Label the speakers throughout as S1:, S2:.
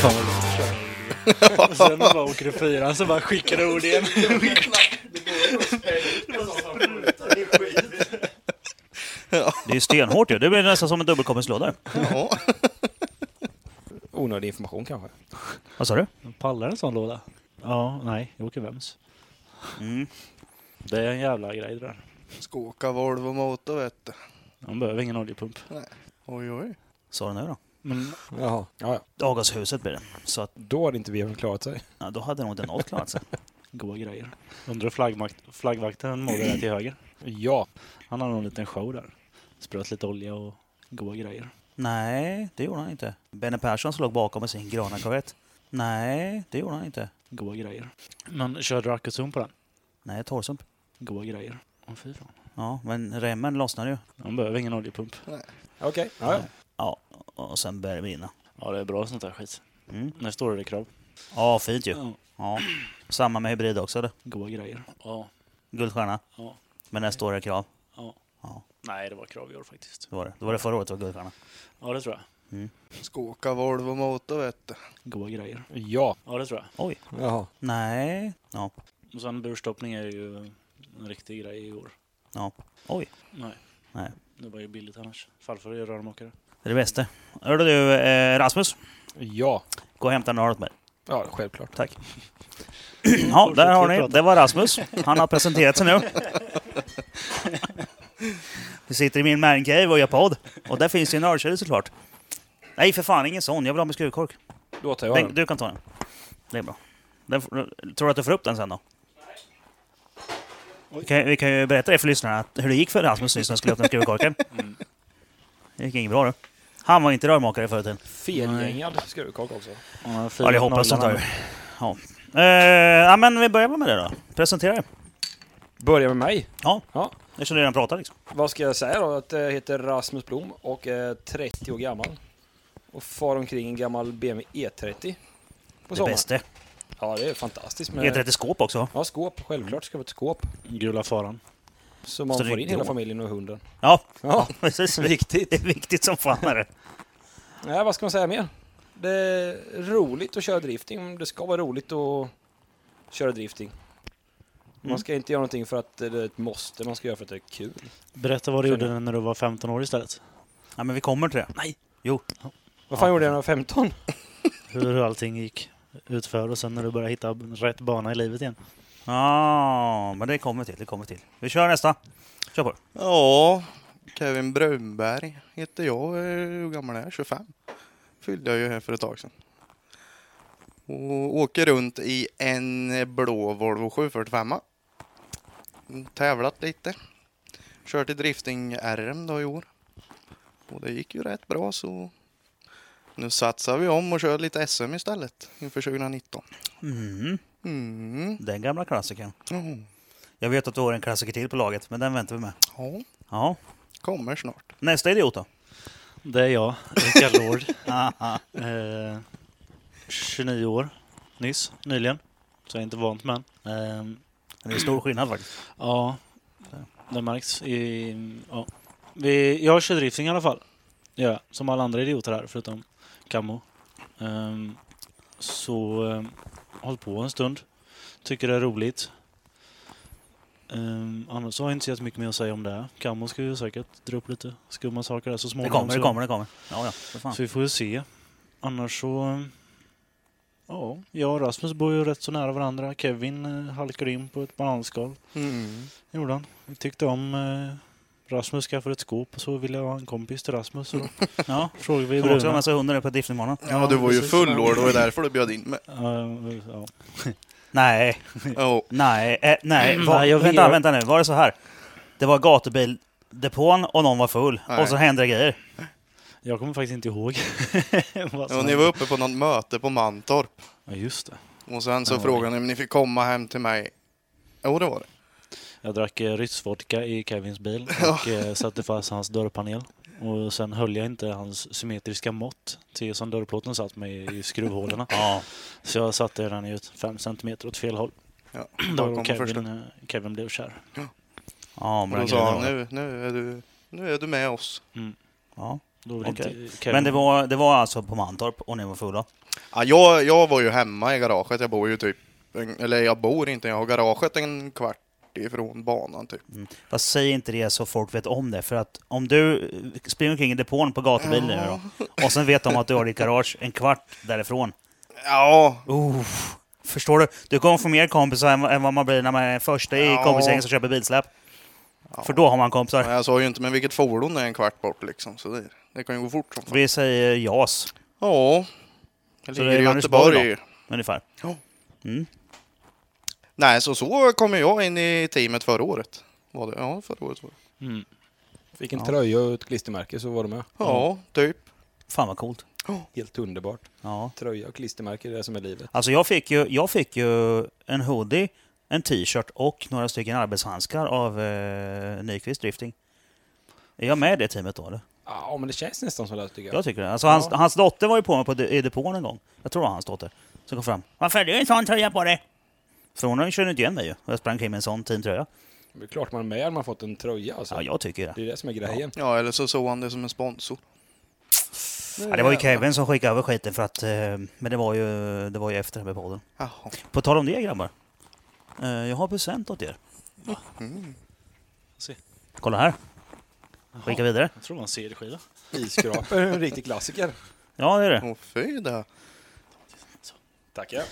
S1: Fan vad långt kör.
S2: Och sen bara åker det fyran så bara skickar det ord igen.
S3: Det är ju stenhårt ju. Det blir nästan som en dubbelkompenslåda.
S4: Ja.
S1: Onödig information kanske.
S3: Vad sa du?
S2: Pallar en sån låda? Ja, nej, jag åker vems.
S3: Mm.
S2: Det är en jävla grej det där.
S4: Ska åka Volvo motor vet du.
S2: Man behöver ingen oljepump.
S4: Oj oj.
S3: Sa du nu då?
S2: Men
S1: Jaha. Ja, ja.
S3: Avgashuset blir det. Så att,
S1: Då hade inte vi klarat sig.
S3: ja, då hade nog inte något klarat sig.
S2: goa grejer. Undrar hur flaggmakt- flaggvakten mår där till höger.
S1: Ja.
S2: Han har nog en liten show där. Spröt lite olja och goa grejer.
S3: Nej, det gjorde han inte. Benne Persson som låg bakom med sin gröna Corvette. Nej, det gjorde han inte.
S2: Goa grejer. Men körde du ackusum på den?
S3: Nej, torrsump.
S2: Goa grejer. Åh fy fan.
S3: Ja, men remmen lossnade ju.
S2: Man behöver ingen oljepump.
S1: Okej. Ja, ja.
S3: Ja, och sen började det brinna.
S2: Ja, det är bra sånt där skit.
S3: Mm.
S2: När står det i krav?
S3: Ja, fint ju.
S2: Ja.
S3: Ja. Samma med hybrid också eller?
S2: Goa grejer. Ja.
S3: Guldstjärna.
S2: Ja.
S3: Men nästa år är krav.
S2: Ja.
S3: Ja.
S2: Nej, det var krav i år faktiskt.
S3: Det var det. Då var det förra året det var guldstjärna.
S2: Ja, det tror jag.
S4: Ska åka Volvo motor vet du.
S2: Goa grejer.
S1: Ja.
S2: Ja, det tror jag.
S3: Oj.
S1: Jaha.
S3: Nej. Ja.
S2: Och sen burstoppning är ju en riktig grej i år.
S3: Ja. Oj.
S2: Nej.
S3: Nej.
S2: Det var ju billigt annars. Farfar är ju rörmokare.
S3: Det är det bästa. Hörde du eh, Rasmus?
S1: Ja.
S3: Gå och hämta en öl åt mig.
S1: Ja, självklart.
S3: Tack. ja, där har ni. Det var Rasmus. Han har presenterat sig nu. Vi sitter i min mancave och gör podd. Och där finns ju en ölkärra såklart. Nej, för fan ingen sån. Jag vill ha med skruvkork.
S1: Då tar jag
S3: Den,
S1: den.
S3: du kan ta den. Det är bra. Den, får- tror du att du får upp den sen då? Vi kan, vi kan ju berätta det för lyssnarna, att hur det gick för Rasmus nyss när han skulle öppna skruvkorken. Det gick inget bra då. Han var inte rörmakare förut. än.
S1: Felgängad skruvkork också.
S3: Ja, det hoppas jag antagligen. Ja. Eh, ja, men vi börjar med det då. Presentera er.
S1: Börja med mig.
S3: Ja.
S1: Ja.
S3: Eftersom du redan pratar liksom.
S1: Vad ska jag säga då? Att jag heter Rasmus Blom och är 30 år gammal. Och far omkring i en gammal BMW E30. E På
S3: Det
S1: sommaren.
S3: bästa.
S1: Ja, det är fantastiskt. Med...
S3: E30 skåp också.
S1: Ja, skåp. Självklart ska det vara ett skåp.
S2: Gula faran.
S1: Så man
S3: Så det är
S1: får in hela
S3: grå.
S1: familjen och hunden.
S3: Ja,
S1: Ja,
S3: precis. Det
S1: viktigt.
S3: är viktigt som fan är det.
S1: Nej, vad ska man säga mer? Det är roligt att köra drifting. men Det ska vara roligt att köra drifting. Man ska inte göra någonting för att det är ett måste. Man ska göra för att det är kul.
S2: Berätta vad du
S1: Känner
S2: gjorde när du var 15 år istället.
S3: Ja, men vi kommer till det. Nej. Jo.
S1: Vad fan gjorde jag när jag var 15?
S2: Hur allting gick utför och sen när du började hitta rätt bana i livet igen.
S3: Ja, men det kommer till. Det kommer till. Vi kör nästa. Kör på. det.
S4: Ja. Kevin Brunberg heter jag. Eh, Hur gammal är jag? 25. Fyllde jag ju här för ett tag sedan. Och åker runt i en blå Volvo 745. Tävlat lite. Kört i drifting RM då i år. Och det gick ju rätt bra så nu satsar vi om och kör lite SM istället inför 2019.
S3: Mm.
S4: Mm.
S3: Den gamla klassikern.
S4: Oh.
S3: Jag vet att du har en klassiker till på laget, men den väntar vi med.
S4: Ja,
S3: Ja.
S4: kommer snart.
S3: Nästa idiot då?
S2: Det är jag, Rickard Lord.
S3: Aha.
S2: eh, 29 år nyss, nyligen. Så jag är inte vant med än. eh,
S3: Det är stor skillnad faktiskt.
S2: Ja, det märks. I, ja. Vi, jag kör drifting i alla fall. Ja, som alla andra idioter här, förutom Camo. Ehm, så um, håll på en stund. Tycker det är roligt. Um, annars har jag inte så jättemycket mer att säga om det. Camo ska ju säkert dra upp lite skumma saker där så
S3: Det
S2: småningom.
S3: kommer, det
S2: så-
S3: kommer, det kommer. Ja, ja. För fan.
S2: så vi får ju se. Annars så... Ja, jag och Rasmus bor ju rätt så nära varandra. Kevin eh, halkade in på ett bananskal.
S4: Mm.
S2: Det gjorde han. Vi tyckte om eh, Rasmus skaffade ett skåp och så ville jag ha en kompis till Rasmus. Så då
S3: Ja.
S2: frågade vi
S3: Jag kommer också ha
S2: Bruna.
S3: med sig hunden nu på driftingbanan.
S4: Ja, du var ju
S2: precis.
S4: full år, det var därför du bjöd in mig.
S2: Eh, ja.
S3: Nej.
S4: Ja,
S3: Nej, eh, nej.
S4: Mm.
S3: Va,
S2: Nej, jag vet-
S3: vänta, vänta nu. Var det så här? Det var gatubildepån och någon var full.
S4: Nej.
S3: Och så hände det grejer.
S2: Jag kommer faktiskt inte ihåg. vad som
S4: Ja, ni
S2: hände.
S4: var uppe på något möte på Mantorp
S2: ja, just det.
S4: och sen så
S2: Ja,
S4: frågade ni om ni fick komma hem till mig Jo, det var det.
S2: Jag drack eh, ryssvodka i Kevins bil och eh, satte fast hans dörrpanel. Och sen höll jag inte hans symmetriska mått till som dörrplåten satt med i- i skruvhålorna.
S3: Ja.
S2: Så jag satte den ut fem centimeter åt fel håll.
S4: Ja,
S2: Då
S4: kom
S2: var
S4: och
S2: Kevin,
S4: förstör.
S2: eh, Kevin blev kär.
S3: ja
S4: Och
S3: men,
S4: då
S3: den
S4: sa
S3: grejen
S4: han
S3: var-
S4: nu, nu, är du, nu är du med oss.
S3: ja.
S2: Då ville
S3: Okej.
S2: inte Kevin...
S3: men det, var, det var alltså på Mantorp och ni var fulla?
S4: Ja, jag, jag var ju hemma i garaget. Jag bor ju typ, en- eller jag bor inte, jag har garaget en kvart ifrån banan typ.
S3: Fast säg inte det så folk vet om det. För att om du eh, springer omkring i depån på gatubil nu då, och sen vet de att du har ditt garage en kvart därifrån.
S4: Ja,
S3: Oh, förstår du? Du kommer få mer kompisar än, än vad man blir när man är första i
S4: Ja.
S3: kompisgänget som köper bilsläp. För då har man kompisar.
S4: men jag sa ju inte men vilket fordon är en kvart bort liksom. Så det, det kan ju gå fort som fan.
S3: Vi säger JAS
S4: Ja, jag
S3: Så
S4: ligger
S3: det är
S4: i
S3: Vänersborg
S4: Göteborg.
S3: ungefär. Mm.
S4: Nej, så så kom ju jag in i teamet förra året. Var det? Ja, förra året var det.
S2: Mm.
S1: Fick en
S3: Ja.
S1: tröja och ett klistermärke så var de med.
S4: Ja, typ.
S3: Fan vad coolt.
S1: Helt underbart.
S3: Ja.
S1: Tröja och klistermärke, det är det som är livet.
S3: Alltså jag fick ju, jag fick ju en hoodie, en t-shirt och några stycken arbetshandskar av eh, Nyqvist Drifting. Är jag med i det teamet då eller?
S1: Ja, men det känns nästan så där tycker jag.
S3: Jag tycker det. Alltså, hans,
S1: Ja.
S3: hans dotter var ju på mig på, de- i depån en gång. Jag tror det var hans dotter. Som kom fram. Varför har du en sån tröja på dig? För hon kände inte igen mig ju. Jag sprang kring med en sån fin tröja.
S1: Det är klart man är med om man fått en tröja. Alltså.
S3: Ja, jag tycker det.
S1: Det är det som är grejen.
S4: Ja, eller så såg han det som en sponsor.
S3: Ja, det var ju Kevin som skickade över skiten för att... Eh, men det var ju, det var ju efter det här med podden.
S4: Jaha.
S3: På tal om det grabbar. Eh, jag har present åt er.
S4: Mm.
S2: Se.
S3: Kolla här. Skicka vidare.
S2: Jag tror det var en CD-skiva.
S1: Isskrapor är en riktig klassiker.
S3: Ja, det är det.
S4: Åh fy det.
S1: Tackar.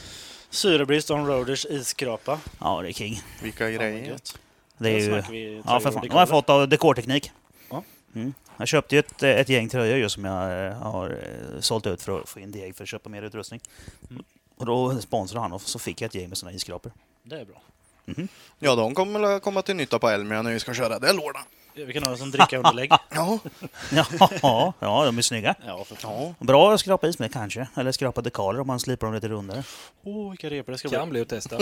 S2: Syrebrist on Roaders isskrapa. Fan,
S3: Ja, det är king.
S4: Vilka
S2: vad
S4: grejer.
S2: gött.
S3: Det är
S2: Sen
S3: ju...
S2: snackar vi tröjor
S3: Ja, för fan.
S2: och
S3: De har jag
S2: dekaler.
S3: fått av Dekorteknik.
S2: Ja.
S3: Mm. Jag köpte ju ett, ett gäng tröjor ju som jag eh, har eh, sålt ut för att få in deg för att köpa mer utrustning.
S2: Mm.
S3: Och då sponsrade han och så fick jag ett gäng med såna isskrapor.
S2: Det är bra.
S4: Ja, de kommer väl komma till nytta på Elmia när vi ska köra det lådan.
S2: Vi kan ha det som drickaunderlägg.
S4: Ja.
S3: ja, ja, de är snygga.
S2: ja, för fan.
S4: ja.
S3: Bra att skrapa is med kanske. Eller skrapa dekaler om man slipar dem lite rundare.
S2: Åh, vilka repor det ska
S1: Kan
S2: bli.
S1: bli att testa.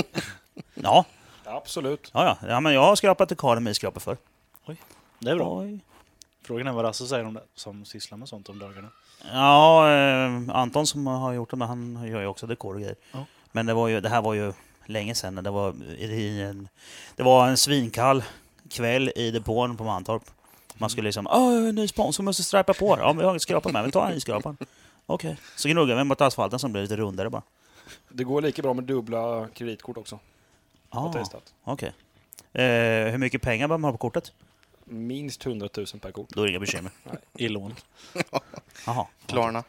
S3: Ja,
S1: Absolut.
S3: ja, ja. ja men jag har skrapat dekaler med isskrapor förr.
S2: Det är bra.
S3: Oj.
S2: Frågan är vad Rasse säger om det, som sysslar med sånt om dagarna.
S3: Ja, eh, Anton som har gjort dem, han gör ju också dekor och grejer.
S2: Ja.
S3: Men det, var ju, det här var ju länge sedan. när Det var, i en, det var en svinkall kväll i depån på Mantorp. Man skulle liksom Åh, ny sponsor måste strajpa på. Ja, men vi har en skrapa med. Vi tar en i skrapan. Okej. Så gnuggade vi mot asfalten som blev lite rundare bara.
S1: Det går lika bra med dubbla kreditkort också. Jag
S3: Ah,
S1: Har testat.
S3: okej. Eh, hur mycket pengar behöver man ha på kortet?
S1: Minst 100 000 per kort.
S3: Då är det inga bekymmer.
S2: I lån.
S3: Jaha.
S4: Klarna.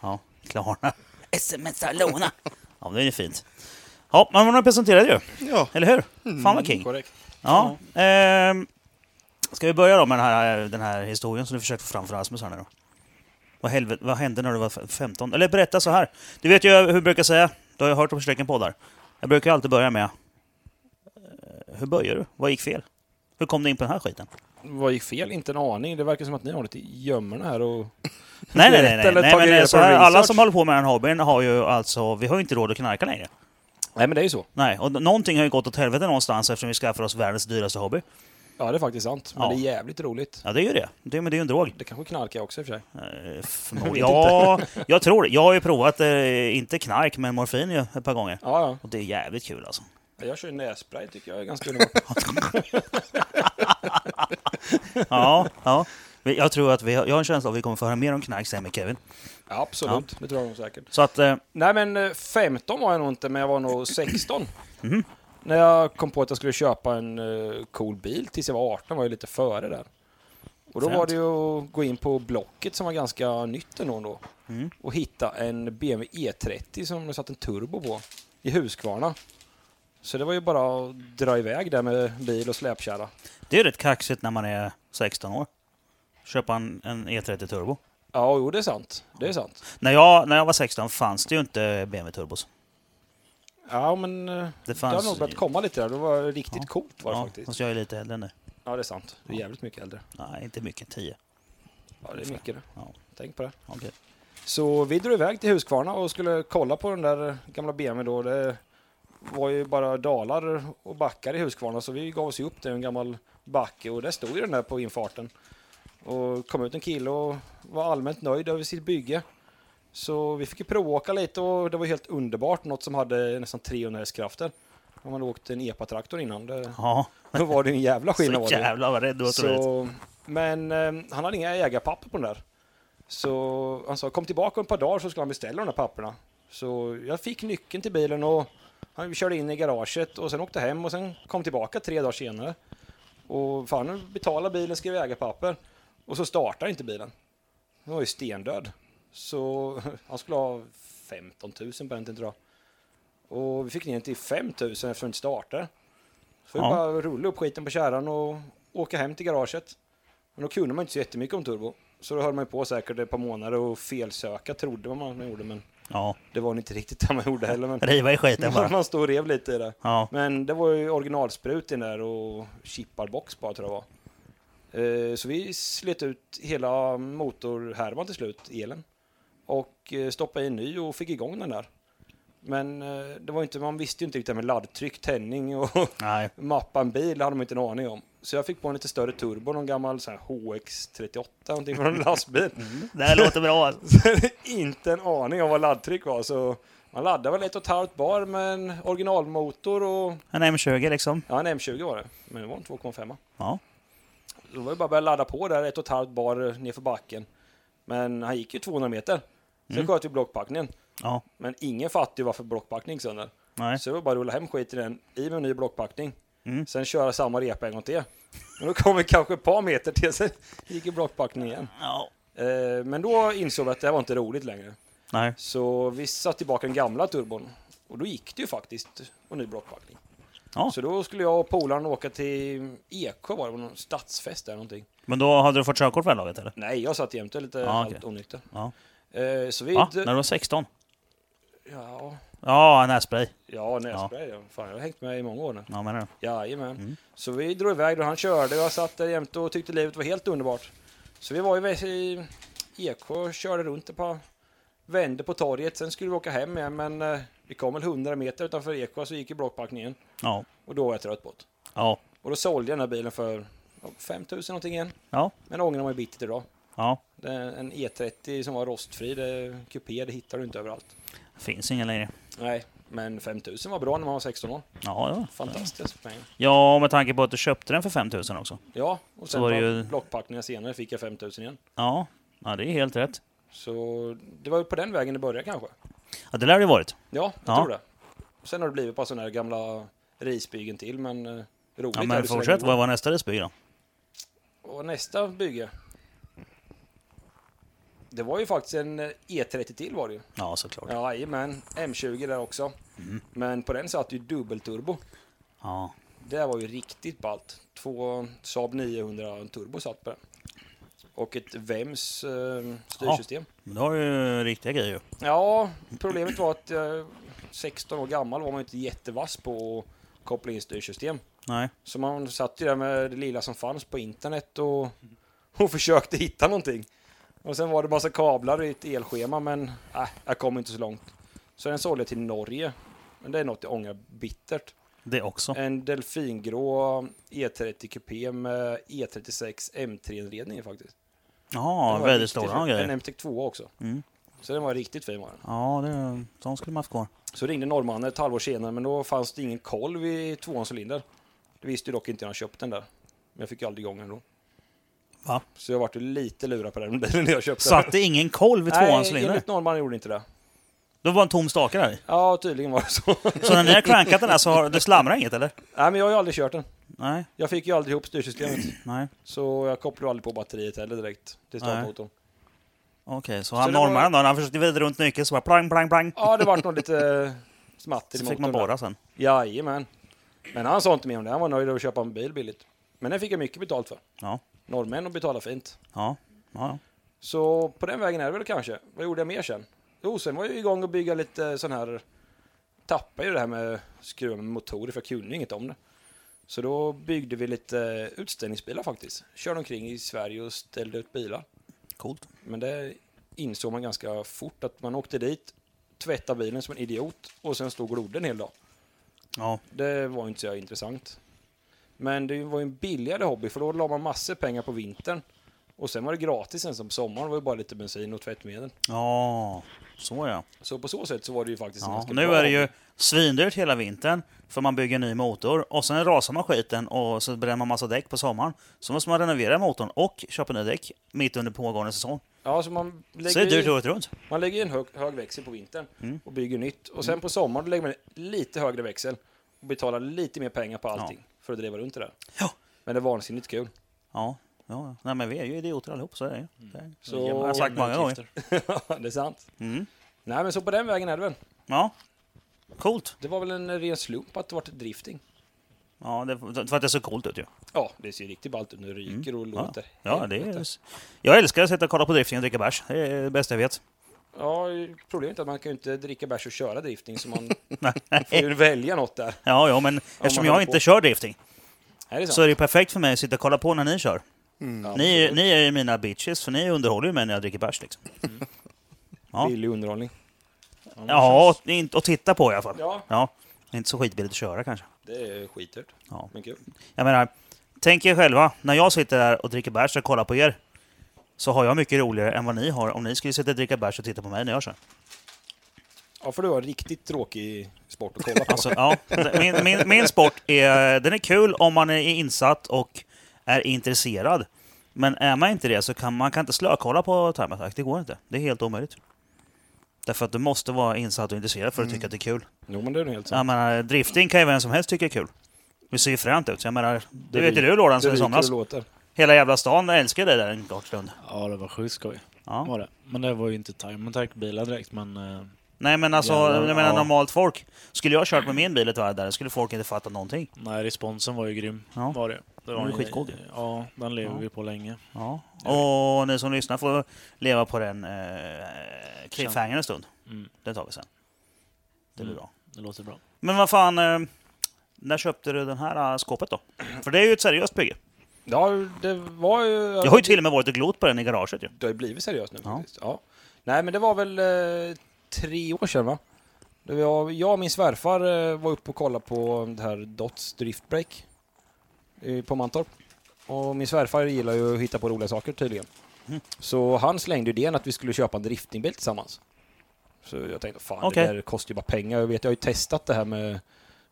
S3: Ja, Klarna. SMS Låna. Ja, men det är ju fint. Ja, men man presenterade ju.
S4: Ja.
S3: Eller hur? Fan vad king.
S1: Korrekt.
S3: Ja. Ehm, ska vi börja då med den här, den här historien som du försökte få fram för Rasmus här nu då? Vad, helvete, vad hände när du var f- 15? Eller berätta så här. Du vet ju eh, hur jag brukar säga. Du har ju hört om strecken poddar. Jag brukar alltid börja med... eh, Hur började du? Vad gick fel? Hur kom du in på den här skiten?
S1: Vad gick fel? Inte en aning. Det verkar som att ni har lite gömmorna här och...
S3: Nej, nej, nej.
S1: Berätta
S3: nej,
S1: eller
S3: nej
S1: ta
S3: men
S1: reda
S3: eh,
S1: på
S3: så här, alla
S1: research.
S3: som håller på med den här hobbyn har ju alltså... Vi har ju inte råd att knarka längre.
S1: Nej, men det är ju så.
S3: Nej, och n- någonting har ju gått åt helvete någonstans eftersom vi skaffar oss världens dyraste hobby.
S1: Ja, det är faktiskt sant. Men
S3: Ja.
S1: det är jävligt roligt.
S3: Ja, det är ju det. det men det är ju en drog.
S1: Det kanske knarkar också i och för sig.
S3: Eh, Förmodligen. ja, jag tror det. Jag har ju provat, eh, inte knark, men morfin ju ett par gånger.
S1: Ja,
S3: Och det är jävligt kul alltså.
S1: ja. Jag kör ju nässpray tycker jag är ganska underbart.
S3: Ja, ja. Vi- Jag tror att vi har, jag har en känsla av att vi kommer få höra mer om knark sen med Kevin.
S1: Absolut, det tror jag nog säkert.
S3: Så att, eh,
S1: Nej men eh, 15 var jag nog inte, men jag var nog 16.
S3: Mhm.
S1: När jag kom på att jag skulle köpa en eh, cool bil tills jag var 18 var jag lite före där. Och då
S3: Fränt.
S1: var det ju att gå in på Blocket som var ganska nytt ändå då.
S3: Mm.
S1: Och hitta en BMW E30 E som det satt en turbo på i Huskvarna. Så det var ju bara att dra iväg där med bil och släpkärra.
S3: det är rätt kaxigt när man är 16 år. Köpa en, en E30 Turbo.
S1: Ja, jo det är sant. Det är sant.
S3: När jag, när jag var 16 fanns det ju inte BMW Turbos.
S1: Ja men eh,
S3: Det
S1: det har
S3: fanns...
S1: nog börjat komma lite där. Det var riktigt
S3: Ja.
S1: coolt var det
S3: ja,
S1: faktiskt.
S3: fast jag är lite äldre nu.
S1: Ja det är sant. Du är jävligt mycket äldre.
S3: Nej, inte mycket. 10.
S1: Ja det är mycket det.
S3: Ja.
S1: Tänk på det.
S3: Okej.
S1: Så vi drog iväg till Huskvarna och skulle kolla på den där gamla BMWn då. Det var ju bara dalar och backar i Huskvarna så vi gav oss ju upp till en gammal backe och där stod ju den där på infarten. Och kom ut en kille och var allmänt nöjd över sitt bygge. Så vi fick ju provåka lite och det var helt underbart, något som hade nästan 300 hästkrafter. Om man hade åkt en E EPA-traktor innan, det,
S3: Ja,
S1: då var det ju en jävla skillnad.
S3: så
S1: var det ju.
S3: jävlar vad rädd du var tror jag.
S1: Så, men eh, han hade inga ägarpapper på den där. Så han sa kom tillbaka om ett par dagar så skulle han beställa de där papperna. Så jag fick nyckeln till bilen och han körde in i garaget och sen åkte hem och sen kom tillbaka tre dagar senare. Och för han betalade bilen, skrev ägarpapper och så startade inte bilen. Den var ju stendöd. Så han skulle ha 15 000 på den tiden tror jag. Och vi fick ner den till 5 000 eftersom den inte startade. Så vi
S3: Ja.
S1: bara rullade upp skiten på kärran och åka hem till garaget. Men då kunde man inte så jättemycket om turbo. Så då höll man ju på säkert ett par månader och felsöka trodde man man gjorde. Men
S3: Ja,
S1: det var inte riktigt det man gjorde heller. Men
S3: riva i skiten bara.
S1: man stod och rev lite i det.
S3: Ja,
S1: Men det var ju originalsprut i den där och chipparbox bara tror jag det var. Eh, Så vi slet ut hela motorhärvan till slut, elen. Och eh, stoppade i en ny och fick igång den där. Men eh, det var inte, man visste ju inte riktigt det här med laddtryck, tändning och
S3: nej.
S1: mappa en bil, det hade man inte en aning om. Så jag fick på en lite större turbo, någon gammal så här HX38, någonting från en lastbil.
S3: Det här låter bra. alltså.
S1: Så hade jag inte en aning om vad laddtryck var, så man laddade väl ett och ett halvt bar med en originalmotor och
S3: En M20 liksom.
S1: Ja, en M20 var det, men det var en 2,5.
S3: Ja.
S1: Då var det bara att börja ladda på där, ett och ett halvt bar nerför backen. Men han gick ju 200 meter. Sen
S3: Mm.
S1: sköt vi blockpackningen,
S3: Ja,
S1: men ingen fattade ju varför blockpackning gick sönder.
S3: nej.
S1: Så det var bara att rulla hem skiten i den, i med en ny blockpackning.
S3: Mm.
S1: Sen köra samma repa en gång till. Men då kom vi kanske ett par meter till, sen gick ju blockpackningen igen.
S3: Ja.
S1: Eh, Men då insåg vi att det här var inte roligt längre.
S3: Nej.
S1: Så vi satte tillbaka den gamla turbon. Och då gick det ju faktiskt och ny blockpackning.
S3: Ja.
S1: Så då skulle jag och polaren åka till Eksjö var det, var någon stadsfest där någonting.
S3: Men då hade du fått körkort för det här laget eller?
S1: Nej, jag satt jämte lite
S3: Ja,
S1: halvt
S3: okej.
S1: onykter.
S3: Ja.
S1: Eh, så vi...
S3: Va? När du var 16?
S1: ja,
S3: Ja, nässpray.
S1: ja, nässpray. Ja. Fan, jag har hängt med i många år nu.
S3: Ja, menar du?
S1: Jajamän.
S3: Mm.
S1: Så vi drog iväg då han körde och jag satt där jämte och tyckte livet var helt underbart. Så vi var ju i Eksjö och körde runt ett par vänder på torget. Sen skulle vi åka hem igen men eh, vi kom väl 100 meter utanför Eksjö så gick ju blockpackningen.
S3: Ja.
S1: Och då var jag trött på det.
S3: Ja.
S1: Och då sålde jag den här bilen för ja, 5000 någonting igen.
S3: Ja.
S1: Men ångrar mig bittert idag.
S3: Ja.
S1: Det är en E30 som var rostfri, det, kupé, det hittar du inte överallt.
S3: Finns ingen längre.
S1: Nej, men 5000 var bra när man var 16 år.
S3: Ja, ja.
S1: Fantastiskt pengar.
S3: Ja, och med tanke på att du köpte den för 5000 också.
S1: Ja, och sen
S3: var
S1: var
S3: det ju-
S1: blockpackningar senare fick jag 5000 igen.
S3: Ja. Ja, det är helt rätt.
S1: Så det var ju på den vägen det började kanske.
S3: Ja, det lär det ju varit.
S1: Ja, jag
S3: Ja.
S1: tror det. Och sen har det blivit ett par sådana här gamla risbyggen till, men eh, roligt.
S3: Ja,
S1: är
S3: men
S1: det så länge
S3: fortsätt.
S1: det går.
S3: Vad var nästa resby då?
S1: Och nästa bygge. Det var ju faktiskt en eh, E30 till var det ju.
S3: Ja, såklart.
S1: Ja, Jajamän, M20 där också.
S3: Mm.
S1: Men på den satt ju dubbelturbo.
S3: Ja.
S1: Det var ju riktigt ballt. Två Saab 900 turbo satt på den. Och ett VEMS eh, styrsystem.
S3: Men då har du ju riktiga grejer ju.
S1: Ja, problemet var att eh, 16 år gammal var man ju inte jättevass på att koppla in styrsystem.
S3: Nej.
S1: Så man satt ju där med det lilla som fanns på internet och, och försökte hitta någonting. Och sen var det massa kablar i ett elschema, men äh, jag kom inte så långt. Så den sålde jag till Norge. Men det är något jag ångrar bittert.
S3: Det också.
S1: En delfingrå E30 kupé med E E36 M3-inredning faktiskt.
S3: Ja,
S1: Den var
S3: väldigt
S1: riktigt
S3: stora
S1: fin.
S3: grejer.
S1: En MTEC2 också.
S3: Mm.
S1: Så den var riktigt fin var den.
S3: Ja, det, de skulle man haft kvar.
S1: Så ringde norrmannen ett halvår senare, men då fanns det ingen kolv i tvåans cylinder. Det visste ju dock inte när jag köpte den där. Men jag fick ju aldrig igång den då.
S3: Va?
S1: Så jag vart ju lite lurad på den bilen när jag köpte den.
S3: Satt det ingen kolv i tvåans
S1: Nej,
S3: cylinder?
S1: enligt norrmannen gjorde inte det.
S3: Det var en tom stake där i.
S1: Ja, tydligen var det så.
S3: Så när ni har crankat den här så har det slamrar inget eller?
S1: Nej, men jag har ju aldrig kört den.
S3: Nej,
S1: Jag fick ju aldrig ihop styrsystemet.
S3: nej.
S1: Så jag kopplade aldrig på batteriet heller direkt till startmotorn.
S3: Okej, så han
S1: det var-
S3: norrmannen då, när han försökte vrida runt nyckeln så bara plang, plang, plang.
S1: Ja, det vart nog lite smatt i
S3: Så
S1: motorn.
S3: fick man
S1: där.
S3: borra sen.
S1: Jajamän. Men han sa inte mer om det. Han var nöjd över att köpa en bil billigt. Men den fick jag mycket betalt för.
S3: Ja.
S1: Norrmän och betala fint.
S3: Ja. ja.
S1: Så på den vägen är det väl kanske. Vad gjorde jag mer sen? Jo, sen var jag ju igång och bygga lite sån här... Tappade ju det här med skruva med motorer för jag kunde ju inget om det. Så då byggde vi lite utställningsbilar faktiskt. Körde omkring i Sverige och ställde ut bilar.
S3: Coolt.
S1: Men det insåg man ganska fort att man åkte dit, tvättade bilen som en idiot och sen stod och glodde en hel dag.
S3: Ja.
S1: Det var ju inte så jävla intressant. Men det var ju en billigare hobby för då la man massor pengar på vintern. Och sen var det gratis sen som på sommaren. Det var ju bara lite bensin och tvättmedel.
S3: Ja, så ja.
S1: Så på så sätt så var det ju faktiskt en
S3: ja.
S1: ganska
S3: Nu
S1: bra
S3: är det ju
S1: hobby.
S3: svindyrt hela vintern för man bygger en ny motor och sen rasar man skiten och så bränner man massa däck på sommaren. Så måste man renovera motorn och köpa nya däck mitt under pågående säsong.
S1: Ja, så man
S3: Så det är
S1: lägger,
S3: dyrt
S1: ju,
S3: året runt.
S1: man lägger ju en hög, hög växel på vintern
S3: Mm.
S1: och bygger nytt. Och sen på sommaren då lägger man lite högre växel och betalar lite mer pengar på allting för att driva runt det där.
S3: Ja.
S1: Men det är vansinnigt kul.
S3: Ja, ja. ja. Nej, men vi är ju idioter allihop, så är det ju. Det är-
S1: Så-
S2: Jämna-
S1: Jag har
S3: sagt
S2: jämna
S3: många gånger.
S2: utgifter.
S1: det är sant.
S3: Mm.
S1: Nej, men så på den vägen är det väl.
S3: Ja, coolt.
S1: Det var väl en ren slump att det vart drifting.
S3: Ja, det, för att det är så coolt ut ju. Mm.
S1: Ja, det ser ju riktigt ballt ut. Det ryker och låter.
S3: Ja, det är, jag älskar att sitta och kolla på drifting och dricka bärs. Det är det bästa jag vet.
S1: Ja, problemet är att man kan ju inte dricka bärs och köra drifting, så man får ju välja något där.
S3: Ja, ja men eftersom jag
S1: håller
S3: inte
S1: på.
S3: kör drifting
S1: Är det
S3: så
S1: sant?
S3: är det perfekt för mig att sitta och kolla på när ni kör.
S1: Ja,
S3: Ni, är-
S1: absolut.
S3: ni är ju mina bitches, för ni underhåller ju mig när jag dricker bärs. Liksom. ja.
S1: Billig underhållning.
S3: Ja, och, in- och titta på i alla fall.
S1: Ja,
S3: Ja, det är inte så skitbilligt att köra kanske.
S1: det är skithört.
S3: Ja.
S1: Men kul.
S3: Jag menar, tänk er själva, när jag sitter där och dricker bärs och kollar på er så har jag mycket roligare än vad ni har om ni skulle sitta och dricka bärs och titta på mig när jag kör.
S1: Ja, för det var en riktigt tråkig sport att kolla på.
S3: Alltså, ja. min, min, min sport är, den är kul om man är insatt och är intresserad. Men är man inte det så kan man kan inte slökolla på Time Attack. Det går inte. Det är helt omöjligt. Därför att du måste vara insatt och intresserad för att tycka att det är kul.
S1: Jo, men det är nog helt sant.
S3: Jag menar, drifting kan ju vem som helst tycka är kul. Det ser ju fränt ut. Jag menar, alltså, det
S1: Det
S3: vet ju
S1: ryker-
S3: du Loran
S1: det
S3: sen i
S1: ryker och
S3: somras.
S1: låter.
S3: Hela jävla stan älskar det där en kort stund.
S2: Ja, det var sjukt skoj.
S3: Ja.
S2: Var det. Men det var ju inte Time Attack-bilar direkt, men... eh,
S3: Nej men alltså,
S2: Jävlar,
S3: jag menar
S2: ja.
S3: normalt folk. Skulle jag kört med min bil ett varv där, skulle folk inte fatta någonting.
S2: Nej, responsen var ju grym.
S3: Ja.
S2: Var det. det var
S3: Den är
S2: en-
S3: skitgod ju.
S2: Ja, den lever
S3: Ja.
S2: vi på länge.
S3: Ja. Och ni som lyssnar får leva på den eh, cliffhangern en stund.
S2: Mm,
S3: Den tar vi sen. Det blir
S2: Mm.
S3: bra.
S2: det låter bra.
S3: Men vad fan, eh, när köpte du den här eh, skåpet då? För det är ju ett seriöst bygge.
S1: Ja, det var ju...
S3: Jag har ju till och med varit och glott på den i garaget ju.
S1: Det har ju blivit seriöst nu
S3: Ja.
S1: faktiskt. Ja. Nej, men det var väl eh, tre år sedan va? Det var, jag och min svärfar eh, var uppe och kollade på det här Dots driftbreak eh, på Mantorp. Och min svärfar gillar ju att hitta på roliga saker tydligen.
S3: Mm.
S1: Så han slängde idén att vi skulle köpa en driftingbil tillsammans. Så jag tänkte, fan
S3: Okej.
S1: det där kostar ju bara pengar. Jag vet, jag har ju testat det här med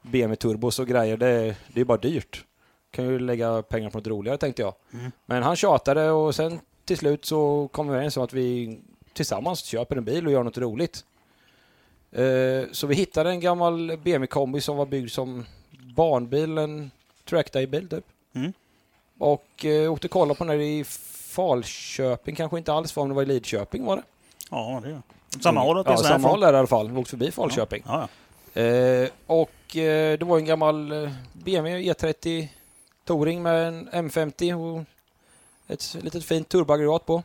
S1: BMW turbos och grejer. Det, det är bara dyrt. Kan ju lägga pengar på något roligare tänkte jag.
S3: Mm.
S1: Men han tjatade och sen till slut så kom vi överens om att vi tillsammans köper en bil och gör något roligt. Eh, Så vi hittade en gammal BMW kombi som var byggd som barnbilen trackday-bil typ.
S3: Mm.
S1: Och eh, åkte och kollade på den där i Falköping, kanske inte alls var, men det var i Lidköping var det.
S3: Ja, det är det. Mm. Samma håll
S1: Ja,
S3: åtminstone.
S1: samma
S3: härifrån.
S1: håll där i alla fall. Vi åkte förbi Falköping.
S3: Ja, ja.
S1: Eh, och eh, det var en gammal eh, BMW E30 Touring med en M50 och ett s- litet fint turboaggregat på.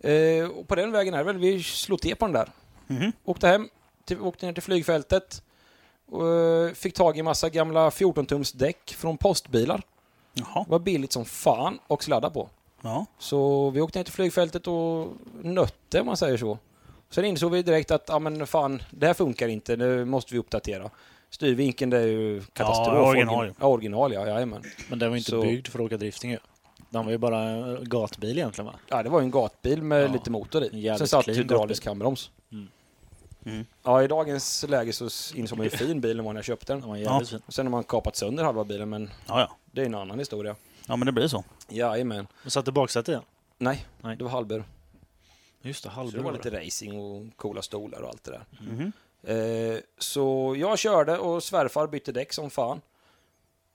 S1: Eh, och på den vägen är det väl. Vi slog till på den där.
S3: Mhm.
S1: Åkte hem, till, åkte ner till flygfältet. Och, eh, fick tag i massa gamla 14-tums däck från postbilar.
S3: Jaha.
S1: Det var billigt som fan och sladda på.
S3: Ja.
S1: Så vi åkte ner till flygfältet och nötte om man säger så. Sen insåg vi direkt att ah, men fan, det här funkar inte, nu måste vi uppdatera. Styrvinkeln det är ju katastrof.
S3: Ja, original.
S1: Ja, original ja, jajamän.
S2: Men den var ju inte
S1: Så-
S2: byggd för att åka drifting ju. Den var ju bara en gatbil egentligen va?
S1: Ja, det var ju en gatbil med
S2: Ja,
S1: lite motor
S2: en
S1: i.
S2: jävligt
S1: Sen satt
S2: clean
S1: hydraulisk handbroms.
S2: Mm.
S3: Mm.
S1: Ja, i dagens läge så s- insåg man hur fin bilen var när jag köpte den.
S2: Den var jävligt fin.
S1: Och sen har man kapat sönder halva bilen, men
S3: Ja, ja.
S1: det är en annan historia.
S3: Ja, men det blir så.
S1: Jajamän.
S2: Men satte baksätet igen?
S1: Nej,
S2: Nej.
S1: det var halvbur.
S2: Just det,
S1: Så det
S2: halvbror.
S1: var
S2: var
S1: lite racing och coola stolar och allt det där.
S3: Mhm.
S1: Eh, så jag körde och svärfar bytte däck som fan.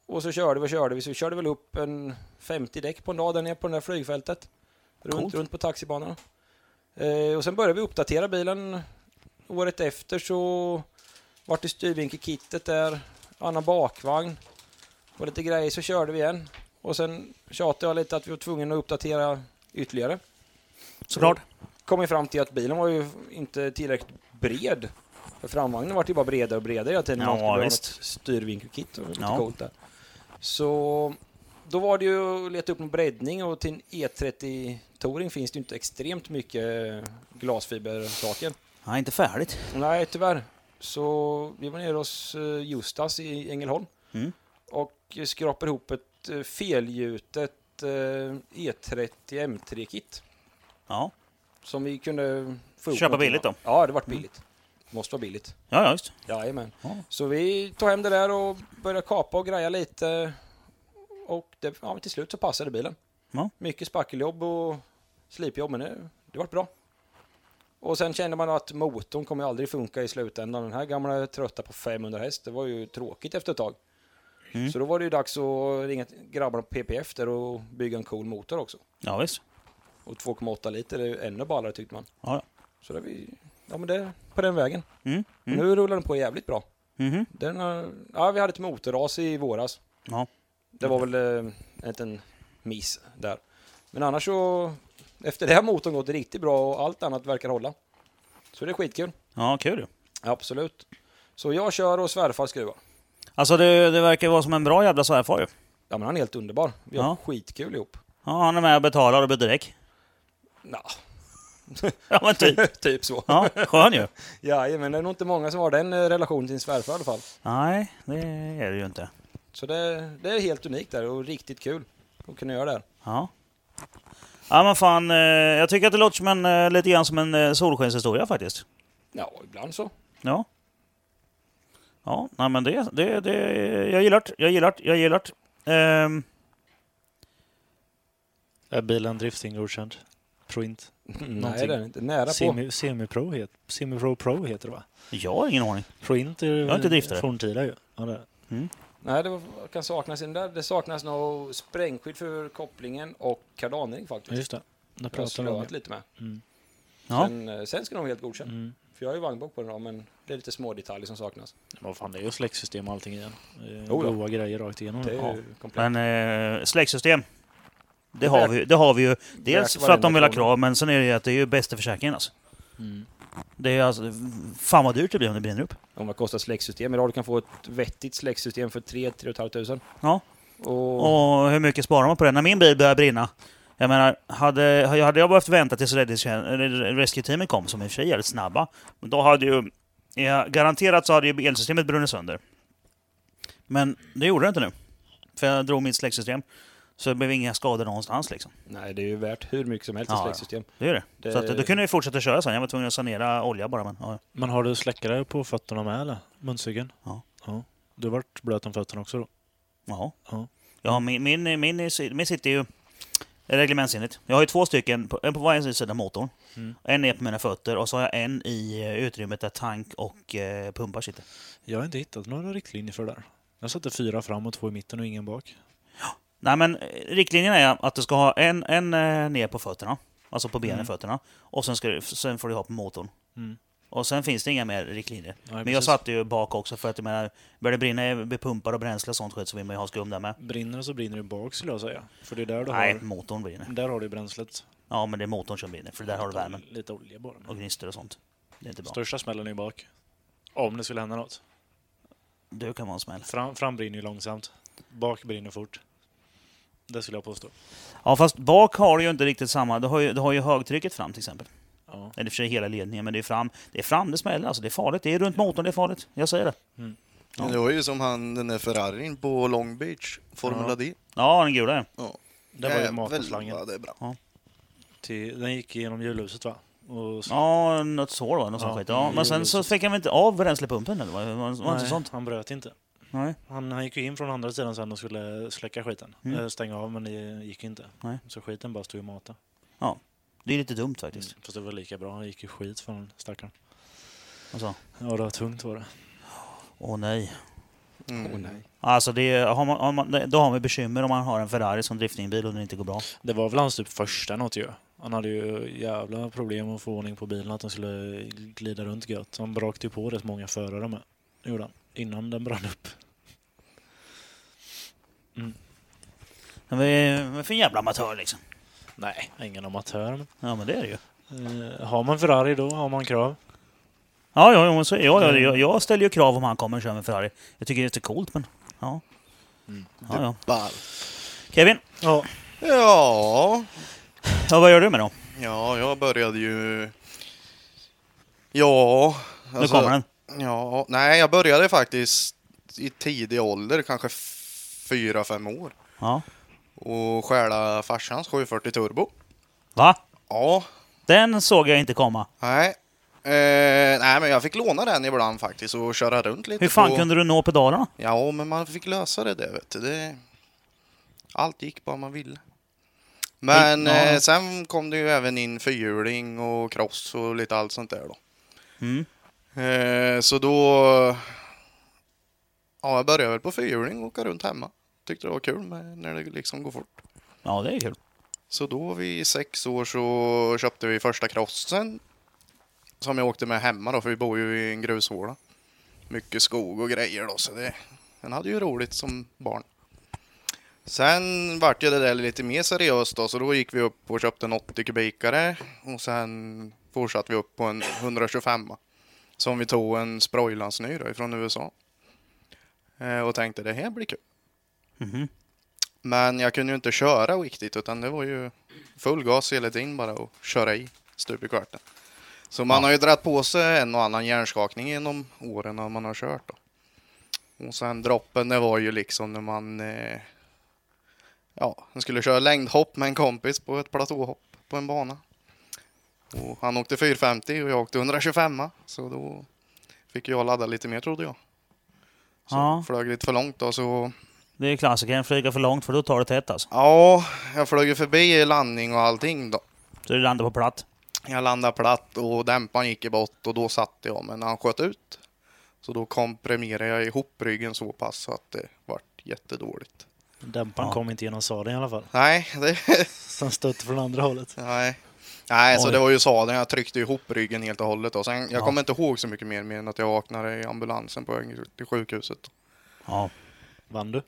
S1: Och så körde vi och körde vi, så vi körde väl upp en 50 däck på en dag där nere på det där flygfältet. Runt,
S3: Coolt.
S1: runt på taxibanorna. Eh, och sen började vi uppdatera bilen. Året efter så vart det styrvinkelkittet där, annan bakvagn och lite grejer, så körde vi igen. Och sen tjatade jag lite att vi var tvungna att uppdatera ytterligare
S3: Såklart.
S1: kom vi fram till att bilen var ju inte tillräckligt bred. För framvagnen vart ju bara bredare och bredare hela tiden.
S3: Ja,
S1: Man skulle ha
S3: visst.
S1: något Styrvinkelkit och lite
S3: Ja.
S1: coolt där. Så då var det ju att leta upp en breddning och till en E30 Touring finns det ju inte extremt mycket glasfibersaker.
S3: Nej, inte färdigt.
S1: Nej, tyvärr. så vi var nere hos eh, Justas i Ängelholm
S3: Mm.
S1: och skrapade ihop ett eh, felgjutet eh, E30 M3-kit
S3: Ja,
S1: som vi kunde få ihop
S3: Köpa
S1: någonting
S3: billigt
S1: av.
S3: då?
S1: Ja, det vart billigt. Måste vara billigt.
S3: ja, ja just
S1: Jajamän.
S3: Ja.
S1: Så vi tog hem det där och började kapa och greja lite. Och det, ja, men till slut så passade bilen.
S3: Ja.
S1: Mycket spackeljobb och slipjobb, men det, det var bra. Och sen kände man att motorn kommer ju aldrig funka i slutändan. Den här gamla trötta på 500 häst, det var ju tråkigt efter ett tag.
S3: Mm.
S1: Så då var det ju dags att ringa till grabbarna på PPF där och bygga en cool motor också.
S3: Ja, visst.
S1: Och 2,8 liter är ju ännu ballare tyckte man.
S3: Ja, ja.
S1: Så det, vi, ja, men det är på den vägen.
S3: Mm. Mm.
S1: Nu rullar den på jävligt bra.
S3: Mhm.
S1: Den har, ja, vi hade ett motorras i våras.
S3: Ja.
S1: Det var väl eh, en liten miss där. Men annars så, efter det har motorn gått riktigt bra och allt annat verkar hålla. Så det är skitkul.
S3: ja, kul ju.
S1: Absolut. Så jag kör och svärfar skruvar.
S3: Alltså det, det verkar vara som en bra jävla svärfar ju.
S1: Ja men han är helt underbar. Vi har
S3: Ja.
S1: skitkul ihop.
S3: Ja, han är med och betalar och blir dräck.
S1: Nja,
S3: Ja, men typ.
S1: typ så.
S3: Ja, skön ju.
S1: Ja, men det är nog inte många som har den eh, relationen till sin svärfar i alla fall.
S3: Nej, det är det ju inte.
S1: Så det, det är helt unikt där och riktigt kul att kunna göra det här.
S3: Ja. Ja men fan, eh, jag tycker att det låter som en, eh, lite grann som en eh, solskenshistoria faktiskt.
S1: Ja, ibland så.
S3: Ja. Ja, nej men det, det, det jag gillar det, jag gillar det, jag gillar det. Ehm,
S2: Är bilen driftinggodkänd? Print.
S1: Nej,
S2: Någonting.
S1: det är inte. Nära på.
S2: Semi, semi-pro, het, semi-pro Pro heter det va?
S3: jag har ingen aning.
S2: Print är ju
S3: har inte driftare.
S2: forntida ju. Ja, det är. det.
S1: Nej, det var- kan saknas en där. Det saknas nog sprängskydd för kopplingen och kardanring
S2: Ja,
S1: faktiskt.
S2: just det. Det
S1: Jag har
S2: pratar vi om.
S1: slöat lite med.
S3: Ja,
S1: Sen, eh, sen ska de vara helt
S2: ja.
S1: godkänd.
S2: Mm.
S1: För jag har ju vagnbok på den då, men det är lite små detaljer som saknas.
S3: Mm,
S2: Vad fan, det är ju släcksystem och allting igen. Det är
S1: Jo då.
S2: Goa grejer rakt igenom.
S1: Det är
S2: Ja.
S1: ju komplett.
S3: men eh, släcksystem. Det
S1: är
S3: har,
S1: värt-
S3: vi, ju- det har vi ju. Dels
S1: värt
S3: för att de
S1: varenda
S3: vill ha
S1: krona.
S3: krav, men sen är det ju att det är ju bästa försäkringen alltså.
S2: Mm.
S3: Det är alltså, fan vad dyrt det blir om det brinner upp.
S1: Om vad kostar släcksystem idag? Du kan få ett vettigt släcksystem för 3-3 tusen.
S3: Ja.
S1: Och,
S3: Och hur mycket sparar man på det? När min bil börjar brinna, jag menar, hade, hade jag behövt vänta tills räddningstjän- rescue-teamet kom, som i och för sig är jävligt snabba, men då hade ju, ja, garanterat så hade ju elsystemet brunnit sönder. Men det gjorde det inte nu. För jag drog mitt släcksystem, så det blev inga skador någonstans liksom.
S1: Nej, det är ju värt hur mycket som helst i
S3: Ja, ja.
S1: släcksystem.
S3: Det är det.
S1: Det-
S3: Så att, då kunde jag ju fortsätta köra sen. Jag var tvungen att sanera olja bara. Men, ja.
S2: Men har du släckare på fötterna med eller? Munstycken?
S3: Ja.
S2: Du har varit blöt om fötterna också då?
S3: Ja.
S2: Ja.
S3: ja, min, min, min, är- min sitter ju reglementsenligt. Jag har ju två stycken, på- en på varje sida av motorn.
S2: Mm.
S3: En är på mina fötter och så har jag en i eh, utrymmet där tank och eh, pumpar sitter.
S2: Jag har inte hittat några riktlinjer för det där. Jag satte fyra fram och två i mitten och ingen bak.
S3: Nej men eh, riktlinjen är att du ska ha en, en eh, ner på fötterna, alltså på benen
S2: Mm.
S3: fötterna. Och sen, ska du, sen får du ha på motorn.
S2: Mm.
S3: Och sen finns det inga mer riktlinjer.
S2: Nej,
S3: men jag
S2: precis.
S3: satte ju bak också för att jag menar, börjar det brinna med pumpar och bränsle och sånt skit så vill man ju ha skum där med.
S2: Brinner det så brinner det bak skulle jag säga. För det är där du
S3: Nej, motorn brinner.
S2: har... Där har du bränslet.
S3: Ja men det är motorn som brinner, för där har du värmen
S2: Lite olja bara. men-
S3: och gnistor och sånt. Det är inte bra.
S2: Största smällen är ju bak. Om det skulle hända något.
S3: Du kan vara en smäll.
S2: Fram, fram brinner ju långsamt. Bak brinner fort. Det skulle jag påstå.
S3: Ja fast bak har du ju inte riktigt samma, du har ju, du har ju högtrycket fram till exempel.
S2: Ja.
S3: Eller i och för sig hela ledningen, men det är fram det, är fram det smäller. Alltså, det är farligt. Det är runt motorn, det är farligt. Jag säger det.
S4: Men Det var ju som han, den där Ferrarin på Long Beach, Formula
S2: Ja.
S4: D.
S3: Ja, den gula är.
S4: Ja.
S2: Det var ju
S4: Jävlar
S2: matarslangen.
S4: vad det är bra.
S2: Till, den gick genom julhuset va? Och s-
S3: Ja, något sår var det, något sånt
S2: Ja,
S3: skit. Ja,
S2: det är
S3: men sen
S2: ju
S3: så
S2: lustigt.
S3: fick han väl inte av bränslepumpen eller? Var, var, var inte
S2: nej,
S3: sånt?
S2: han bröt inte.
S3: Nej.
S2: Han, han gick ju in från andra sidan sen och skulle släcka skiten.
S3: Mm.
S2: Eh, Stänga av men det gick ju inte.
S3: Nej.
S2: Så skiten bara stod och matade.
S3: Det är lite dumt
S2: Mm.
S3: faktiskt.
S2: Fast det var lika bra. Han gick ju skit från stackaren. Mm.
S3: Alltså,
S2: Ja det var tungt var det.
S3: åh nej.
S4: Mm.
S1: Åh, nej.
S3: Alltså, det är, har man, har man, det- då har man bekymmer om man har en Ferrari som driftingbil och den inte går bra.
S2: Det var väl hans typ första något ju. Han hade ju jävla problem att få ordning på bilen, att den skulle glida runt gött. Han brakte ju på rätt många förare med. Det gjorde han. Innan den brann upp.
S3: Men vi är för en jävla amatör liksom.
S2: Nej, ingen amatör. Men,
S3: Ja, men det är det ju.
S2: eh, har man Ferrari då har man krav.
S3: Ja, ja, ja, men så, ja, ja jag, jag ställer ju krav om han kommer och kör med Ferrari. Jag tycker det är lite coolt, men ja.
S2: Mm.
S3: ja, ja.
S4: Ball.
S3: Kevin,
S2: Ja,
S4: Ja,
S3: ja, vad gör du med då?
S4: ja, alltså- jag började ju... Ja,
S3: nu kommer den.
S4: Ja, nej, jag började faktiskt i tidig ålder, kanske f- fyra fem år,
S3: Ja.
S4: och stjäla farsans 740 Turbo.
S3: Va?
S4: Ja,
S3: Den såg jag inte komma.
S4: nej. Eh, nej, men jag fick låna den ibland faktiskt och köra runt lite.
S3: Hur fan
S4: på...
S3: kunde du nå pedalerna?
S4: Ja, men man fick lösa det där, vet du. Det... Allt gick bara man ville. Men
S3: Ja.
S4: eh, sen kom det ju även in fyrhjuling och cross och lite allt sånt där då.
S3: Mm.
S4: Eh, så då... Ja, jag började väl på fyrhjuling och åka runt hemma. Tyckte det var kul med när det liksom går fort.
S3: Ja, det är kul.
S4: Så då vid sex år så köpte vi första crossen. Som jag åkte med hemma då, för vi bor ju i en grushåla. Mycket skog och grejer då, så det... Den hade ju roligt som barn. Sen vart ju det där lite mer seriöst då, så då gick vi upp och köpte en 80 kubikare. Och sen fortsatte vi upp på en 125 Som vi tog en sproilansny då, ifrån USA. Eh, Och tänkte det här blir kul.
S3: Mhm.
S4: Men jag kunde ju inte köra riktigt utan det var ju full gas hela tiden bara och köra i stup i kvarten. Så man har ju dragit på sig en och annan hjärnskakning genom åren när man har kört. Då. Och sen droppen, det var ju liksom när man eh, ja, man skulle köra längdhopp med en kompis på ett platåhopp på en bana. Och han åkte 450 och jag åkte 125 så då fick jag ladda lite mer trodde jag. Så
S3: Ja.
S4: flög lite för långt då så
S3: Det är klassikern, flyga för långt för då tar det tätt alltså.
S4: Ja, jag flög ju förbi landning och allting då.
S3: Så det landar på platt.
S4: Jag landade platt och dämparen gick i bort och då satte jag, men han sköt ut. Så då komprimerade jag ihop ryggen så pass så att det vart jättedåligt.
S2: Dämparen
S3: Ja.
S2: kom inte genom sadeln i alla fall.
S4: Nej, det...
S2: Sen stötte från andra hållet.
S4: Nej. Nej, så
S3: Oj.
S4: det var ju sadeln. Jag tryckte ihop ryggen helt och hållet. Och sen, jag
S3: Ja.
S4: kommer inte ihåg så mycket mer, mer än att jag vaknade i ambulansen på väg till sjukhuset.
S3: Ja.
S2: Vann du?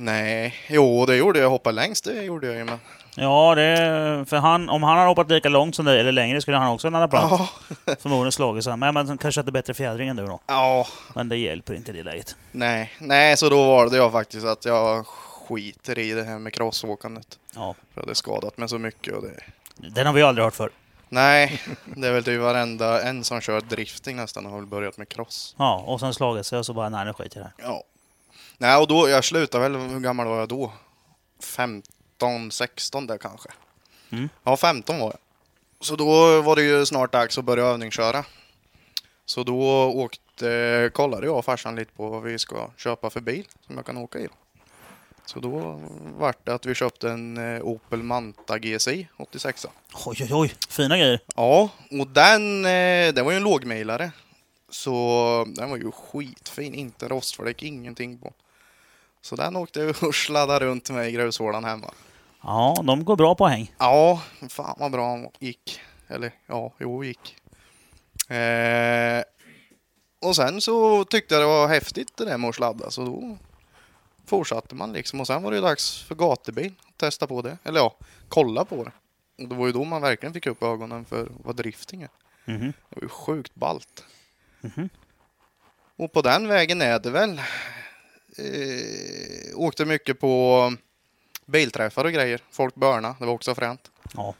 S4: Nej, jo, det gjorde jag. Jag hoppade längst, det gjorde jag ju. Men...
S3: Ja, det... För han, om han hade hoppat lika långt som dig, eller längre, skulle han också landa platt.
S4: Ja.
S3: Förmodligen slagit sig. Men man kanske hade bättre fjädring än du då.
S4: ja,
S3: Men det hjälper inte i det läget.
S4: Nej, nej, så då valde jag faktiskt att jag skiter i det här med crossåkandet.
S3: Ja.
S4: För det har skadat mig så mycket och det...
S3: Den har vi aldrig hört för.
S4: Nej, det är väl typ varenda en som kör drifting nästan har väl börjat med cross.
S3: Ja, och sen slagit sig och så bara, nej nu skiter jag i det
S4: Ja. Nej, och då, jag slutade väl, hur gammal var jag då? 15, 16 där kanske.
S3: Mm.
S4: Ja, 15 var jag. Så då var det ju snart dags att börja övningsköra. Så då åkte, kollade jag och farsan lite på vad vi ska köpa för bil som jag kan åka i. Så då vart det att vi köpte en eh, Opel Manta GSI 86.
S3: här. Oj, oj, oj. Fina grejer.
S4: Ja, och den, eh, den var ju en lågmejlare. Så den var ju skitfin, inte rostfläck, ingenting på. Så den åkte jag och sladdade runt med i grushålan hemma.
S3: Ja, de går bra på häng.
S4: Ja, fan vad bra han gick. Eller ja, jo gick. Eh, och sen så tyckte jag det var häftigt det där med att sladda så då fortsatte man liksom. Och sen var det ju dags för gatubil att testa på det. Eller ja, kolla på det. Och det var ju då man verkligen fick upp ögonen för vad drifting är.
S3: Mhm.
S4: Det var ju sjukt ballt. Och på den vägen är det väl. Eh, åkte mycket på bilträffar och grejer. Folk börna, det var också fränt.
S3: Ja.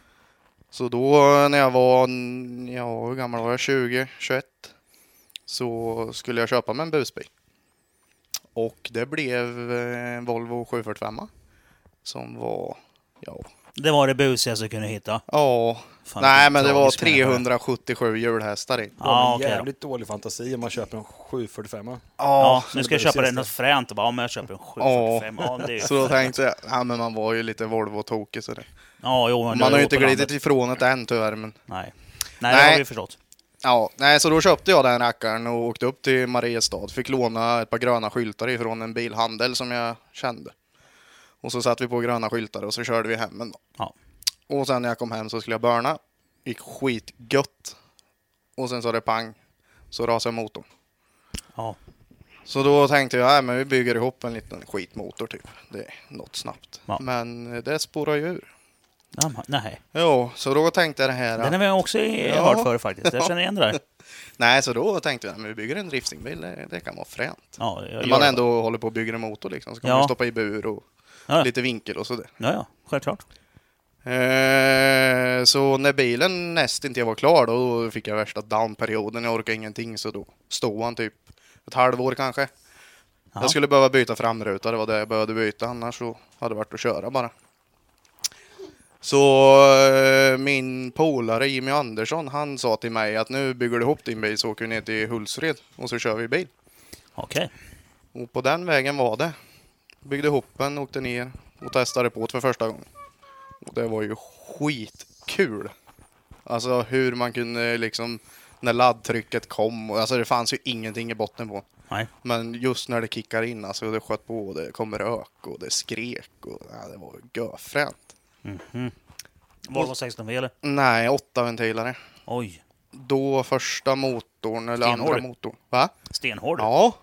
S4: Så då när jag var, mm, ja hur gammal var jag, 20, 21. Så skulle jag köpa mig en busbil. Och det blev eh, en Volvo 745 som var, ja,
S3: Det var det busigaste jag kunde hitta.
S4: ja.
S3: Fan,
S4: Nej men det var
S3: tragisk människa.
S4: 377 hjulhästar i.
S1: Då har man
S3: Ja, okej då.
S1: jävligt dålig fantasi om man köper en 745.
S3: Ja,
S1: så
S3: nu
S1: det
S3: ska jag
S1: blir
S3: köpa
S1: det
S3: det
S1: sista.
S3: något fränt och bara, ja men jag köper en 745. Ja, det är ju...
S4: Så då tänkte jag, ja men man var ju lite Volvo-tokig så det.
S3: ja jo, men det
S4: Man har
S3: är
S4: ju inte
S3: Opel
S4: glidit
S3: landet.
S4: ifrån det än tyvärr men.
S3: Nej. Nej, det
S4: Nej.
S3: har vi förstått.
S4: Ja, nej så då köpte jag den rackaren och åkte upp till Mariestad. Fick låna ett par gröna skyltar ifrån en bilhandel som jag kände. Och så satte vi på gröna skyltar och så körde vi hem en dag.
S3: Ja.
S4: Och sen när jag kom hem så skulle jag börna. Gick skitgött. Och sen så det pang. Så rasade motorn.
S3: Ja.
S4: Så då tänkte jag, nej men vi bygger ihop en liten skitmotor typ. Det är något snabbt.
S3: Ja.
S4: Men eh, det spårar ju ur.
S3: Ja, men- Nej.
S4: Jo, så då tänkte jag det här.
S3: Den har vi också i-
S4: Ja.
S3: hört förr faktiskt. Jag känner igen det där.
S4: Nej, så då tänkte jag, men vi bygger en driftingbil. Det, det kan vara fränt.
S3: Ja, jag
S4: När
S3: gör
S4: man
S3: det.
S4: ändå håller på och bygger en motor liksom, så kan
S3: Ja.
S4: man ju stoppa i bur och
S3: Ja.
S4: lite vinkel och sådär.
S3: Ja, ja. Självklart.
S4: Eh, så när bilen nästintill var klar då fick jag värsta downperioden. Jag orkade ingenting så då stod han typ ett halvår kanske.
S3: Ja.
S4: Jag skulle behöva byta framruta, det var det jag behövde byta annars så hade det varit att köra bara. Så eh, min polare Jimmy Andersson han sa till mig att nu bygger du ihop din bil så åker vi ner till Hultsfred och så kör vi bil.
S3: Okej.
S4: Och på den vägen var det. Byggde ihop en, åkte ner och testade på det för första gången. Och det var ju skitkul. Alltså hur man kunde liksom, när laddtrycket kom, och- alltså det fanns ju ingenting i botten på.
S3: Nej.
S4: Men just när det kickar in alltså, det sköt på och det kom rök och det skrek och ja, det var görfränt.
S3: Mhm. Volvo 16V eller?
S4: Nej, åtta ventilare.
S3: Oj.
S4: Då första motorn, eller
S3: Stenhård.
S4: andra motorn. Va?
S3: Stenhård.
S4: Ja.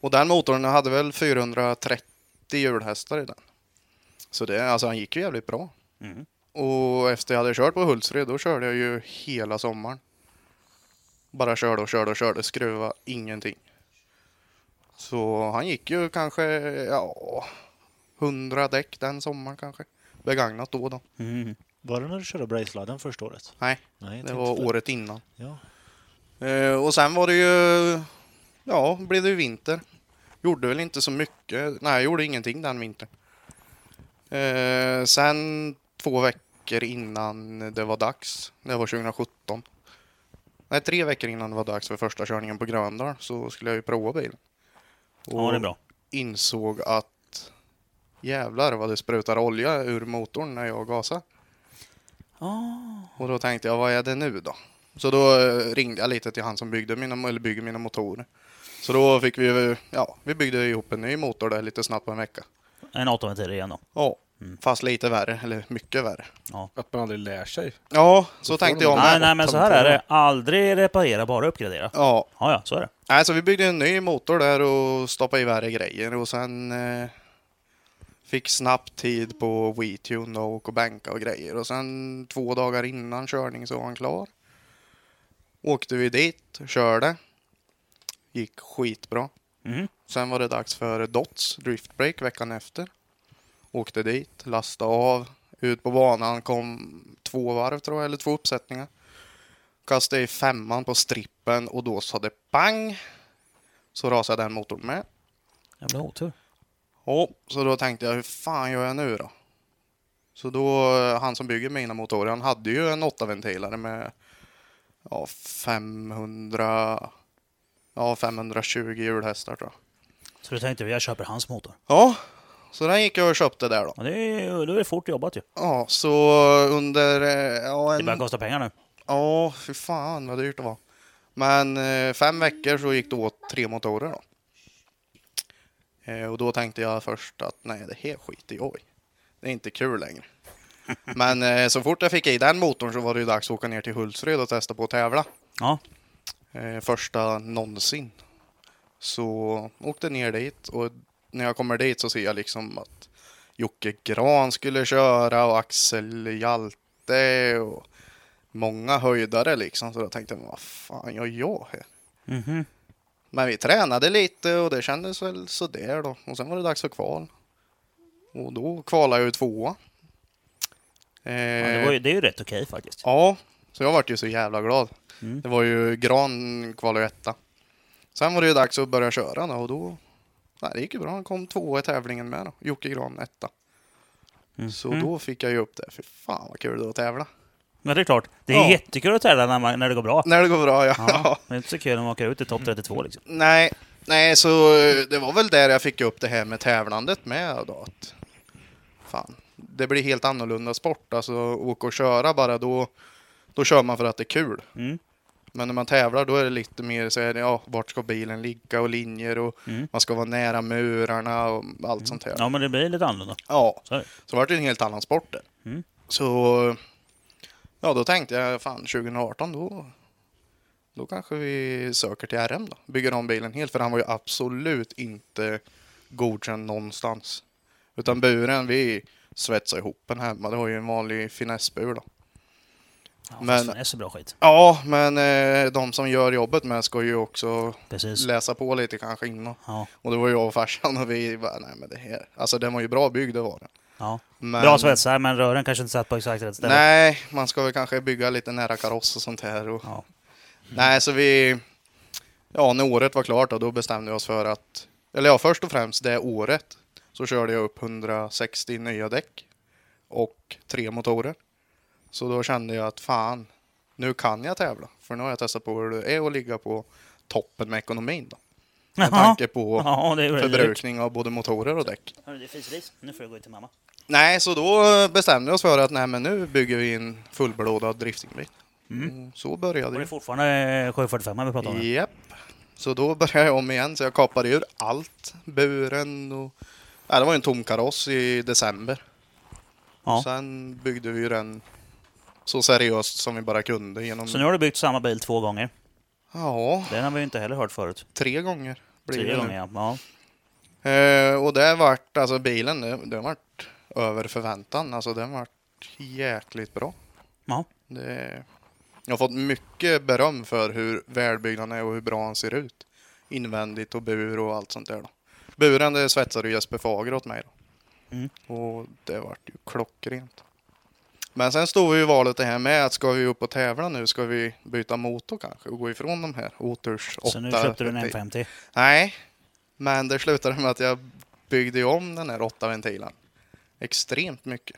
S4: Och den motorn hade väl 430 hjulhästar i den. Så det, alltså han gick ju jävligt bra.
S3: Mm.
S4: Och efter jag hade kört på Hultsfred, då körde jag ju hela sommaren. Bara körde och körde och körde, skruva ingenting. Så han gick ju kanske, ja, 100 däck den sommaren kanske. Begagnat då och då.
S3: Mm.
S2: Var det när du körde Braceladden första året?
S4: Nej,
S2: Nej, jag
S4: det
S2: tänkte
S4: var
S2: på
S4: året innan.
S2: Ja.
S4: Eh, och sen var det ju... Ja, blev det ju vinter. Gjorde väl inte så mycket. Nej, jag gjorde ingenting den vintern. Eh, sen två veckor innan det var dags, det var 2017. Nej, tre veckor innan det var dags för första körningen på Gröndal så skulle jag ju prova bilen. Och
S3: Ja, det är bra.
S4: insåg att jävlar vad det sprutar olja ur motorn när jag gasar.
S3: Ah.
S4: Och då tänkte jag, vad är det nu då? Så då eh, ringde jag lite till han som byggde mina, eller bygger mina motorer. Så då fick vi, ju- ja, vi byggde ihop en ny motor där lite snabbt på en vecka.
S3: En 8-ventil igen då.
S4: Ja,
S3: Mm.
S4: fast lite värre, eller mycket värre.
S1: Att man aldrig lär sig.
S4: Ja, så
S1: får
S4: tänkte
S1: de
S4: jag
S1: där.
S3: Nej,
S4: med.
S3: nej, men så här är det. Aldrig reparera, bara uppgradera.
S4: Ja,
S3: Ja, ja, så är det.
S4: nej, så vi byggde en ny motor där och stoppade i värre grejer och sen eh, fick snabbt tid på WeTune och åka och bänka och grejer. Och sen två dagar innan körning så var han klar. Åkte vi dit, körde. Gick skitbra.
S3: Mm.
S4: Sen var det dags för Dots Drift Break veckan efter. Åkte dit, lastade av, ut på banan, kom två varv tror jag, eller två uppsättningar. Kastade i femman på strippen och då sa det pang! Så rasade den motorn med.
S3: Jävla otur.
S4: Ja, så då tänkte jag, hur fan gör jag nu då? Så då, eh, han som bygger mina motorer, han hade ju en 8-ventilare med ja, 500, ja, 520 hjulhästar tror jag.
S3: Så du tänkte, jag köper hans motor.
S4: Ja, så den gick jag och köpte där då.
S3: Ja, det är, då är det fort jobbat ju.
S4: Ja, så under... eh, Ja,
S3: Det börjar
S4: en,
S3: kosta pengar nu.
S4: ja fy fan vad dyrt det var. Men eh, fem veckor så gick det åt tre motorer då. Eh, Och då tänkte jag först att nej, det här skiter jag i. Det är inte kul längre. Men eh, så fort jag fick i den motorn så var det ju dags att åka ner till Hultsfred och testa på att tävla.
S3: Ja.
S4: Eh, Första någonsin. Så åkte ner dit och när jag kommer dit så ser jag liksom att Jocke Gran skulle köra och Axel Hjalte och många höjdare liksom. Så då tänkte jag, vad fan gör jag här?
S3: Mhm.
S4: Men vi tränade lite och det kändes väl sådär då. Och sen var det dags för kval. Och då kvalade jag ju tvåa. Eh,
S3: Ja, det, var ju, det är ju rätt okej faktiskt.
S4: Ja, så jag vart ju så jävla glad.
S3: Mm.
S4: Det var ju Gran kvalade ju etta. Sen var det ju dags att börja köra då, och då... Nej, det gick ju bra. Han kom tvåa i tävlingen med då. Jocke Gran etta.
S3: Mhm.
S4: Så
S3: Mm.
S4: då fick jag ju upp det. Fy fan vad kul det var att tävla.
S3: Men det är klart, det är
S4: Ja.
S3: jättekul att tävla när, man, när det går bra.
S4: När det går bra, ja.
S3: Ja, det är inte så kul när man åker ut i topp 32 liksom.
S4: Nej, nej, så eh, det var väl där jag fick upp det här med tävlandet med då. Att, fan, det blir helt annorlunda sport. Alltså åka och köra bara, då, då kör man för att det är kul.
S3: Mm.
S4: Men när man tävlar då är det lite mer så här, ja, vart ska bilen ligga och linjer och
S3: Mm.
S4: man ska vara nära murarna och allt sånt här.
S3: Ja, men det blir lite annorlunda.
S4: Ja,
S3: Så är det.
S4: så var det en helt annan sport där.
S3: Mm.
S4: Så ja, då tänkte jag fan 2018 då, då kanske vi söker till RM då. Bygger om bilen helt för han var ju absolut inte godkänd någonstans. Utan buren, vi svetsade ihop den hemma. Det var ju en vanlig finessbur då.
S3: Ja,
S4: Men-
S3: men... det är så bra skit.
S4: Ja, men eh, de som gör jobbet med ska ju också
S3: Precis.
S4: läsa på lite kanske innan.
S3: Ja,
S4: Och det var jag och farsan och vi bara, nej men det här. Alltså den var ju bra byggd, det var den.
S3: ja.
S4: Men,
S3: Bra svetsar, men rören kanske inte satt på exakt rätt ställe.
S4: Nej, man ska väl kanske bygga lite nära kaross och sånt här. Och,
S3: Ja. Mm.
S4: Nej, så vi... Ja, när året var klart då, då bestämde vi oss för att... Eller ja, först och främst det året så körde jag upp 160 nya däck och tre motorer. Så då kände jag att fan, nu kan jag tävla. För nu har jag testat på hur det är att ligga på toppen med ekonomin. Då, med
S3: Jaha.
S4: tanke på
S3: Ja, det är
S4: förbrukning av både motorer och däck.
S3: Hörru, det är fisris. Nu får jag gå ut till mamma.
S4: Nej, så då eh, bestämde vi oss för att nej, men nu bygger vi en fullblodad driftingbil.
S3: Mm.
S4: Och Så började
S3: Och det är
S4: det.
S3: fortfarande eh, 745 vi pratar om. nu.
S4: Japp. Så då började jag om igen, så jag kapade ur allt. Buren och... Nej, det var ju en tom kaross i december.
S3: Ja.
S4: Och sen byggde vi ju den så seriöst som vi bara kunde genom...
S3: Så nu har du byggt samma bil två gånger.
S4: Ja,
S3: Den har vi ju inte heller hört förut.
S4: tre gånger. blir det
S3: Tio
S4: nu.
S3: gånger, ja. ja.
S4: Eh, och det vart, alltså bilen, det, det vart över förväntan. Alltså den vart jäkligt bra.
S3: Ja.
S4: Det, jag har fått mycket beröm för hur välbyggd han är och hur bra han ser ut. Invändigt och bur och allt sånt där då. Buren det svetsade ju Jesper Fager åt mig då.
S3: Mm.
S4: Och det vart ju klockrent. Men sen stod vi i valet det här med att ska vi upp och tävla nu? Ska vi byta motor kanske och gå ifrån de här Oters 8?
S3: Så nu köpte du en M50.
S4: Nej, men det slutade med att jag byggde ju om den här åtta ventilen. Extremt mycket.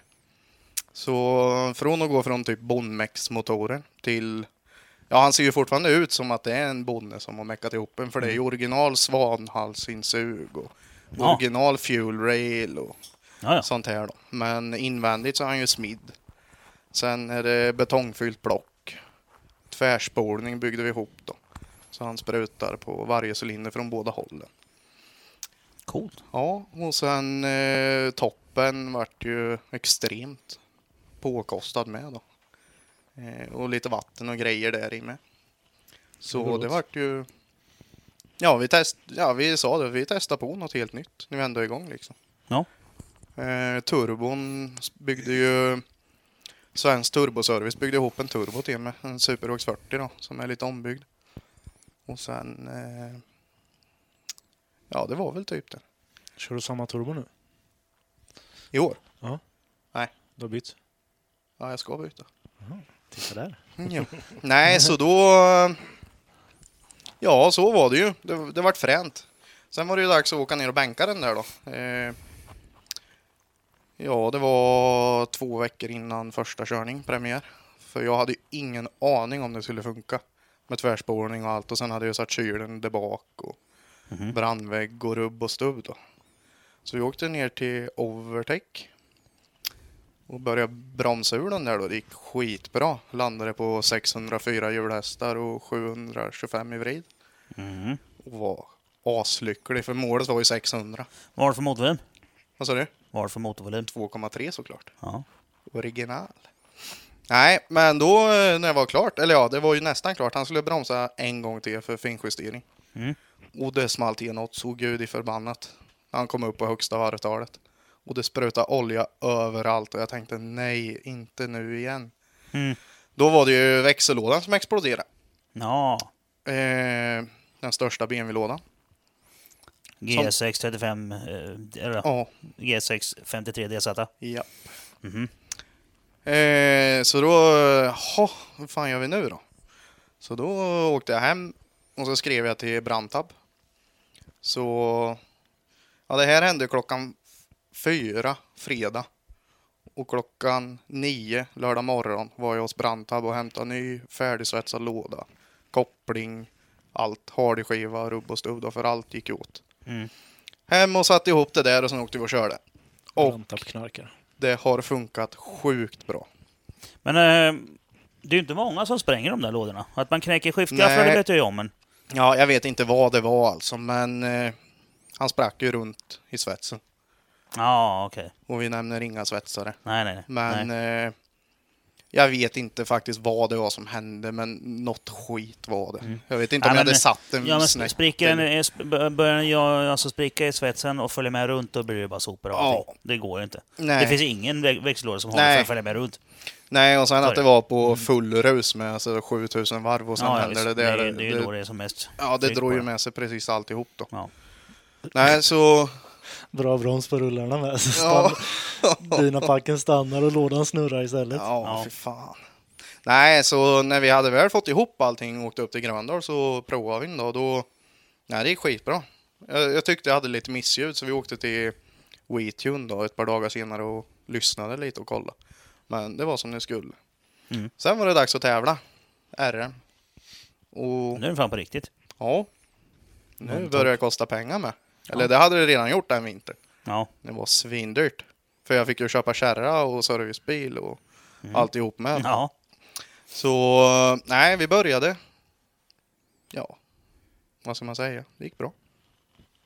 S4: Så från att gå från typ Bonmex-motorer till... Ja, han ser ju fortfarande ut som att det är en bonde som har meckat ihop en, för det är ju original svanhalsinsug och
S3: Ja.
S4: original fuel rail och
S3: Ja, ja.
S4: sånt här då. Men invändigt så är han ju smidd. Sen är det betongfyllt block. Tvärspolning byggde vi ihop då. Så han sprutar på varje cylinder från båda hållen.
S3: Coolt.
S4: Ja, och sen eh, toppen vart ju extremt påkostad med då. Eh, och lite vatten och grejer där i med. Så det vart ju... Ja, vi test... ja, vi sa det, vi testar på något helt nytt när vi ändå är igång liksom.
S3: Ja.
S4: Eh, turbon byggde ju... Svensk Turboservice byggde ihop en turbo till mig, en Superhawks 40 då, som är lite ombyggd. Och sen... Eh... Ja, det var väl typ det.
S2: Kör du samma turbo nu?
S4: I år?
S2: Du har bytt?
S4: Ja, jag ska byta.
S2: Titta där.
S4: Jo. Mm, Nej, så då... Ja, så var det ju. Det, det vart fränt. Sen var det ju dags att åka ner och bänka den där då. Eh, ja, det var två veckor innan första körning, premiär. För jag hade ju ingen aning om det skulle funka. Med tvärspårning och allt. Och sen hade jag satt kylen där bak och brandvägg och rubb och stubb då. Så vi åkte ner till Overtake och började bromsa ur den där då. Det gick skitbra. Landade på 604 hjulhästar och 725 i vrid.
S3: Mhm.
S4: Och var aslycklig för målet var ju 600.
S3: Vad har du för motorvolym?
S4: Vad sa du?
S3: Vad har du för motorvolym?
S4: 2,3 såklart.
S3: Ja.
S4: Original. Nej, men då eh, när det var klart, eller ja, det var ju nästan klart. Han skulle bromsa en gång till för finjustering.
S3: Mm.
S4: Och det small till något så gudi förbannat. Han kom upp på högsta varvtalet. Och det sprutade olja överallt och jag tänkte nej, inte nu igen.
S3: Mm.
S4: Då var det ju växellådan som exploderade.
S3: Ja.
S4: Eh, den största BMW-lådan.
S3: G6 35... eh, Eller
S4: Ja.
S3: G6 53 DZ.
S4: Ja.
S3: Mhm.
S4: Eh, så då, ha, vad fan gör vi nu då? Så då åkte jag hem och så skrev jag till Brantab. Så, ja det här hände klockan fyra fredag. Och klockan nio lördag morgon var jag hos Brantab och hämtade ny färdigsvetsad låda. Koppling, allt, hardskiva, rubb och stubb då, för allt gick åt.
S3: Mm.
S4: Hem och satte ihop det där och sen åkte vi och körde. Och
S2: Brandtappknarkare.
S4: det har funkat sjukt bra.
S3: Men eh, det är ju inte många som spränger de där lådorna. Att man knäcker skiftgafflar,
S4: Nej.
S3: det vet jag ju om. Men...
S4: Ja, jag vet inte vad det var alltså, men eh, han sprack ju runt i svetsen.
S3: Ja, okej.
S4: Och vi nämner inga svetsare.
S3: Nej, nej, nej.
S4: Men
S3: nej.
S4: eh, jag vet inte faktiskt vad det var som hände, men något skit var det. Jag vet inte
S3: Ja,
S4: om
S3: Mm. men-
S4: jag hade satt en
S3: Ja, men
S4: snett
S3: spricker den,
S4: eller-
S3: är sp- bör- börjar den ja, alltså spricka i svetsen och följer med runt, då blir det bara sopor och
S4: Ja.
S3: allting. Det går ju inte.
S4: Nej.
S3: Det finns ingen vä- växellåda som
S4: Nej.
S3: håller för att följa med runt.
S4: Nej, och sen
S3: Sorry. Mm.
S4: att det var på full rus med alltså, 7000 varv och sen
S3: ja,
S4: händer
S3: visst.
S4: det
S3: det,
S4: där.
S3: är- det är ju
S4: Det-
S3: då det är som mest.
S4: Ja, det
S3: tryck
S4: drog ju
S3: bara.
S4: med sig precis alltihop då.
S3: Ja.
S4: Nej, så...
S2: Bra broms på rullarna med. Så
S4: Ja.
S2: stann, dynapacken stannar och lådan snurrar istället.
S4: Ja,
S3: Ja.
S4: fy fan. Nej, så när vi hade väl fått ihop allting och åkt upp till Gröndal så provade vi den då. då nej, det gick skitbra. Jag, jag tyckte jag hade lite missljud så vi åkte till WeTune då ett par dagar senare och lyssnade lite och kollade. Men det var som det skulle.
S3: Mm.
S4: Sen var det dags att tävla. RM. Och
S3: Nu är den fan på riktigt.
S4: ja, nu börjar det kosta pengar med. Eller det hade det redan gjort den vintern.
S3: Ja.
S4: Det var svindyrt. För jag fick ju köpa kärra och servicebil och alltihop med.
S3: Mm. ja.
S4: Så nej, vi började. Ja, vad ska man säga? Det gick bra.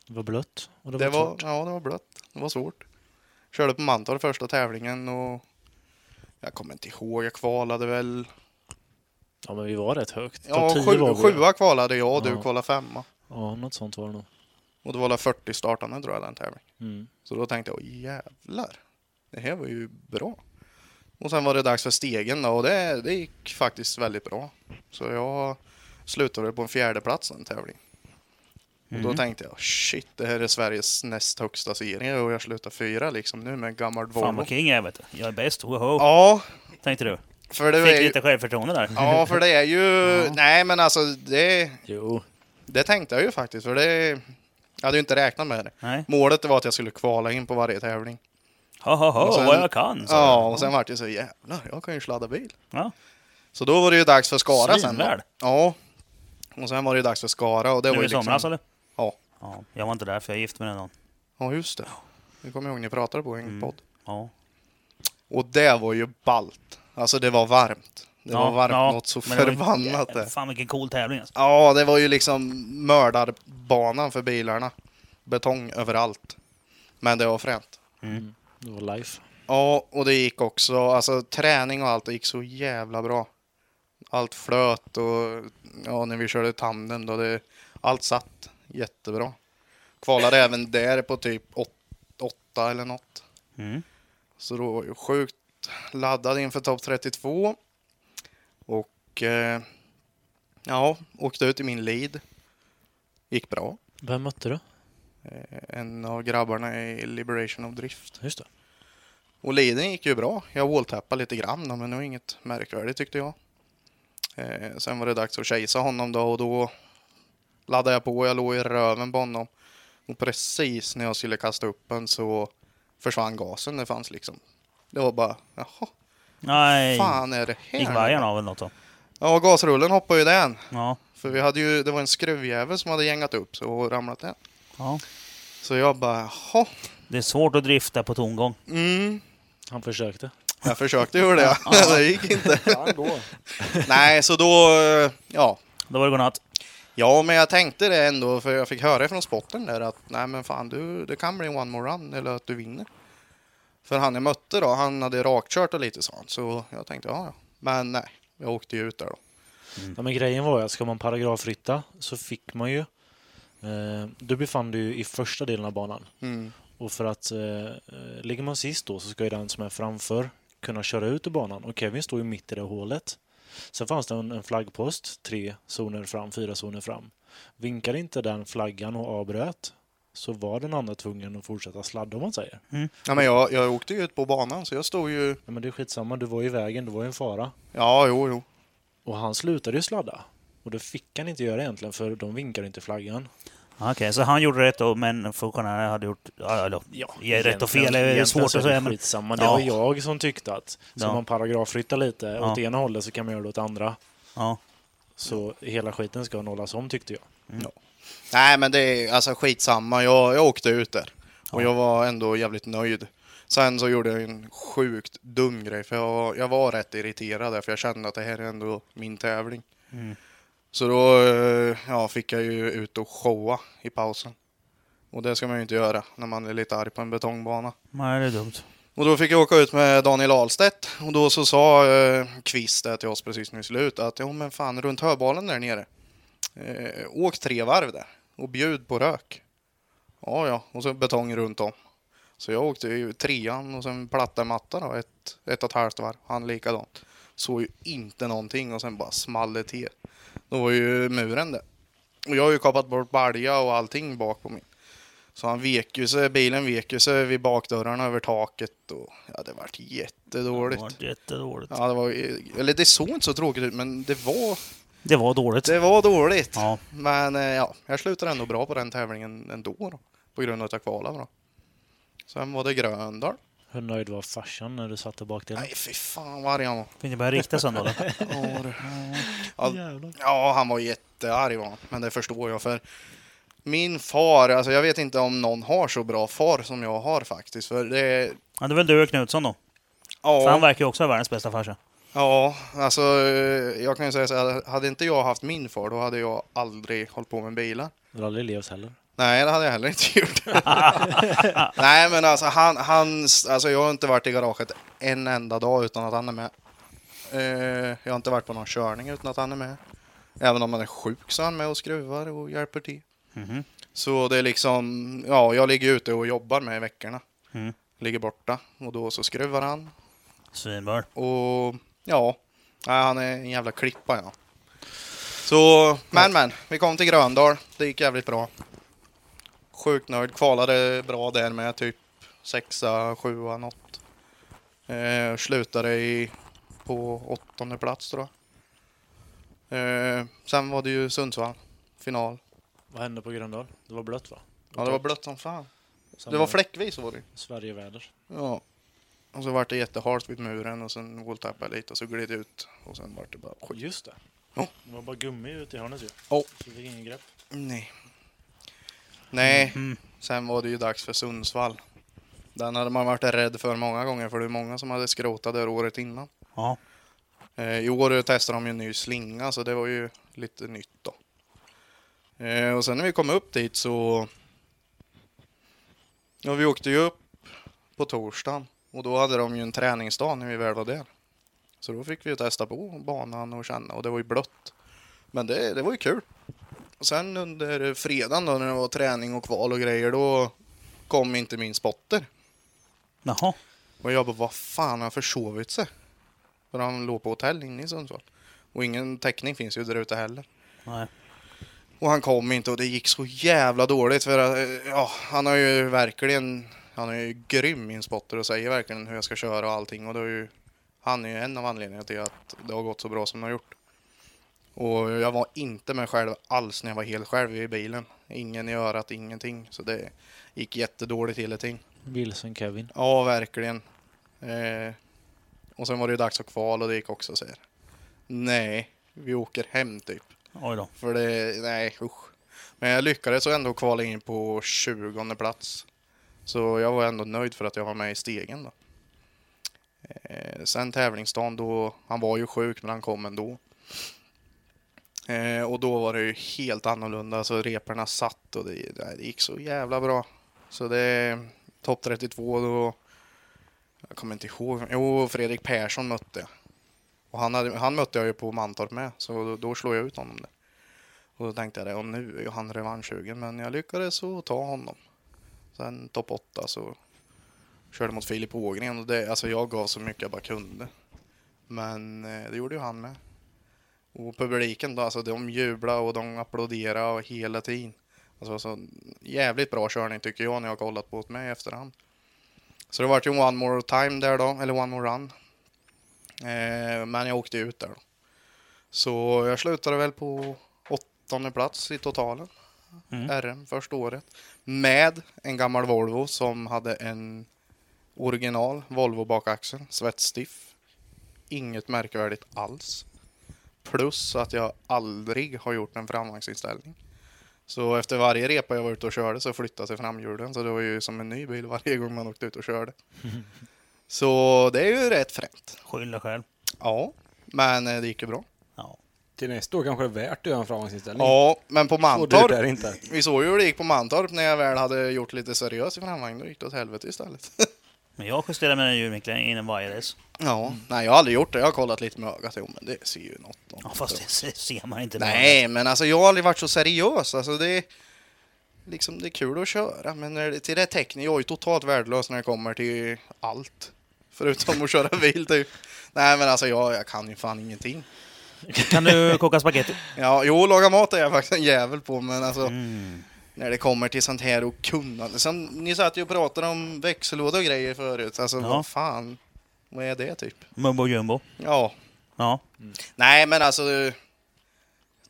S2: Det var blött och det,
S4: Det
S2: var,
S4: var,
S2: torrt.
S4: ja, det var blött. Det var svårt. Körde på Mantorp första tävlingen och jag kommer inte ihåg. Jag kvalade väl.
S2: Ja, men vi var rätt högt. Topp
S4: Ja,
S2: 10
S4: sju,
S2: var vi.
S4: sjua kvalade jag och du
S2: Ja.
S4: kvalade femma.
S2: Ja, något sånt var det nog.
S4: Och det var väl 40 startande tror jag den tävlingen.
S2: Mm.
S4: Så då tänkte jag, "Åh, jävlar. Det här var ju bra. Och sen var det dags för stegen då och det, det gick faktiskt väldigt bra. Så jag slutade på en fjärde plats i en tävling. Och
S3: Mm.
S4: då tänkte jag, shit, det här är Sveriges näst högsta serie och jag slutar fyra liksom nu med en gammal
S3: Fan
S4: Volvo.
S3: vad king jag är vet du. Jag är bäst, woho!
S4: Ja,
S3: Tänkte du.
S4: för det är
S3: Fick
S4: ju...
S3: lite självförtroende där.
S4: Ja, för det är ju... Nej, men alltså det,
S2: Jo,
S4: det tänkte jag ju faktiskt. För det... Jag hade ju inte räknat med det.
S3: Nej.
S4: Målet var att jag skulle kvala in på varje tävling.
S3: Ha ha ha,
S4: Och sen-
S3: vad jag kan! sa
S4: Ja,
S3: jag.
S4: och sen vart det så jävlar, jag kan ju sladda bil.
S3: Ja.
S4: Så då var det ju dags för Skara sen.
S3: Svinväl.
S4: Då. Ja. Och sen var det ju dags för Skara och det var
S3: nu
S4: ju
S3: i
S4: liksom...
S3: somras eller?
S4: Ja.
S3: Ja, jag var inte där för jag är gift med någon.
S4: Ja, just det. Nu kommer jag ihåg ni pratade på en
S3: Mm.
S4: podd.
S3: Ja.
S4: Och det var ju ballt. Alltså det var varmt. Det
S3: Ja,
S4: var varmt
S3: ja,
S4: något så
S3: men det var ju
S4: förbannat det.
S3: Fan vilken cool tävling alltså.
S4: Ja, det var ju liksom mördarbanan för bilarna. Betong överallt. Men det var fränt.
S2: det var life.
S4: Ja, och det gick också, alltså träning och allt, det gick så jävla bra. Allt flöt och ja, när vi körde tandem då, det, allt satt jättebra. Kvalade även där på typ åt, åtta eller något.
S3: Mm.
S4: Så då var jag sjukt laddad inför topp 32. Och eh, ja, åkte ut i min lead. Gick bra.
S2: Vem mötte du?
S4: En av grabbarna i Liberation of Drift.
S2: Just det.
S4: Och leaden gick ju bra. Jag walltappade lite grann då, men det var inget märkvärdigt tyckte jag. Eh, sen var det dags att chasea honom då och då laddade jag på. Jag låg i röven på honom. Och precis när jag skulle kasta upp den så försvann gasen. Det fanns liksom. Det var bara, jaha,
S3: Nej.
S4: fan är det här?
S3: Gick vajern av eller något då?
S4: Ja, gasrullen hoppade ju den.
S3: Ja.
S4: För vi hade ju, det var en skruvjävel som hade gängat upp sig och ramlat den.
S3: ja.
S4: Så jag bara, jaha.
S3: Det är svårt att drifta på tomgång.
S4: Mm.
S2: Han försökte.
S4: Jag försökte göra det, det gick inte.
S1: Fan, gå.
S4: Nej, så då, eh, ja,
S3: Då var det godnatt.
S4: Ja, men jag tänkte det ändå, för jag fick höra från spotten där att nej men fan, du, det kan bli en one more run eller att du vinner. För han jag mötte då, han hade rakkört och lite sånt, så jag tänkte ja, ja. Men nej, jag åkte ju ut där då.
S2: Ja, men grejen var ju att ska man paragrafritta så fick man ju... Eh, du befann dig ju i första delen av banan.
S4: Mm.
S2: Och för att eh, eh, ligger man sist då så ska ju den som är framför kunna köra ut ur banan. Och Kevin står ju mitt i det hålet. Sen fanns det en, en flaggpost, tre zoner fram, fyra zoner fram. Vinkade inte den flaggan och avbröt så var den andra tvungen att fortsätta sladda om man säger.
S3: Mm.
S4: Ja, men jag, jag åkte ju ut på banan, så jag stod ju...
S2: Ja, men det är skitsamma, du var i vägen, du var ju en fara.
S4: Ja, jo, jo.
S2: Och han slutade ju sladda. Och det fick han inte göra egentligen för de vinkade inte flaggan.
S3: Okej, så han gjorde rätt då, men funktionären hade gjort... Ja, eller, ja, rätt och fel är
S2: Egentligen
S3: svårt att
S2: så är
S3: säga,
S2: det
S3: men...
S2: Skitsamma. Det
S3: Ja.
S2: var jag som tyckte att ska
S3: Ja.
S2: man paragrafrytta lite åt ena hållet så kan man göra det åt andra.
S3: Ja.
S2: Så hela skiten ska nollas om tyckte jag.
S4: Nej, men det är alltså skitsamma, jag, jag åkte ut där. Och jag var ändå jävligt nöjd. Sen så gjorde jag en sjukt dum grej, för jag, jag var rätt irriterad där, för jag kände att det här är ändå min tävling. Så då eh, ja, fick jag ju ut och showa i pausen. Och det ska man ju inte göra när man är lite arg på en betongbana.
S3: Nej, det är dumt.
S4: Och då fick jag åka ut med Daniel Ahlstedt och då så sa eh, Kvist där till oss precis nu i slut att ja men fan runt höbalen där nere. Eh, åk tre varv där och bjud på rök. Ja ja, och så betong runt om. Så jag åkte ju trean och sen platta matta då, ett, ett och ett halvt varv. Han likadant. Såg ju inte någonting och sen bara small det till. Då var ju muren där. Och jag har ju kapat bort balja och allting bak på min. Så han vek ju sig, bilen vek ju sig vid bakdörrarna över taket och ja, det vart
S3: Det
S4: jättedåligt.
S3: var jättedåligt.
S4: Ja, det var, eller det såg inte så tråkigt ut, men det var,
S3: Det var dåligt.
S4: det var dåligt.
S3: Ja.
S4: Men eh, ja, jag slutade ändå bra på den tävlingen ändå då, på grund av att jag kvalade bra. Sen var det Gröndal.
S2: Hur nöjd var farsan när du satte bakdelen?
S4: Nej, fy fan vad arg han var.
S3: Fick ni börja rikta sen då? eller?
S4: Åh, du. Ja,
S2: Jävlar.
S4: Ja, han var jättearg var han. Men det förstår jag för min far, alltså jag vet inte om någon har så bra far som jag har faktiskt. För det,
S3: Ja, det är väl du och Knutsson då? För han
S4: ja,
S3: verkar ju också ha världens bästa farsa.
S4: ja, alltså eh, jag kan ju säga så här, hade inte jag haft min far då hade jag aldrig hållit på med bilar.
S2: Du har aldrig levt heller.
S4: Nej, det hade jag heller inte gjort. Nej, men alltså, han, han, alltså jag har inte varit i garaget en enda dag utan att han är med. Eh, jag har inte varit på någon körning utan att han är med. Även om han är sjuk så är han med och skruvar och hjälper till.
S3: Mhm.
S4: Så det är liksom, ja, jag ligger ute och jobbar med i veckorna.
S3: Mm.
S4: Ligger borta och då så skruvar han
S3: Svinbör.
S4: och ja, nej, han är en jävla klippa ja. Så, men men, vi kom till Gröndal. Det gick jävligt bra. Sjukt nöjd. Kvalade bra där med typ sexa, sjua något. Eh, slutade i, på åttonde plats tror jag. Eh, sen var det ju Sundsvall. Final.
S2: Vad hände på Gröndal? Det var blött va?
S4: Ja, det var blött som fan.
S2: Sen
S4: Det var fläckvis var det.
S2: Sverigeväder.
S4: Ja. Och så vart det jättehalt vid muren och sen voltappade jag lite och så gled jag ut. Och sen vart det bara skit.
S2: Just det.
S4: Ja.
S2: Det var bara gummi ute i hörnet ju.
S4: Ja.
S2: Så vi fick ingen grepp.
S4: Nej. Nej,
S3: Mm.
S4: sen var det ju dags för Sundsvall. Den hade man varit rädd för många gånger för det är många som hade skrotat där året innan.
S3: Ja.
S4: Eh, I år testade de ju en ny slinga så det var ju lite nytt då. Eh, och sen när vi kom upp dit så... Ja, vi åkte ju upp på torsdagen och då hade de ju en träningsdag när vi väl var där. Så då fick vi ju testa på banan och känna och det var ju blött. Men det, det var ju kul. Och sen under fredagen då när det var träning och kval och grejer då kom inte min spotter.
S3: Jaha.
S4: Och jag bara, vad fan han har försovit sig? För han låg på hotell inne i Sundsvall. Och ingen täckning finns ju där ute heller.
S3: Nej.
S4: Och han kom inte och det gick så jävla dåligt för att, eh, ja, han har ju verkligen, han är ju grym min spotter och säger verkligen hur jag ska köra och allting och det är ju, han är ju en av anledningarna till att det har gått så bra som det har gjort. Och jag var inte med själv alls när jag var helt själv i bilen. Ingen i örat, ingenting. Så det gick jättedåligt hela tiden.
S2: Wilson Kevin.
S4: Ja, verkligen. Eh, och sen var det ju dags att kval och det gick också så här. Nej, vi åker hem typ.
S3: Oj då.
S4: För det, nej usch. Men jag lyckades ändå kvala in på 20 plats. Så jag var ändå nöjd för att jag var med i stegen då. Eh, sen tävlingsdagen då, han var ju sjuk men han kom ändå. Eh, och då var det ju helt annorlunda, så reporna satt och det, nej, det gick så jävla bra. Så det, topp 32 då, jag kommer inte ihåg, jo Fredrik Persson mötte jag. Och han, hade, han mötte jag ju på Mantorp med, så då, då slog jag ut honom där. Och då tänkte jag det, och nu är ju han revanschsugen, men jag lyckades så ta honom. Sen topp 8 så körde mot Filip Ågren och det, alltså jag gav så mycket jag bara kunde. Men eh, det gjorde ju han med. Och publiken då, alltså de jublade och de applåderade och hela tiden. Alltså så jävligt bra körning tycker jag när jag har kollat på det med i efterhand. Så det vart ju one more time där då, eller one more run. Eh, men jag åkte ut där då. Så jag slutade väl på åttonde plats i totalen.
S3: Mm.
S4: RM första året. Med en gammal Volvo som hade en original Volvo bakaxel, svetsstiff. Inget märkvärdigt alls. Plus att jag aldrig har gjort en framvagnsinställning. Så efter varje repa jag var ute och körde så flyttade sig framhjulen. Så det var ju som en ny bil varje gång man åkte ut och körde. Så det är ju rätt fränt.
S3: Skyll dig själv.
S4: Ja, men eh, det gick ju bra.
S3: Ja.
S1: Till nästa år kanske det är värt att göra en framgångsinställning.
S4: Ja, men på
S1: Så dyrt är
S4: Mantorp.
S1: det inte.
S4: Vi såg ju hur det gick på Mantorp när jag väl hade gjort lite seriöst i framvagn. Då gick det åt helvete istället.
S3: Men jag justerar mina hjulvinklar innan varje race.
S4: Ja, nej jag har aldrig gjort det. Jag har kollat lite med ögat. Jo, men det ser ju något. om.
S3: Ja, fast det ser- ser man inte. med
S4: Nej, men alltså jag har aldrig varit så seriös. Alltså det... liksom, det är kul att köra, men när det, till det tekniska, jag är ju totalt värdelös när det kommer till allt. Förutom att köra bil typ. Nej men alltså jag, jag kan ju fan ingenting.
S3: Kan du koka spagetti?
S4: Ja, jo, laga mat är jag faktiskt en jävel på, men alltså
S3: Mm.
S4: när det kommer till sånt här och kunnande. Som, ni satt ju och pratade om växellåda och grejer förut. Alltså
S3: Ja.
S4: vad fan, vad är det typ?
S3: Mumbo jumbo.
S4: Ja,
S3: Ja.
S4: nej men alltså...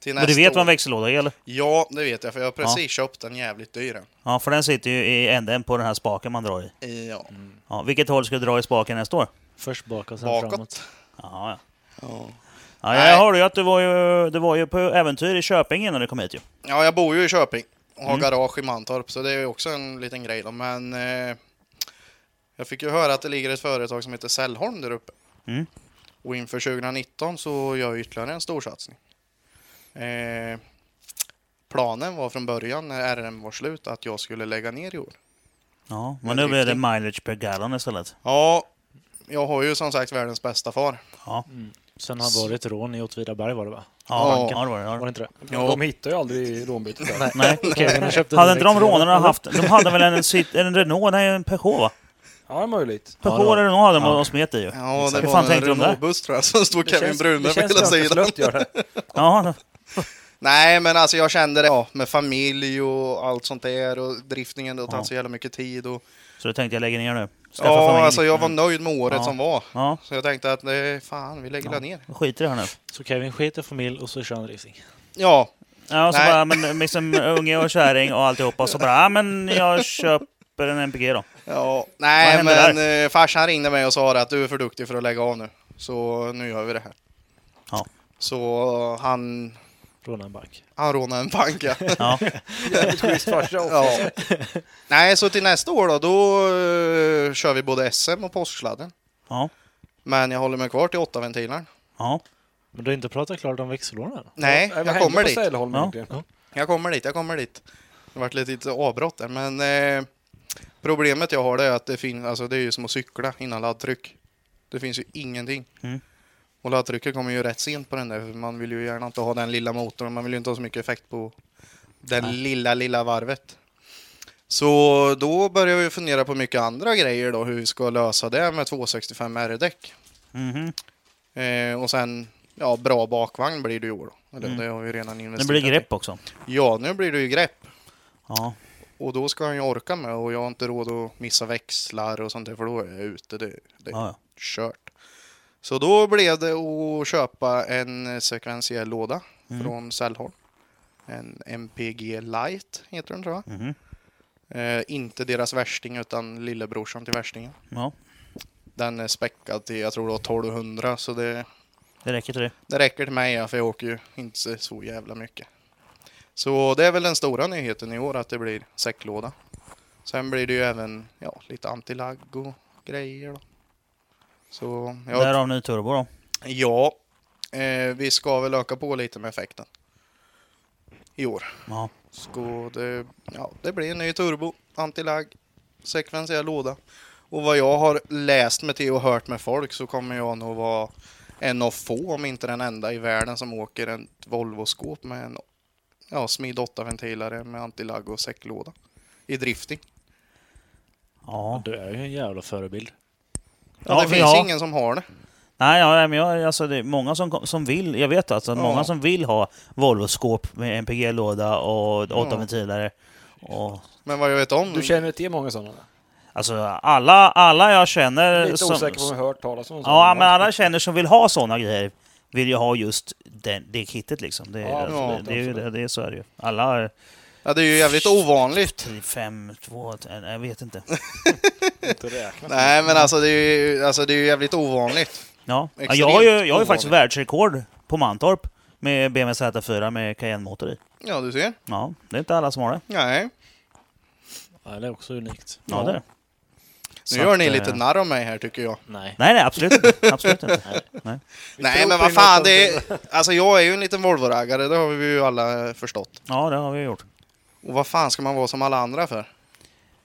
S4: Till
S3: Men du
S4: nästa
S3: vet vad
S4: år-
S3: en växellåda är eller?
S4: Ja, det vet jag, för jag har precis köpt den jävligt dyr. än.
S3: Ja, för den sitter ju i änden på den här spaken man drar i.
S4: Ja,
S3: Ja, vilket håll ska du dra i spaken nästa år?
S2: Först bak och sen framåt.
S4: bakåt.
S3: Ja, ja.
S4: Ja.
S3: ja
S4: Nej.
S3: jag hörde ju att du var ju, du var ju på äventyr i Köping innan du kom hit ju.
S4: ja, jag bor ju i Köping och har
S3: Mm.
S4: garage i Mantorp, så det är ju också en liten grej då. Men eh, jag fick ju höra att det ligger ett företag som heter Sällholm där uppe.
S3: Mm.
S4: Och inför 2019 så gör jag ytterligare en storsatsning. Eh, planen var från början när RM var slut att jag skulle lägga ner i år.
S3: Ja, men
S4: Med
S3: nu blir det
S4: drifting.
S3: mileage per gallon istället.
S4: Ja, jag har ju som sagt världens bästa far.
S2: Sen har det varit rån i Åtvidaberg var det va?
S3: Ja,
S4: Ja.
S3: ja. det var det. Ja. det
S2: Var
S3: var
S2: det inte det?
S4: Ja.
S1: De hittar ju aldrig rånbytet. där.
S3: det. Nej.
S2: Kevinarna köpte
S3: Hade inte
S2: direkt
S3: de
S2: så-
S3: rånarna haft... De hade väl en, Cit- en Renault? Nej, en Peugeot va?
S1: Ja, det är möjligt.
S2: Ja,
S3: Peugeot
S2: det var-
S3: eller Renault hade de
S2: ja.
S3: och smet i ju.
S4: Ja, det
S3: Hur
S4: var
S3: fan
S4: en
S3: tänkte de där?
S4: Renault-buss tror jag som stod Kevin Brune på hela sidan.
S1: lönt, gör det.
S3: Ja,
S4: Nej, men alltså jag kände det ja, med familj och allt sånt där och driftningen, det har tagit
S3: Ja.
S4: så jävla mycket tid. Och...
S3: så du tänkte jag lägger ner nu. Skaffa
S4: Ja,
S3: familj. Mm.
S4: alltså jag var nöjd med året
S3: Ja.
S4: som var.
S3: Ja,
S4: Så jag tänkte att nej, fan, vi lägger
S3: Ja.
S4: ja. ner.
S3: jag skiter i det här nu.
S2: Så Kevin skiter familj och så kör han racing.
S4: Ja,
S3: Ja, och så
S4: Nej.
S3: bara, men liksom unge och kärring och alltihopa. Och så bara, ja men jag köper en MPG då.
S4: ja.
S3: Vad
S4: Nej,
S3: hände
S4: men eh, farsan ringde mig och sa att du är för duktig för att lägga av nu. Så nu gör vi det här.
S3: Ja.
S4: Så han,
S2: Rånar en bank.
S4: han rånade en bank, ja.
S3: Ja,
S1: Jävligt schysst farsa också.
S4: ja. Nej, så till nästa år då, då eh, kör vi både SM och påsksladden.
S3: ja,
S4: Men jag håller mig kvar till åtta ventiler.
S3: ja.
S2: Men du har inte pratat klart om växellådan än?
S4: Nej,
S1: Vad
S4: jag
S1: hände
S4: kommer
S1: på
S4: dit.
S1: Säleholm
S3: Ja.
S1: egentligen?
S4: Jag kommer dit, jag kommer dit. Det vart lite, lite avbrott där, men eh, problemet jag har det är att det finns, alltså det är ju som att cykla innan laddtryck. Det finns ju ingenting.
S3: Mm.
S4: Och laddtrycket kommer ju rätt sent på den där, för man vill ju gärna inte ha den lilla motorn, man vill ju inte ha så mycket effekt på den lilla, lilla varvet. Så då börjar vi fundera på mycket andra grejer då, hur vi ska lösa det med 265 R-däck.
S3: Mhm.
S4: Eh, och sen, ja, bra bakvagn blir det ju i år då. Eller,
S3: Mm.
S4: Det har vi redan investerat
S3: Nu blir det
S4: i.
S3: grepp också.
S4: Ja, nu blir det ju grepp.
S3: Ja,
S4: Och då ska han ju orka med och jag har inte råd att missa växlar och sånt där för då är jag ute. Det, det är
S3: ja, ja.
S4: kört. Så då blev det att köpa en sekventiell låda
S3: Mm.
S4: från Sällholm. En MPG Light heter den tror jag.
S3: Mhm.
S4: Eh, inte deras värsting utan lillebrorsan till värstingen.
S3: ja.
S4: Den är späckad till jag tror det var 1200 så det,
S3: Det räcker till det.
S4: det räcker till mig ja, för jag åker ju inte så jävla mycket. Så det är väl den stora nyheten i år att det blir säcklåda. Sen blir det ju även ja, lite antilagg och grejer. Då. Så ja,
S3: Därav ny turbo då.
S4: ja eh, vi ska väl öka på lite med effekten i år.
S3: Ja.
S4: Så det, ja, det blir en ny turbo, antilagg, sekventiell låda. Och vad jag har läst med till och hört med folk så kommer jag nog vara en av få, om inte den enda i världen, som åker ett Volvo-skåp med en ja, smid 8-ventilare med antilagg och säcklåda i drifting.
S3: Ja.
S2: Du är ju en jävla förebild.
S4: Ja,
S3: Ja,
S4: det
S3: för
S4: finns
S3: jag-
S4: ingen som har det.
S3: Nej, ja, men jag, alltså, det är många som, kom- som vill, jag vet alltså,
S4: Ja.
S3: många som vill ha Volvo-skåp med MPG-låda och åtta
S4: Ja.
S3: ventiler. Och,
S4: Men vad jag vet om...
S1: Du känner till många sådana?
S3: alltså alla, alla jag känner...
S1: Lite
S3: som-
S1: osäker på om jag hört talas om sådana.
S3: Ja, men alla känner som vill ha sådana grejer vill ju ha just den, det kittet liksom. Det,
S1: Ja,
S3: alltså,
S4: ja,
S3: det, det, är ju det, det, är så är det ju. Alla är
S4: ja, det är ju jävligt ovanligt.
S3: tre, fem, två, tre, jag vet inte.
S1: Inte räknat.
S4: Nej, men alltså det är ju, alltså, det är ju jävligt ovanligt.
S3: Ja. Ja,
S4: Extremt
S3: jag har ju, jag har ju faktiskt
S4: ovanligt.
S3: världsrekord på Mantorp med BMW Z4 med Cayenne-motor i.
S4: Ja, du ser.
S3: Ja, det är inte alla som har det.
S4: Nej.
S2: Ja, det är också unikt.
S3: Ja, det är det.
S4: Nu
S3: Så
S4: gör
S3: att,
S4: ni
S3: eh,
S4: lite narr om mig här tycker jag.
S2: Nej.
S3: Nej, nej, absolut inte. Absolut inte.
S4: Nej
S1: tror
S4: men
S1: på
S4: vad
S1: er
S4: fan,
S1: något
S4: det är, alltså jag är ju en liten Volvo-raggare, det har vi ju alla förstått.
S3: Ja, det har vi gjort.
S4: Och vad fan ska man vara som alla andra för?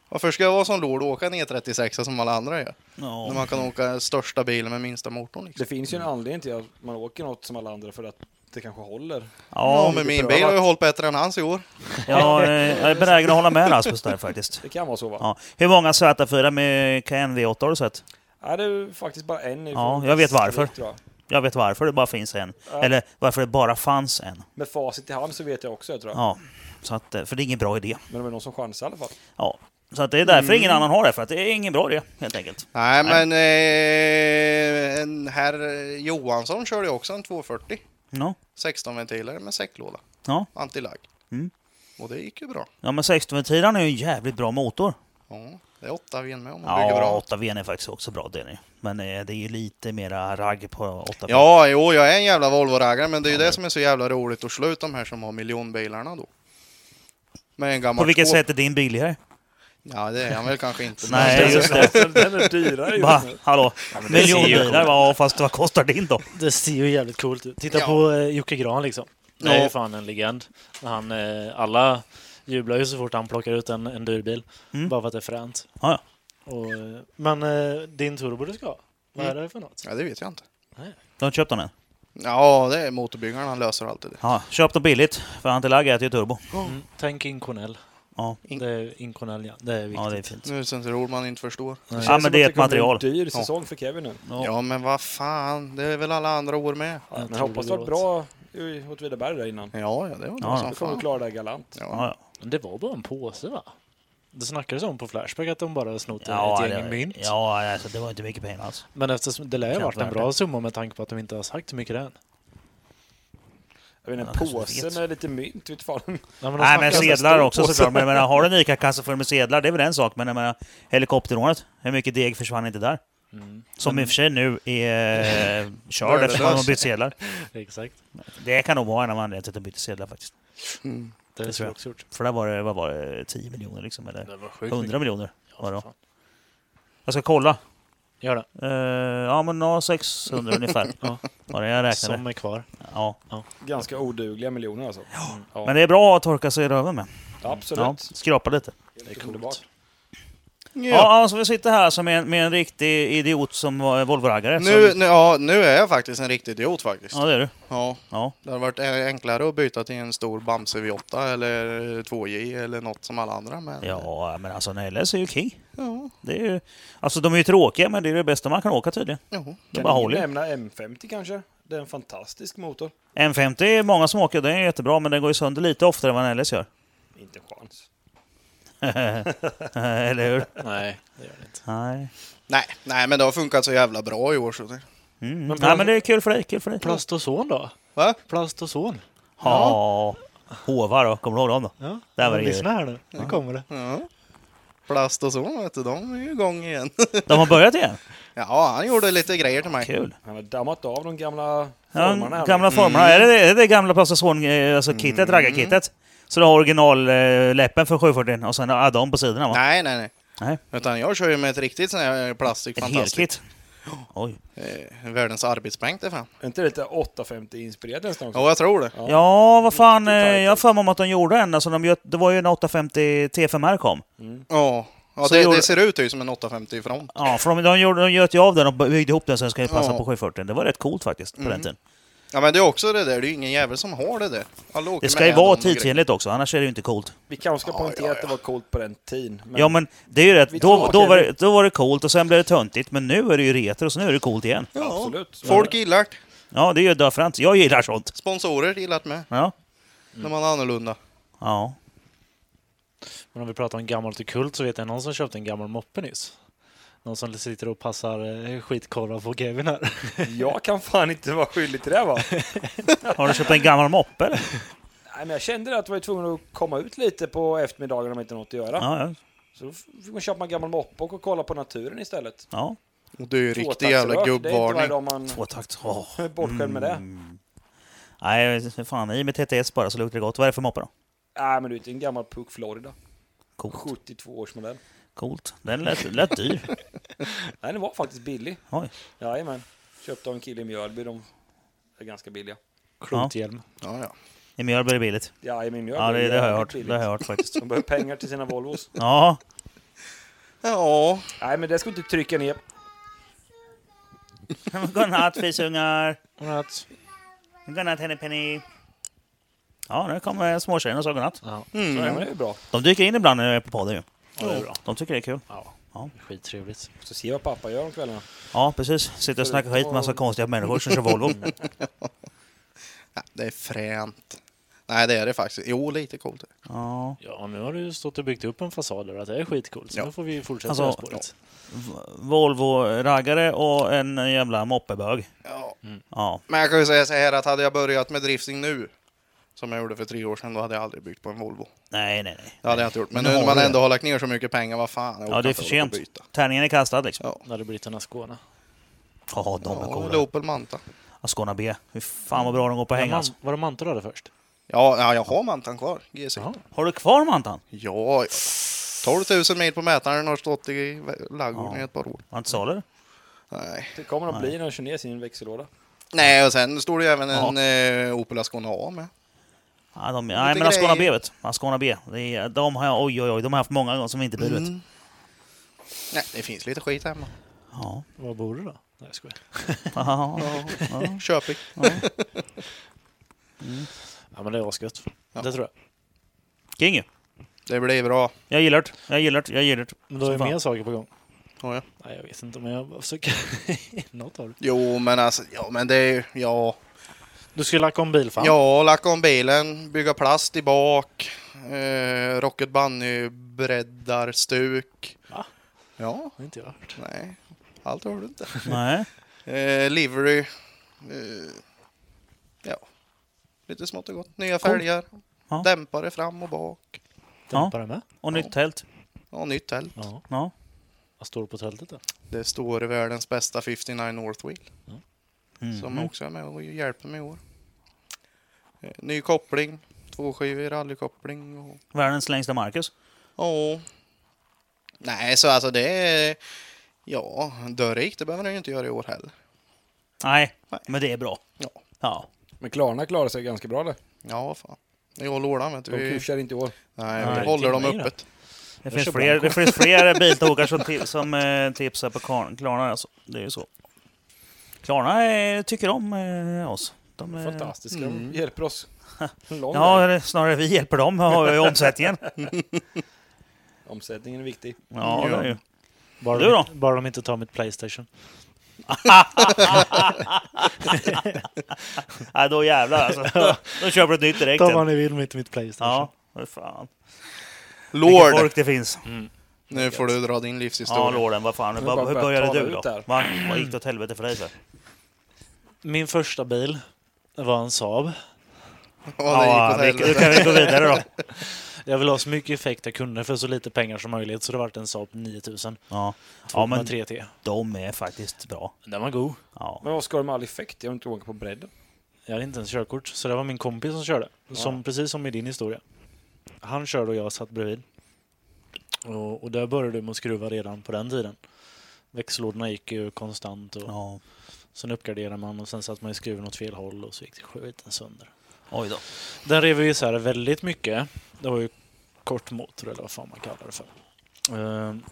S4: Varför ska jag vara som Lord och åka en E36 som alla andra gör? När
S3: Ja.
S4: man kan åka största bilen med minsta motorn liksom.
S1: Det finns ju en anledning till att man åker något som alla andra för att det kanske håller.
S4: Ja,
S3: Ja,
S4: men
S1: lite
S4: min bil har ju
S1: prövat.
S4: hållit bättre än hans i år.
S3: jag, eh, jag är benägen att hålla med Rasmus där faktiskt.
S1: Det kan vara så va?
S3: Ja. Hur många Z4 med Cayenne V8 har du sett?
S1: Nej, det är faktiskt bara en. ifrån
S3: Ja, jag vet varför.
S1: tror jag.
S3: Jag vet varför det bara finns en.
S1: Ja.
S3: Eller varför det bara fanns en.
S1: Med facit i hand så vet jag också, jag tror jag.
S3: Ja. Så att, eh, för det är ingen bra idé.
S1: Men det är någon som chansar i alla fall.
S3: Ja. Så att det är därför ingen annan har det, för att det är ingen bra idé helt enkelt.
S4: Nej, men eh, en herr Johansson körde ju också en 240.
S3: Ja,
S4: 16 ventiler med säcklåda.
S3: ja.
S4: Antilagg.
S3: Mm.
S4: Och det gick ju bra.
S3: ja men 16-ventilaren är ju en jävligt bra motor.
S4: Ja, det är åtta vin med om man bygger
S3: Ja,
S4: bra.
S3: 8 v är faktiskt också bra det är det. Men eh, det är ju lite mera ragg på 8 v
S4: Ja, jo, jag är en jävla Volvo-raggare, men det är ju det som är så jävla roligt att slå ut de här som har miljonbilarna då. Med en gammal
S3: På vilket
S4: två-
S3: sätt är din billigare?
S4: Ja, det är han väl kanske inte. men-
S3: Nej, just det.
S1: Den är dyrare ju.
S3: Va? Hallå?
S2: men det ser ju
S3: Miljonbilar?
S2: coolt
S3: Ja, fast vad kostar din då?
S5: Det ser ju jävligt coolt ut. Titta
S4: Ja.
S5: på eh, Jocke Gran liksom. Det är
S4: Ja.
S5: ju fan en legend. När Han, eh, alla jublar ju så fort han plockar ut en, en dyrbil.
S3: Mm.
S5: Bara för att det är fränt.
S3: Ja, ja. Mm.
S5: Och, eh, men eh, din turbo du ska ha, vad är det för något?
S4: Ja, det vet jag inte.
S3: Du har inte köpt den än?
S4: Ja, det är motorbyggaren, han löser alltid det.
S3: Ja, köp den billigt. För Antilagg äter ju turbo.
S5: Mm. Tänk inkonell.
S3: Ja.
S5: Det är inkonell, ja. Det är viktigt.
S3: Ja, det är fint.
S4: Nu syns det ord man inte förstår.
S3: Ja,
S1: känns som
S3: men
S1: att
S3: det är ett
S1: kommer bli
S3: material.
S1: en dyr säsong för Kevin nu.
S3: Ja.
S4: Ja, men vad fan, det är väl alla andra år med.
S1: Ja, men
S5: tror
S1: jag hoppas
S5: det
S1: det
S5: går
S1: var bra i- åt Vidaberg där innan.
S4: Ja, ja, det var bra
S3: Ja,
S4: som
S1: Du kommer
S4: fan.
S1: klara det här galant.
S4: Ja.
S3: Ja, ja.
S5: Men det var bara en påse va? Det snackades om på Flashback att de bara snott
S3: Ja,
S5: ett gäng
S3: det,
S5: mynt.
S3: ja alltså, det var inte mycket pengar alls.
S5: Men eftersom det lär ju ha varit en
S3: Knappt
S5: bra
S3: värt
S5: summa med tanke på att de inte har sagt hur mycket det är. än.
S1: Jag vet
S3: Ja,
S1: inte, en
S3: kanske vet.
S1: påse med lite mynt, vet fan.
S5: Nej, men, de
S3: Nej, men
S5: snackar-
S1: se-
S3: sedlar
S1: stor
S3: också
S1: påse.
S3: såklart. Men jag menar, har du en ICA-kassa full med sedlar, det är väl en sak. Men jag menar, helikopterånet, hur mycket deg försvann inte där?
S5: Mm,
S3: Som i och för sig nu är eh, körd
S4: Värdelös.
S3: eftersom man har bytt sedlar.
S5: exakt.
S3: Det kan nog vara en av anledningarna till att de bytte sedlar faktiskt.
S4: Mm.
S5: Det är
S3: tror jag.
S5: svårt gjort.
S3: För där var det, vad var det, 10 miljoner liksom? Eller
S5: Det var sjukt
S3: 100 miljoner var
S5: Ja,
S3: det då.
S5: fan.
S3: Jag ska kolla.
S5: Gör det.
S3: Eh, ja, men ja, 600 ungefär.
S5: Ja.
S3: Var det jag räknade.
S5: Som är kvar.
S3: Ja.
S1: Ganska odugliga miljoner alltså. Mm, Ja,
S3: Men det är bra att torka sig i röven med. Ja,
S1: absolut.
S3: skrapa lite.
S1: Det är underbart.
S3: Ja, ja, så vi sitter här som en, med en riktig idiot som var Volvo-raggare.
S4: Nu,
S3: som,
S4: nu, ja, nu är jag faktiskt en riktig idiot faktiskt.
S3: ja, det är du.
S4: Ja,
S3: Ja.
S4: det hade varit enklare att byta till en stor Bamse V8 eller 2J eller något som alla andra. Men,
S3: Ja, men alltså NLS är ju king.
S4: ja,
S3: Det är ju, alltså de är ju tråkiga, men det är det bästa man kan åka tydligen.
S4: ja.
S3: De bara
S1: Kan ni
S3: håller.
S1: nämna M50 kanske? Det är en fantastisk motor.
S3: M50 är många som åker, den är jättebra, men den går ju sönder lite oftare än vad en LS gör.
S1: Inte en chans.
S3: Eller hur?
S5: Nej, det gör det inte.
S3: Nej.
S4: Nej, nej, men det har funkat så jävla bra i år. Så det.
S3: Mm.
S5: Men
S3: Nej,
S5: plast-
S3: men det är kul för dig. Kul för dig.
S5: Plast och son då?
S4: Va?
S5: Plast och son.
S3: Ja. Hovar då, kommer du ihåg dem då?
S5: Ja.
S3: Där var det
S5: Lyssna här nu. Nu kommer det.
S4: Ja. Plast och så, vet du, de är ju igång igen.
S3: De har börjat igen?
S4: Ja, han gjorde lite grejer till mig.
S3: Kul.
S1: Han har dammat av de gamla
S3: Ja,
S1: formarna. här.
S3: gamla formerna. Är, det, är det gamla Plast och Son, eh, alltså kittet, raggarkittet? Så du har originalläppen för 740 och sen add-on på sidorna va?
S4: Nej, nej, nej.
S3: Nej.
S4: Utan jag kör ju med ett riktigt sån här plastik
S3: Ett helkit.
S4: fantastiskt.
S3: Oj.
S4: Eh, världens arbetsbänk där fram.
S1: Är inte det lite 850-inspirerat nästan också?
S4: Ja, jag tror det.
S1: Ja.
S3: Ja, vad fan. eh,
S1: Titan.
S3: Jag har för mig om att de gjorde en. Alltså, de, gör- det var ju när 850 T5R kom.
S4: Ja, ja
S3: Så
S4: det,
S3: gjorde-
S4: det ser ut ju som en 850 ifrån.
S3: Ja, för de, de, gjorde, de göt ju av den och byggde ihop den så den skulle passa
S4: Ja.
S3: på 740. Det var rätt coolt faktiskt på den tiden.
S4: Ja, men det är också det där. Det är ju ingen jävel som har det där. Alla åker
S3: Det ska ju
S4: med
S3: vara
S4: dem och grejer.
S3: tidsenligt också, annars är det ju inte coolt.
S1: Vi kanske ska
S4: Ja,
S1: poängtera
S4: ja,
S1: att det var coolt på den tiden. Men
S3: ja, men det är ju rätt.
S1: Vi
S3: Då,
S1: tar-
S3: då, var, det- då var det coolt och sen blev det töntigt, men nu är det ju retro, så nu är det coolt igen.
S4: Ja,
S1: Absolut. Så
S4: Folk gillar det.
S3: Ja, det är ju döfrant. Jag gillar sånt.
S4: Sponsorer gillar det med.
S3: Ja. Mm.
S4: När man är annorlunda.
S3: Ja.
S5: Men om vi pratar om gammalt och kult så vet jag någon som köpte en gammal moppe nyss. Någon som sitter och passar eh, skitkorvar på Kevin här.
S1: jag kan fan inte vara skyldig till det va?
S3: Har du köpt en gammal moppe eller?
S1: Nej, men jag kände det att jag var tvungen att komma ut lite på eftermiddagen om jag inte hade något att göra.
S3: Ja, ja.
S1: Så då fick man köpa en gammal moppe och kolla på naturen istället.
S3: ja.
S4: Och det är ju riktig
S1: Tvåtaktsrök,
S4: jävla
S1: Det är inte varje
S4: gubbvarning.
S1: dag man
S3: Tvåtakt. Åh.
S1: är bortskämd med det.
S3: Mm. Nej, jag vet inte, fan. I med TTS bara så luktar det gott. Vad är det för moppe då?
S1: Nej, men du vet, det är en gammal Puck Florida.
S3: Coolt.
S1: 72 års modell.
S3: Coolt. Den lät, lät dyr.
S1: Nej, den var faktiskt billig.
S3: Oj.
S1: Jajamän. Köpte av en kille i Mjölby. De är ganska billiga.
S5: Klothjälm.
S4: Ja, ja.
S3: I Mjölby är det billigt.
S1: Jajamän, i Mjölby.
S3: Ja,
S1: är
S3: det, det har jag
S1: jävligt
S3: hört.
S1: billigt.
S3: Det har jag hört faktiskt.
S1: De behöver pengar till sina Volvos.
S3: Ja.
S4: ja,
S1: Nej, men det ska vi inte trycka ner.
S3: Godnatt fisungar!
S5: Godnatt.
S3: Godnatt Henny Penny. Ja, nu kom eh, småtjejerna och sa godnatt.
S2: Ja,
S1: Ja, men
S4: Mm.
S1: det är ju bra.
S3: De dyker in ibland när jag är på podden ju.
S2: ja, det är bra.
S3: De tycker det är kul.
S2: Skittrevligt.
S1: Så se vad pappa gör om kvällarna.
S3: Ja, precis. Sitter och snackar skit med massa konstiga människor som kör Volvo.
S4: Ja, det är fränt. Nej, det är det faktiskt. Jo, lite coolt.
S3: Ja.
S2: Ja, nu har du stått och byggt upp en fasad där att det är skitcoolt. Så
S4: Ja.
S2: nu får vi fortsätta
S3: Alltså,
S2: det här spåret.
S3: V- Volvo-raggare och en jävla moppebög.
S4: Ja.
S3: Ja.
S4: Mm. Men jag kan ju säga så här att hade jag börjat med drifting nu, som jag gjorde för tre år sedan, då hade jag aldrig byggt på en Volvo.
S3: Nej, nej, nej.
S4: Det hade jag inte gjort. Men
S3: Men
S4: nu
S3: har
S4: när man
S3: du
S4: ändå har lagt ner så mycket pengar, vad fan. jag
S3: Ja,
S4: orkar
S3: det är
S4: inte
S3: för
S4: hålla på och
S3: sent.
S4: byta.
S3: Tärningen är kastad liksom.
S4: Ja.
S2: När du bryter den Skåne.
S3: Ja, de är
S4: Ja,
S3: coola.
S4: eller Opel Manta.
S3: Ja, Skåne B. Fy fan vad bra de går på att hänga.
S2: Man,
S3: Alltså.
S2: var det Mantorp du hade först?
S4: Ja, ja, jag har Mantan kvar. GC.
S2: Jaha.
S3: Har du kvar mantan?
S4: Ja, 12 000 mil på mätaren har stått i ladugården
S3: Ja.
S4: i ett par år.
S3: Var inte salu?
S4: Nej.
S1: Det kommer att bli när de kör ner sin växellåda.
S4: Nej, och sen stod det ju även
S3: Ja.
S4: en eh, Opel Ascona A med.
S3: Ja, de, nej, men Ascona B vet du. Ascona B. Det är, de har jag, oj, oj, oj. De har jag haft många gånger som inte burit.
S4: Mm. Nej, det finns lite skit hemma.
S3: Ja.
S2: Var bor du då? Nej, jag skojar.
S3: Ja.
S4: Köping.
S2: Ja, men det är asgött.
S4: Ja.
S2: Det tror jag.
S3: King ju.
S4: Det blir bra.
S3: Jag gillar det. Jag gillar det. Jag gillar det.
S2: Men då
S3: Som
S2: är det
S3: fan.
S2: mer saker på gång.
S4: Ja, ja.
S2: Nej, jag vet inte, men jag bara försöker något av det.
S4: Jo, men alltså, ja, men det är ju- ja.
S2: Du skulle lacka om bil, fan.
S4: Ja, lacka om bilen, bygga plast i bak, eh, Rocket Bunny breddar stuk.
S2: Va?
S4: Ja,
S2: Det har inte jag hört.
S4: nej, allt har du inte.
S3: Nej.
S4: Eh, livery. Eh, ja, lite smått och gott. Nya fälgar,
S3: Ja.
S4: dämpare fram och bak.
S2: Dämpar den med?
S3: Och nytt tält.
S4: Ja, nytt tält.
S2: Ja.
S3: Ja.
S2: Vad står det på tältet då?
S4: Det står världens bästa 59 North Wheel
S3: Mm.
S4: som också är med och hjälper mig i år. Eh, ny koppling, tvåskivig rallykoppling och
S3: Världens längsta Marcus.
S4: Ja. Nej, så alltså det är... Ja, dörrik, det behöver den ju inte göra i år heller.
S3: Nej,
S4: Nej.
S3: men det är bra.
S4: Ja.
S3: Ja.
S1: Men Klarna klarar sig ganska bra där.
S4: Ja, vad fan. Jag och Lordan vet du.
S1: De
S4: Vi,
S1: kuschar inte i år.
S4: nej,
S3: Nej,
S4: vi håller dem
S2: det är det.
S4: öppet.
S3: Det
S2: Jag
S3: finns,
S2: kör
S3: fler,
S2: Blanco.
S3: det finns fler biltokar som, ti- som eh, tipsar på Klarn- Klarna. Alltså. Det är ju så. Klarna eh, tycker om eh, oss. De, eh,
S1: Fantastiska. De hjälper oss. En lång
S3: ja,
S1: väg.
S3: eller snarare vi hjälper dem med eh, omsättningen.
S1: Omsättningen är viktig.
S3: Ja, det är ju.
S2: Bara,
S3: Du då?
S2: De, bara de inte tar mitt Playstation.
S3: Nej, då jävlar alltså. Då, då köper du ett nytt direkt.
S2: Ta vad ni vill, men inte mitt Playstation.
S3: Ja, vad fan. Vilket
S4: Lord!
S3: folk det finns.
S4: Nu får du dra din
S3: Ja,
S4: livshistoria.
S3: Lorden, vad fan. Hur,
S1: bara
S3: hur
S1: börjat
S3: började
S1: tala
S3: du
S1: ut
S3: då?
S1: där.
S3: Va? Vad gick det åt helvete för dig? Så?
S2: Min första bil var en Saab.
S4: Ja, det gick åt
S3: vi, du
S4: helvete.
S3: kan vi gå vidare då.
S2: Jag ville ha så mycket effekt jag kunde för så lite pengar som möjligt, så det vart en Saab 9000.
S3: Ja. ja, men
S2: 2,3T.
S3: de är faktiskt bra.
S2: Den var god.
S3: Ja.
S1: Men vad ska de med all effekt? Jag har inte åka på bredden.
S2: Jag hade inte ens körkort, så det var min kompis som körde. Som, precis som i din historia. Han körde och jag satt bredvid. Och, och där började du med att skruva redan på den tiden. Växellådorna gick ju konstant och
S3: ja.
S2: sen uppgraderade man och sen satt man i skruven åt fel håll och så gick skiten sönder.
S3: Oj då.
S2: Den rev vi isär väldigt mycket. Det var ju kortmotor eller vad fan man kallar det för. Ehm,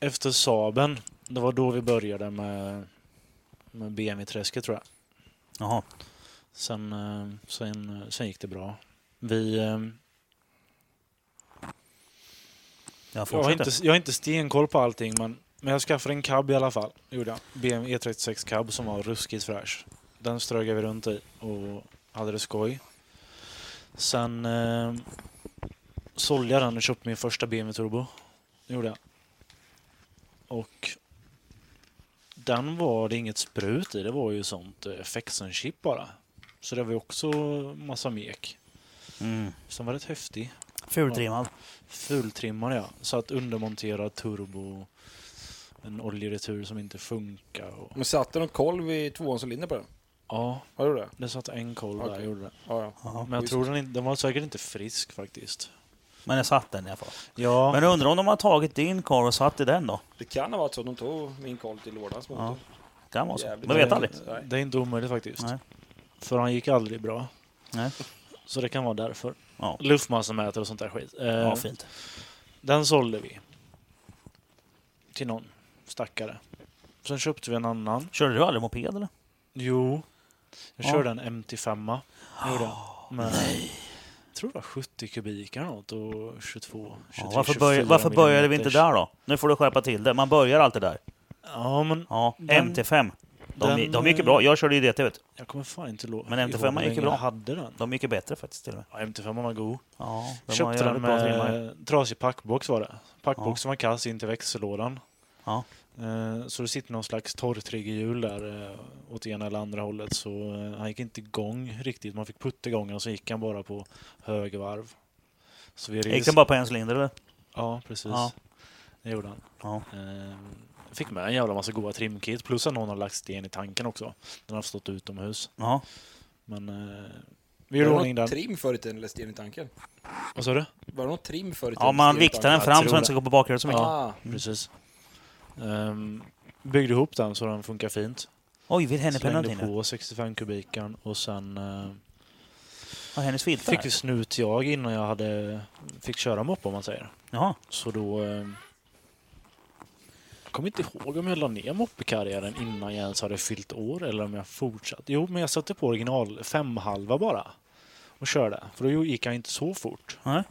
S2: Efter Saben, det var då vi började med, med BMW-träsket tror jag.
S3: Jaha.
S2: Sen, eh, sen, sen gick det bra. Vi, eh, jag,
S3: Jag
S2: har
S3: fortsätter.
S2: inte, jag har inte stenkoll på allting, men, men jag skaffade en cab i alla fall. Gjorde jag. BMW E36 cab som var ruskigt fräsch. Den strögade vi runt i och hade det skoj. Sen eh, sålde jag den och köpte min första BMW Turbo. Det gjorde jag. Och den var det inget sprut i. Det var ju sånt eh, Fexen-chip bara. Så det var ju också massa mek.
S3: Mm.
S2: Som var rätt häftig.
S3: Fultrimmad.
S2: Fultrimmad ja. Så att undermonterad turbo, en oljeretur som inte funkar. Och...
S1: Men satte de kolv i tvåans cylinder på den?
S2: Ja,
S1: Har du det?
S2: det satt en koll där.
S1: Okej.
S2: Gjorde det.
S1: Ja, ja.
S3: Ja.
S2: Men jag
S1: Schysst.
S2: tror den, inte- den var säkert inte frisk faktiskt.
S3: Men jag satt den i alla fall.
S2: Ja,
S3: Men jag undrar om de har tagit din kar och satt i den då?
S1: Det kan ha varit så att de tog min kolv till lådans motor.
S3: Kan vara så.
S1: Jävligt
S3: Man vet
S1: bra.
S3: aldrig.
S1: Nej.
S2: det är inte omöjligt faktiskt.
S3: Nej.
S2: För han gick aldrig bra.
S3: Nej.
S2: Så det kan vara därför.
S3: Ja.
S2: Luftmassamätare och sånt där skit. Eh,
S3: Ja, fint.
S2: Den sålde vi. Till någon stackare. Sen köpte vi en annan.
S3: Körde du aldrig moped eller?
S2: Jo, Jag
S3: Ja. Ah,
S2: körde en MT5. Gjorde jag. Med, jag tror det var 70 kubikar eller något och 22, 23,
S3: Ja, varför börja,
S2: 24
S3: varför började vi inte
S2: millimeters.
S3: där då? Nu får du skärpa till det. Man börjar alltid där.
S2: Ja, men
S3: Ja,
S2: Den-
S3: MT5. De,
S2: den,
S3: de gick ju bra. Jag körde ju det, vet.
S2: jag kommer fan inte lo-
S3: Men MT5
S2: ihåg hur
S3: gick ju
S2: länge
S3: bra.
S2: Jag hade den.
S3: De gick ju bättre faktiskt till och med.
S2: Ja, MT5 var god.
S3: Ja, de har
S2: Köpte
S3: jävligt
S2: den
S3: bra trimmar.
S2: med trasig packbox var det. Packboxen var kass in till växellådan.
S3: Ja.
S2: Eh, Så det sitter någon slags torrtriggerhjul där eh, åt ena eller andra hållet. Så eh, han gick inte igång riktigt. Man fick putta igång den och så gick han bara på högvarv. Så vi
S3: Gick
S2: reste...
S3: den bara på en cylinder eller?
S2: Ja, precis.
S3: Ja.
S2: Det gjorde han.
S3: Ja.
S2: Eh, Fick med en jävla massa goda trimkit. Plus att någon har lagt sten i tanken också. Den har stått utomhus.
S3: Ja.
S2: Men eh, vi
S1: Var
S2: gjorde
S1: det
S2: i ordning
S1: något
S2: den.
S1: trim förr i tiden, eller sten i tanken?
S2: Vad sa du?
S1: Var det något trim förr i tiden?
S3: ja, man
S1: sten i
S3: viktar
S1: tanken?
S3: den fram
S2: tror
S3: så den
S2: det.
S3: inte ska gå på bakhjulet så mycket.
S1: Ah,
S3: Mm.
S2: Precis. Ehm, byggde ihop den så den funkar fint.
S3: Oj, vill henne penna
S2: Slängde
S3: någonting nu?
S2: på 65 kubikern och sen eh,
S3: Har hennes filtar?
S2: fick vi snutjag innan jag hade fick köra moppe om man säger.
S3: Jaha.
S2: Så då... Eh, jag kommer inte ihåg om jag la ner moppekarriären innan jag ens hade fyllt år eller om jag fortsatte. Jo, men jag satte på original femhalva bara och körde. För då gick jag inte så fort.
S3: Nej.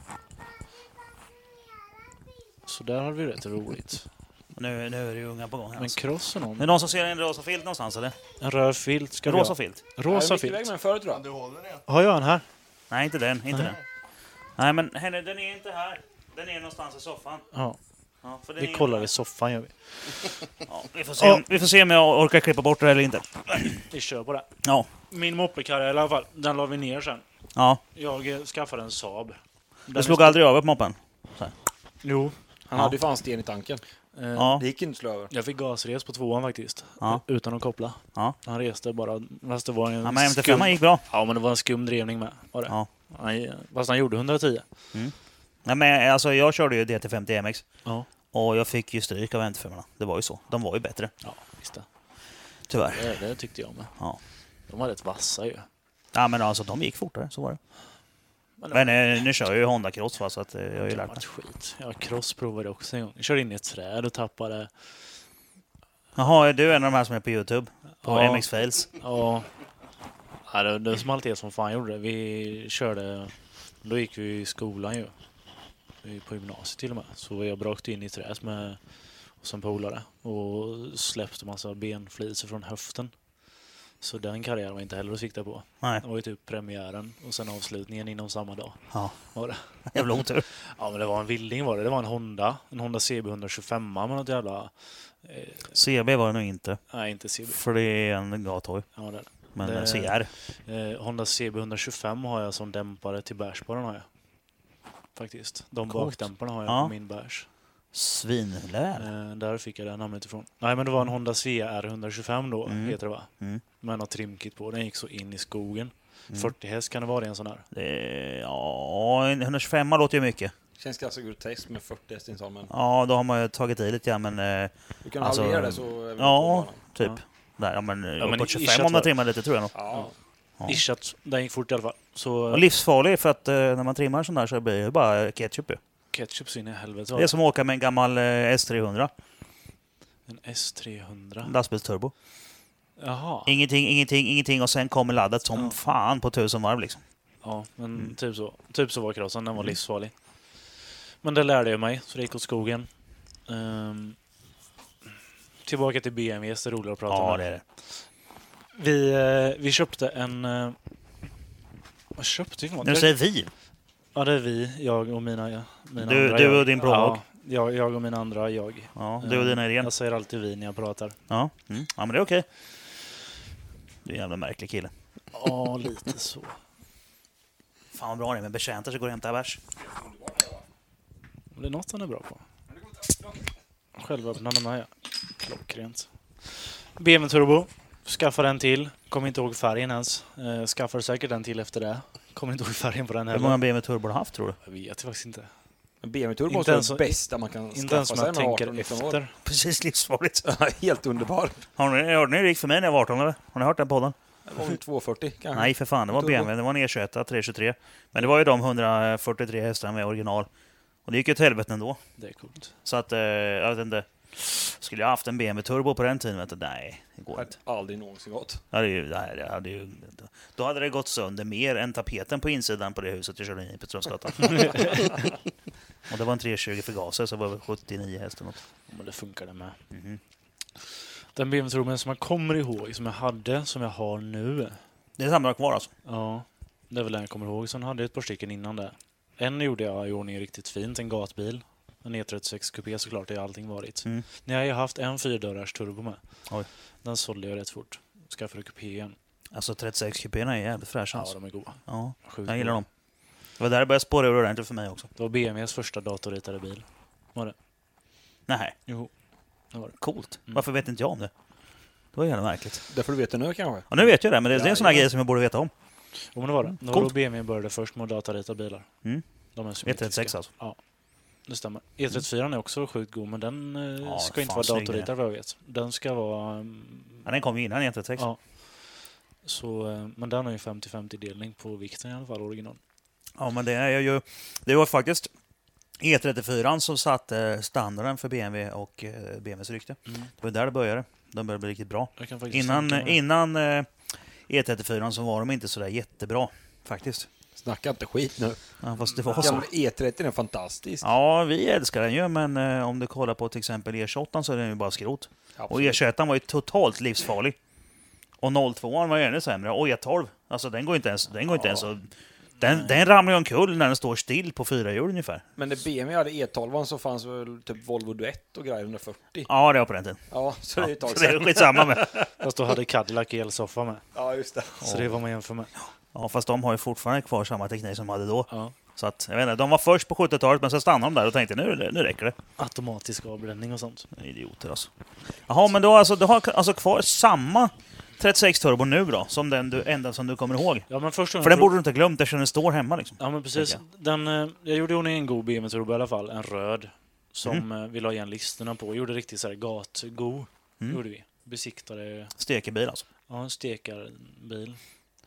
S2: Så där hade vi rätt roligt.
S3: Nu, nu är det ju unga på gång här.
S2: Men
S3: Alltså.
S2: cross och
S3: Är
S2: någon.
S3: det någon som ser en rosa filt någonstans eller?
S2: En röd filt ska vi
S3: Rosa
S2: ha.
S3: filt?
S1: är det
S2: Rosa
S1: mitt i vägen med
S2: filt.
S1: den förut då?
S4: Du håller den.
S2: Har jag en här?
S3: Nej, inte den. Inte
S2: Nej.
S3: den. Nej, men henne, den är inte här. Den är någonstans i soffan.
S2: Ja,
S3: Ja, för den
S2: vi
S3: är-
S2: kollar i soffan gör vi.
S3: Ja, vi, får se om, vi får se om jag orkar klippa bort det eller inte.
S2: Vi kör på det.
S3: Ja.
S2: Min moppekarriär i alla fall, den la vi ner sen.
S3: Ja.
S2: Jag eh, skaffade en Saab.
S3: Du slog aldrig över på moppen?
S2: Jo.
S1: Han hade ju fan sten i tanken.
S2: Eh,
S3: Ja.
S1: Det gick inte att slå över.
S2: Jag fick gasres på tvåan faktiskt.
S3: Ja.
S2: Utan att koppla.
S3: Ja.
S2: Han reste bara. Fast det var en
S3: ja men
S2: skum...
S3: MT5 gick bra.
S2: Ja, men det var en skum drevning med. Var det?
S3: Ja.
S2: Han, fast han gjorde 110.
S3: Nej, men alltså, jag körde ju DT50 MX.
S2: Ja.
S3: Och jag fick ju stryk av MT5. Det var ju så. De var ju bättre,
S2: Ja, visst det.
S3: tyvärr.
S2: det. Det tyckte jag med.
S3: Ja.
S2: De var rätt vassa ju.
S3: Ja, men alltså de gick fortare, så var det.
S2: Men det
S3: Men eh, nu kör jag ju Honda Cross va, så att, eh, jag har ju
S2: Det
S3: lärt
S2: var
S3: mig.
S2: ett skit. Jag crossprovade också en gång. Jag körde in i ett träd och tappade.
S3: Jaha, är du en av de här som är på Youtube? På
S2: Ja.
S3: MX Fails?
S2: Ja. Ja, det, det small till som fan gjorde det. Vi körde... Då gick vi i skolan ju. Vi På gymnasiet till och med. Så jag brakte in i träet med som polare och släppte massa benflisor från höften. Så den karriären var inte heller att sikta på.
S3: Nej.
S2: Det var ju typ premiären och sen avslutningen inom samma dag.
S3: Ja.
S2: Var det?
S3: Jävla otur.
S2: Ja men det var en villing var det. Det var en Honda. En Honda CB 125 med något jävla...
S3: CB var det nog inte,
S2: Nej inte CB.
S3: för det är en gathoj.
S2: Ja, det är det.
S3: Men
S2: Det-
S3: det... CR.
S2: Eh, Honda CB125 har jag som dämpare till bärs på den har jag. Faktiskt. De
S3: Coolt.
S2: bakdämparna har jag
S3: Ja.
S2: på min bärs.
S3: Svinlär.
S2: Eh, där fick jag det namnet ifrån. Nej men det var en Honda CR125 då,
S3: Mm.
S2: heter det va?
S3: Mm.
S2: Med något trimkit på. Den gick så in i skogen.
S3: Mm.
S2: 40 häst kan det vara i en sån här.
S3: Det, ja, en 125 låter ju mycket.
S1: Känns ganska groteskt med 40 häst i en sån, men
S3: Ja, då har man ju tagit i lite grann, men eh,
S1: du kan
S3: Alltså,
S1: halvera det så... är vi
S3: ja,
S1: på banan.
S3: typ.
S2: Ja.
S3: Där, ja, men, ja,
S2: men
S3: uppåt
S2: i- i
S3: 25 om
S2: chatt var
S3: man
S2: det.
S3: trimmar lite tror jag nog.
S1: Ja.
S3: Ja.
S2: Ish att den gick fort i alla fall. Så
S3: Och livsfarlig för att eh, när man trimmar sån där så blir det ju bara ketchup ju.
S2: ketchup så in i helvete.
S3: Det är som att åka med en gammal eh, S300,
S2: En S300.
S3: lastbilsturbo.
S2: Jaha.
S3: Ingenting, ingenting, ingenting och sen kommer laddat som
S2: Ja.
S3: fan på tusen varv liksom.
S2: Ja, men
S3: Mm.
S2: typ, så. typ så var krossen. Den var
S3: Mm.
S2: livsfarlig. Men det lärde jag mig, så det gick åt skogen. Ehm, tillbaka till BMWs, det är roligare att prata
S3: Ja,
S2: om.
S3: det
S2: det.
S3: är det.
S2: Vi, eh, vi köpte en... Eh, vad köpte vi för något?
S3: Nu
S2: Jag-
S3: säger vi.
S2: Ja, det är vi. Jag och mina... ja, mina
S3: Du-
S2: andra
S3: du och
S2: jag.
S3: din prolog.
S2: Ja, jag, jag och min andra jag. Ehm,
S3: Ja, du och dina idén.
S2: Eh, Jag säger alltid vi när jag pratar.
S3: Ja, mm. ja men det är okej. Du är en jävla märklig kille.
S2: Ja, lite så.
S3: Fan vad bra det är med betjänter så går det och hämtar bärs.
S2: Om det är något han är bra på. Självöppnande med, ja. Klockrent. BMW Turbo. Skaffade en till. Kommer inte ihåg färgen ens. Eh, Skaffade säkert en till efter det. Kommer inte ihåg färgen på den
S3: Hur
S2: heller.
S3: många BMW Turbo har du haft tror du?
S2: Jag vet faktiskt inte.
S1: Men BMW-turbo
S2: Inte
S1: måste vara
S2: ens-
S1: det bästa man kan
S2: Inte
S1: skaffa
S2: ens om
S1: sig
S2: jag
S1: när man
S2: tänker
S1: är 18-19 år.
S2: efter.
S3: Precis livsfarligt.
S1: Helt underbar.
S3: Har ni, hörde ni hur det gick för mig när jag var 18 eller? Har ni hört den podden?
S1: Det var väl 240 kanske.
S3: Nej för fan, det var
S1: Turbo.
S3: BMW. Det var en E21 323. Men det var ju de 143 hästarna med original. Och det gick ju åt helvete ändå.
S2: Det är coolt.
S3: Så att, eh, jag vet inte. skulle jag haft en BMW Turbo på den tiden, vet du, nej, det går inte.
S1: Aldrig någonsin gått.
S3: Det hade ju, det här, det hade ju, då hade det gått sönder mer än tapeten på insidan på det huset jag körde in i Petrumsgatan. och det var en 320 förgasare, så det var väl 79 häst eller något.
S2: Ja, Men det funkar det med.
S3: Mhm.
S2: Den BMW-turbonen som jag kommer ihåg, som jag hade, som jag har nu.
S3: Det är samma kvar alltså.
S2: Ja, det är väl den jag kommer ihåg. Sen hade jag ett par stycken innan det. En gjorde jag i ordning riktigt fint, en gatbil. En E36 kupé såklart, det har allting varit.
S3: Mm.
S2: Ni har ju haft en fyrdörrars turbo med.
S3: Oj.
S2: Den sålde jag rätt fort. Skaffade kupén.
S3: Alltså 36 kupéerna är jävligt fräscha.
S2: Ja,
S3: Alltså.
S2: de är goda.
S3: Ja,
S2: Sjukt
S3: jag gillar
S2: goda.
S3: dem. Det var där det började spåra ur ordentligt för mig också.
S2: Det var BMWs första datorritade bil.
S3: Nej,
S2: Jo.
S3: coolt.
S2: Mm.
S3: Varför vet inte jag om det? Det var jävligt märkligt.
S1: Därför du vet det nu kanske?
S3: Mm. Ja, nu vet jag det, men det, det är en sån här
S1: Jajamän.
S3: grej som jag borde veta om.
S2: Jo, men det var det. Det var
S3: Mm. Coolt.
S2: då BMW började först med att datorrita bilar.
S3: Mm.
S2: De är symmetriska.
S3: E36 alltså.
S2: Det stämmer. E34 är också sjukt god, men den eh,
S3: Ja,
S2: ska inte
S3: fan,
S2: vara
S3: snygg
S2: datorritad vad jag vet. Den ska vara... mm,
S3: Ja, den kom ju innan E E36.
S2: Ja. Så, eh, men den har ju 50-50 delning på vikten i alla fall, original.
S3: Ja, men det är ju... Det var faktiskt E34 som satte standarden för BMW och eh, BMWs rykte.
S2: Mm.
S3: Det var där det började. De började bli riktigt bra.
S2: Jag kan faktiskt
S3: Innan,
S2: tänka mig.
S3: innan eh, E34 så var de inte sådär jättebra, faktiskt.
S1: Snacka inte skit nu.
S3: Ja, fast det var så.
S1: Gamla E30 är fantastisk.
S3: Ja, vi älskar den ju, men eh, om du kollar på till exempel E28 så är den ju bara skrot. Och
S1: Absolut.
S3: E21 var ju totalt livsfarlig. Och 02 var ju ännu sämre. Och E12, alltså den går inte ens... Den, går inte ens att, den, den ramlar ju omkull när den står still på fyra hjul ungefär.
S1: Men när BMW hade E12 så fanns väl typ Volvo Duett och grejer 140?
S3: Ja, det var på den tiden.
S1: Ja, så det är ju ett
S3: Så
S1: tag
S3: det är
S1: sedan.
S3: skitsamma med.
S2: Fast då hade Cadillac elsoffa med.
S1: Ja, just det.
S2: Så det var man jämför med.
S3: Ja, fast de har ju fortfarande kvar samma teknik som de hade då.
S2: Ja.
S3: Så att, jag vet inte, de var först på 70-talet, men sen stannade de där och tänkte nu, nu räcker det.
S2: Automatisk avbränning och sånt.
S3: Idioter alltså. Jaha, men då alltså, du har alltså kvar samma 36 turbo nu då, som den du, enda som du kommer ihåg?
S2: Ja, men först och
S3: För den
S2: främst-
S3: borde du inte ha glömt eftersom den står hemma liksom.
S2: Ja, men precis.
S3: tänker
S2: Den, eh, jag gjorde i ordning en god BMW Turbo i alla fall, en röd. Som eh, vi la igen listorna på. Gjorde riktigt så här gatgo.
S3: Mm.
S2: Gjorde vi. Besiktade
S3: Stekebil alltså.
S2: ja, en stekarbil.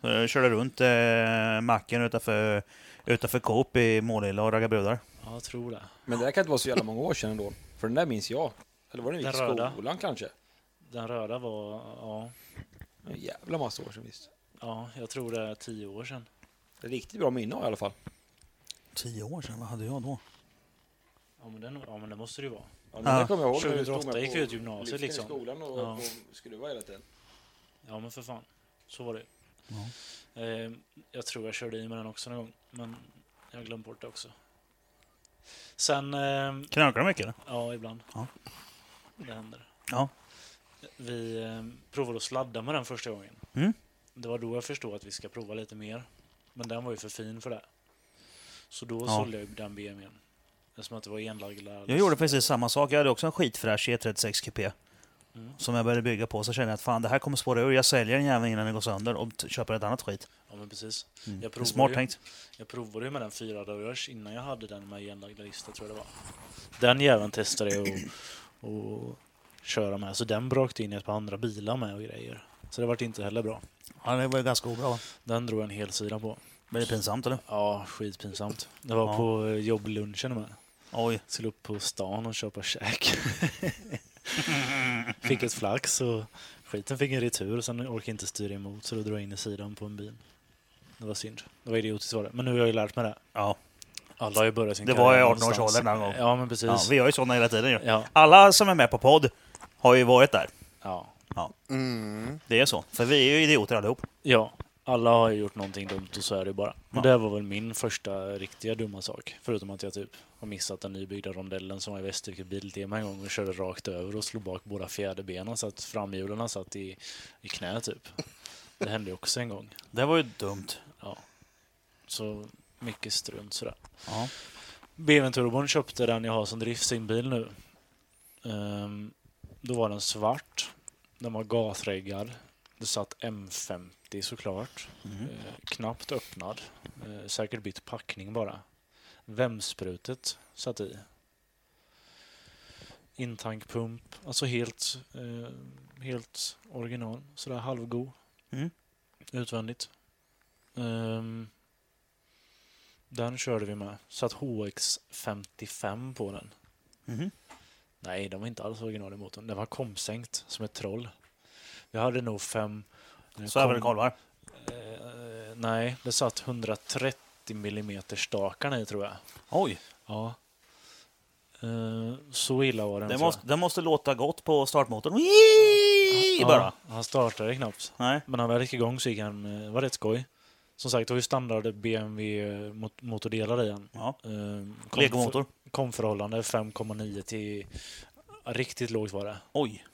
S3: Så jag körde runt eh, macken utanför, utanför Coop i Målilla och raggade brudar.
S2: Ja, jag tror det.
S1: Men det där kan inte vara så jävla många år sedan ändå. För den där minns jag. Eller var det när vi
S2: Den
S1: gick i
S2: röda.
S1: skolan kanske?
S2: Den röda var, ja,
S1: En jävla massa år sedan visst.
S2: ja, jag tror det är tio år sedan.
S1: Riktigt bra minne har jag i alla fall.
S3: Tio år sedan, vad hade jag då?
S2: Ja, men, den, ja, men det måste det ju vara.
S1: Ja,
S3: Ja.
S1: ja. Det kommer jag ihåg. när vi stod
S2: 2008
S1: med
S2: gick
S1: på
S2: vi ut gymnasiet,
S1: liften
S2: liksom.
S1: i skolan och,
S2: Ja.
S1: och skruvade hela tiden.
S2: Ja, men för fan. Så var det ju. Eh, jag tror jag körde i med den också någon gång, men jag har glömt bort det också. Sen, eh,
S3: Knökade de mycket eller?
S2: ja, ibland.
S3: Ja.
S2: Det händer.
S3: Ja.
S2: Vi eh, provade att sladda med den första gången.
S3: Mm.
S2: Det var då jag förstod att vi ska prova lite mer. Men den var ju för fin för det. Så då
S3: Ja.
S2: sålde jag ju den BMWn. Eftersom att det var enlagda...
S3: Jag gjorde precis samma sak. Jag hade också en skitfräsch E36 kupé.
S2: Mm.
S3: Som jag började bygga på. Så kände jag att fan, det här kommer spåra ur. Jag säljer den jäveln innan den går sönder och t- köper ett annat skit.
S2: Ja, men precis.
S3: Mm.
S2: Jag provar
S3: Smart
S2: ju.
S3: tänkt.
S2: Jag provade ju med den fyra dörrars innan jag hade den med igenlagda lista tror jag det var. Den jäveln testade jag och, och köra med. Så den brakte in i ett par andra bilar med och grejer. Så det vart inte heller bra.
S3: Ja, det var ju ganska obra. va?
S2: Den drog jag en hel sida på.
S3: Blev det pinsamt eller?
S2: Ja, skitpinsamt. Det var
S3: Ja.
S2: på eh, jobblunchen med.
S3: Oj.
S2: Skulle upp på stan och köpa käk. fick ett flax och skiten fick en retur och sen orkade jag inte styra emot så då drog jag in i sidan på en bil. Det var synd. Det var idiotiskt var det. Men nu har jag ju lärt mig det.
S3: Ja.
S2: Alla har ju börjat sin
S3: Det
S2: karriär
S3: var i
S2: någonstans.
S3: 18-årsåldern någon gång.
S2: Ja, men precis.
S3: ja,
S2: Ja,
S3: vi har ju sådana hela tiden ju.
S2: ja,
S3: Alla som är med på podd har ju varit där.
S2: ja,
S4: Mm.
S3: Det är så. För vi är ju idioter allihop.
S2: Alla har ju gjort någonting dumt och så är det bara. Och
S3: Ja.
S2: det var väl min första riktiga dumma sak. Förutom att jag typ har missat den nybyggda rondellen som var i Västervik i Biltema en gång och körde rakt över och slog bak båda fjäderbenen så att framhjulen satt i, i knä typ. Det hände ju också en gång.
S3: Det var ju dumt.
S2: Ja. Så mycket strunt sådär.
S3: Ja.
S2: BMWn Turbon köpte den jag har som driftsinbil nu. Ehm, då var den svart. Den var gasreggad. Det satt M50 såklart.
S3: Mm.
S2: Eh, knappt öppnad. Eh, säkert bytt packning bara. Vemsprutet satt i. Intankpump. Alltså helt, eh, helt original. Sådär halvgod.
S3: Mm.
S2: Utvändigt. Ehm, den körde vi med. Satt HX55 på den.
S3: Mhm.
S2: Nej, den var inte alls original i motorn. Den var komsänkt som ett troll. Vi hade nog fem...
S3: Så är väl kolvar.
S2: Eh, nej, det satt 130 mm stakarna i tror jag.
S3: Oj,
S2: Ja. Eh, så illa var den.
S3: den
S2: tror jag.
S3: måste, den måste låta gott på startmotorn.
S2: Ja,
S3: Wii! Bara.
S2: Han startade knappt.
S3: Nej.
S2: Men när han väl gick igång så gick han, eh, var rätt skoj. Som sagt, det var ju standard BMW-motordelar eh, i den.
S3: Ja.
S2: Eh, kom-
S3: Legomotor.
S2: Komförhållande 5,9 till... ja, Riktigt lågt var det.
S3: Oj.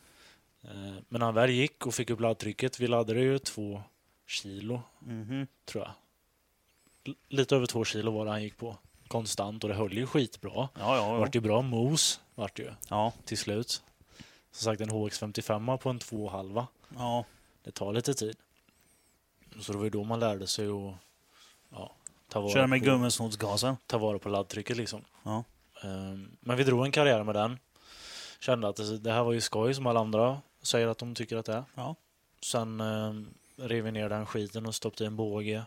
S2: Eh, Men när han väl gick och fick upp laddtrycket, vi laddade ju två kilo
S3: Mhm.
S2: tror jag. L- lite över två kilo var det han gick på konstant och det höll ju skitbra.
S3: Ja,
S2: Det
S3: ja, ja.
S2: vart ju bra mos vart det ju
S3: ja,
S2: till slut. Som sagt en HX55 på en 2,5.
S3: ja.
S2: Det tar lite tid. Så det var ju då man lärde sig att ja, ta,
S3: Köra
S2: vara
S3: med
S2: på,
S3: gummisnodsgasen.
S2: ta vara på laddtrycket liksom.
S3: Ja.
S2: Ehm, men vi drog en karriär med den. Kände att det det här var ju skoj som alla andra säger att de tycker att det är.
S3: Ja.
S2: Sen um, rev vi ner den skiten och stoppade i en båge.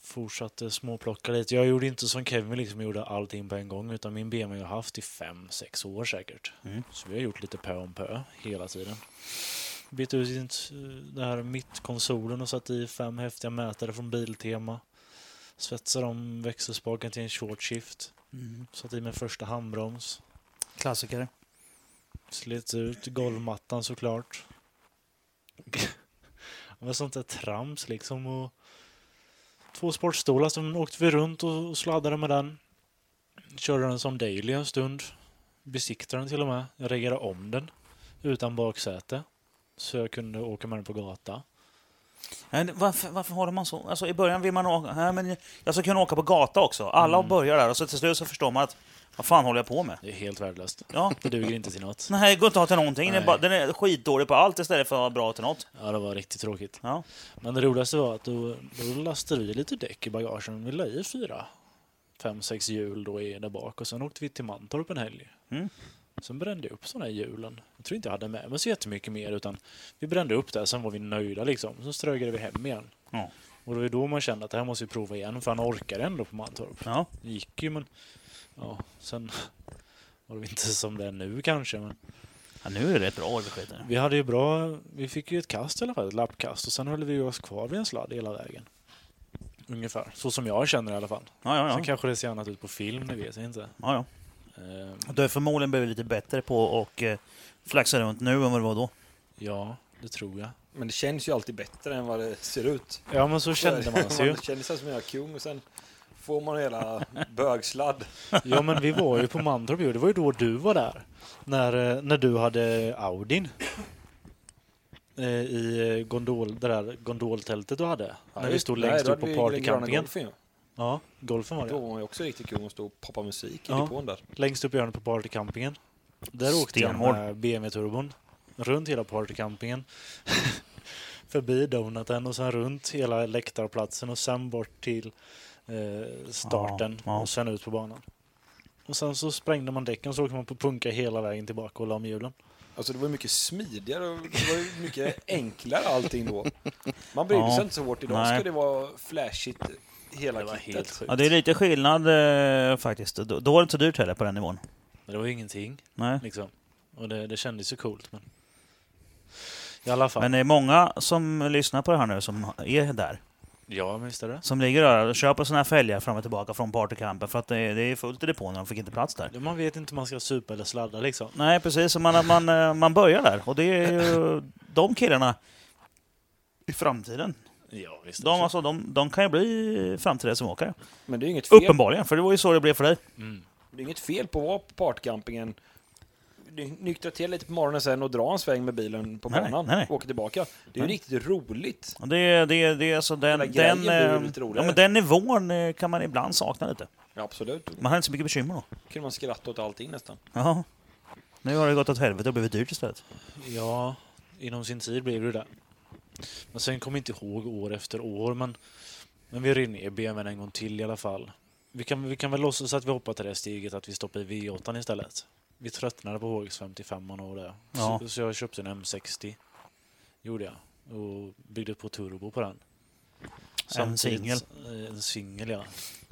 S2: Fortsatte småplocka lite. Jag gjorde inte som Kevin liksom gjorde allting på en gång utan min BMW har jag haft i fem, sex år säkert.
S3: Mm.
S2: Så vi har gjort lite pö om pö hela tiden. Bytte ut inte, eh, det här mittkonsolen och satte i fem häftiga mätare från Biltema. Svetsade om växelspaken till en short shift.
S3: Mm.
S2: Satte i min första handbroms.
S3: Klassiker.
S2: Slet ut golvmattan såklart. Men sånt där trams liksom. Och två sportstolar som åkte vi runt och och sladdade med den. Körde den som daily en stund. Besiktade den till och med. Jag reggade om den utan baksäte. Så jag kunde åka med den på gata.
S3: Nej, det- Varför, varför har man så? Alltså, I början vill man åka... Nej, men jag ska kunna åka på gata också. Alla börjar där och så till slut så förstår man att vad fan håller jag på med?
S2: Det är helt värdelöst.
S3: Ja.
S2: Det duger inte till något.
S3: Nej, det går inte att ha till någonting. Den är,
S2: Nej.
S3: bara, den är skitdålig på allt istället för att vara bra till något.
S2: Ja, det var riktigt tråkigt.
S3: Ja.
S2: Men det roligaste var att då, då lastade vi lite däck i bagagen. Vi la i fyra, fem, sex hjul då i där bak och sen åkte vi till Mantorp en helg.
S3: Mm.
S2: Sen brände jag upp sådana här hjulen. Jag tror inte jag hade med mig så jättemycket mer utan vi brände upp det, sen var vi nöjda liksom. Så strögade vi hem igen.
S3: Ja.
S2: Och det var då man kände att det här måste vi prova igen för han orkar ändå på Mantorp.
S3: Ja.
S2: Det gick ju men ja, sen var det väl inte som det är nu kanske. Men
S3: ja nu är det rätt bra besked.
S2: vi hade ju bra, vi fick ju ett kast i alla fall, ett lappkast och sen höll vi ju oss kvar vid en sladd hela vägen. Ungefär, så som jag känner i alla fall.
S3: Ja, ja,
S2: Sen
S3: ja.
S2: kanske det ser annat ut på film, det vet jag inte.
S3: ja, ja.
S2: Ehm,
S3: Du har förmodligen blivit lite bättre på och eh, flaxa runt nu än vad det var då.
S2: ja, det tror jag.
S1: Men det känns ju alltid bättre än vad det ser ut.
S2: Ja, men så kände man sig ju.
S1: Man känner sig som en jävla kung och sen får man hela bögsladd.
S2: Ja, men vi var ju på Mantorp ju. Det var ju då du var där. När, eh, när du hade Audin. Eh, I eh, gondol, det där gondoltältet du hade. när vi stod längst upp på partycampingen.
S1: Golfen,
S2: Ja, golfen var
S1: ja.
S2: det.
S1: Då var man ju också riktigt kung och stod och poppade musik i
S2: Ja.
S1: depån där.
S2: längst upp i hörnet på partycampingen. Där åkte jag
S3: Stenhård.
S2: med BMW-turbon runt hela partycampingen. Förbi donaten och sen runt hela läktarplatsen och sen bort till eh, starten
S3: Ja, ja.
S2: och sen ut på banan. Och sen så sprängde man däcken så åkte man på punka hela vägen tillbaka och la om hjulen.
S1: Alltså det var ju mycket smidigare och det var ju mycket enklare allting då. Man brydde
S3: Ja.
S1: sig inte så hårt. Idag
S3: Nej.
S1: ska det vara flashigt hela
S2: Det var
S1: kittet.
S2: helt sjukt.
S3: Ja, det är lite skillnad eh, faktiskt. Då, då var det inte så dyrt heller på den nivån.
S2: Men det var ju ingenting
S3: Nej.
S2: liksom. Och det, det kändes ju coolt men... I alla fall.
S3: Men det är många som lyssnar på det här nu som är där.
S2: Ja, men visst är det.
S3: Som ligger där och köper såna här fälgar fram och tillbaka från partycampen för att det, det är fullt i depån och de fick inte plats där.
S2: Man vet inte om man ska supa eller sladda liksom.
S3: Nej, precis. Så Man, man, eh, man börjar där. Och det är ju de killarna i framtiden.
S2: Ja, visst. är det
S3: De,
S2: så.
S3: alltså, de, de kan ju bli framtida som åkare.
S1: Men det är ju inget fel.
S3: Uppenbarligen, för det var ju så det blev för dig.
S2: Mm.
S1: Det är inget fel på att vara på partycampingen. Ny- Nyktra till lite på morgonen sen och dra en sväng med bilen på
S3: Nej,
S1: banan
S3: nej, nej.
S1: och åka tillbaka. Det är ju
S3: Nej.
S1: riktigt roligt.
S3: Och det, det, det är alltså den,
S1: Hela grejen
S3: den,
S1: blir
S3: eh,
S1: lite
S3: ja,
S1: roligare.
S3: men den nivån eh, kan man ibland sakna lite.
S1: Ja, absolut.
S3: Man har inte så mycket bekymmer då.
S1: kunde man skratta åt allting nästan.
S3: Ja. Nu har det gått åt helvete och blivit dyrt istället.
S2: Ja, inom sin tid blev det det. Men sen kommer jag inte ihåg år efter år, men, men vi rev ner BMWn en gång till i alla fall. Vi kan, vi kan väl låtsas att vi hoppar till det steget att vi stoppar i V8 istället. Vi tröttnade på HX55 och det.
S3: Ja.
S2: Så, så jag köpte en M60. Gjorde jag. Och byggde på turbo på den.
S3: En
S2: Samtidigt-
S3: singel.
S2: eh, En singel, ja.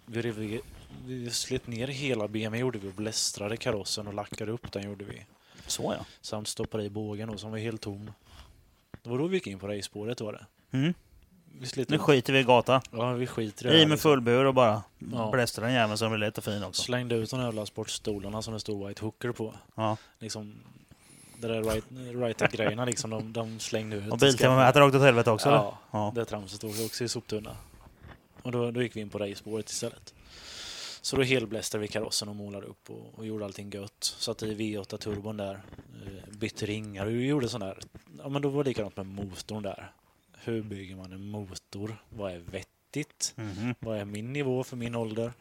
S2: Vi rev vi slet ner hela BMW gjorde vi och blästrade karossen och lackade upp den gjorde vi.
S3: Så ja.
S2: Samt stoppade i bågen och som var helt tom. Det var då vi gick in på racespåret var det.
S3: Mm.
S2: Vi slet
S3: Nu skiter vi i gata.
S2: Ja, vi skiter i det
S3: I
S2: här,
S3: med
S2: liksom.
S3: fullbur och bara
S2: Ja.
S3: blästra den jäveln så den blir lite fin också.
S2: Slängde ut de jävla sportstolarna som det stod White Hooker på.
S3: Ja.
S2: Liksom, det där right- right-grejerna liksom, de, de slängde ut.
S3: Och biltemamätaren åkte åt helvete också eller?
S2: Ja,
S3: Ja.
S2: det tramset åkte också i soptunna. Och då, då gick vi in på racespåret istället. Så då helblästrade vi karossen och målade upp och, och gjorde allting gött. Satte i V8-turbon där, eh, bytte ringar och gjorde sån där. Ja, men då var det likadant med motorn där. Hur bygger man en motor? Vad är vettigt?
S3: Mhm.
S2: Vad är min nivå för min ålder?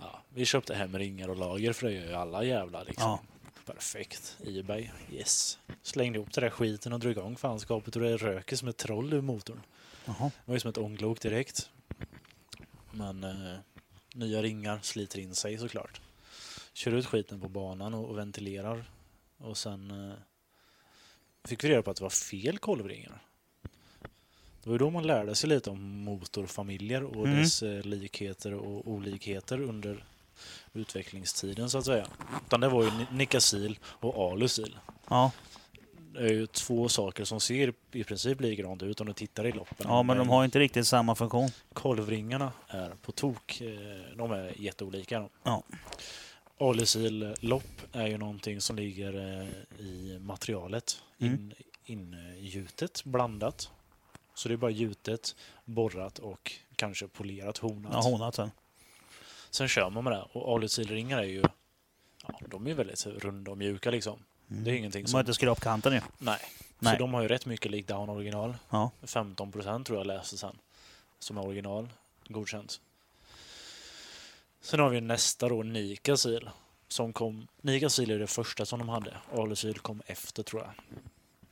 S2: Ja, vi köpte hem ringar och lager för det gör ju alla jävla liksom.
S3: Ja.
S2: Perfekt. Ebay. Yes. Slängde ihop den där skiten och drog igång fanskapet och det röker som ett troll ur motorn.
S3: Jaha.
S2: Det var ju som ett ånglok direkt. Men eh, nya ringar sliter in sig såklart. Kör ut skiten på banan och, och ventilerar. Och sen eh, fick vi reda på att det var fel kolvringar. Det var ju då man lärde sig lite om motorfamiljer och
S3: Mm.
S2: dess eh, likheter och olikheter under utvecklingstiden så att säga. Utan det var ju Ni- Nicasil och Alusil.
S3: Ja.
S2: Det är ju två saker som ser i princip likadant ut om du tittar i loppen.
S3: ja, men de har inte riktigt samma funktion.
S2: Kolvringarna är på tok. eh, De är jätteolika. de.
S3: Ja.
S2: Alisil-lopp är ju någonting som ligger eh, i materialet,
S3: Mm.
S2: in, ingjutet, blandat. Så det är bara gjutet, borrat och kanske polerat, honat.
S3: Ja, honat sen.
S2: Sen kör man med det. Och alisilringar är ju ja, de är ju väldigt runda och mjuka liksom. Det är ingenting
S3: Mm. De har
S2: som...
S3: inte skrapkanten ju.
S2: Nej.
S3: Nej.
S2: Så de har ju rätt mycket likdown original.
S3: Ja.
S2: 15 procent tror jag läste sen. Som är original. Godkänt. Sen har vi nästa då, Nikasil. Som kom, Nikasil är det första som de hade. Alusil kom efter tror jag.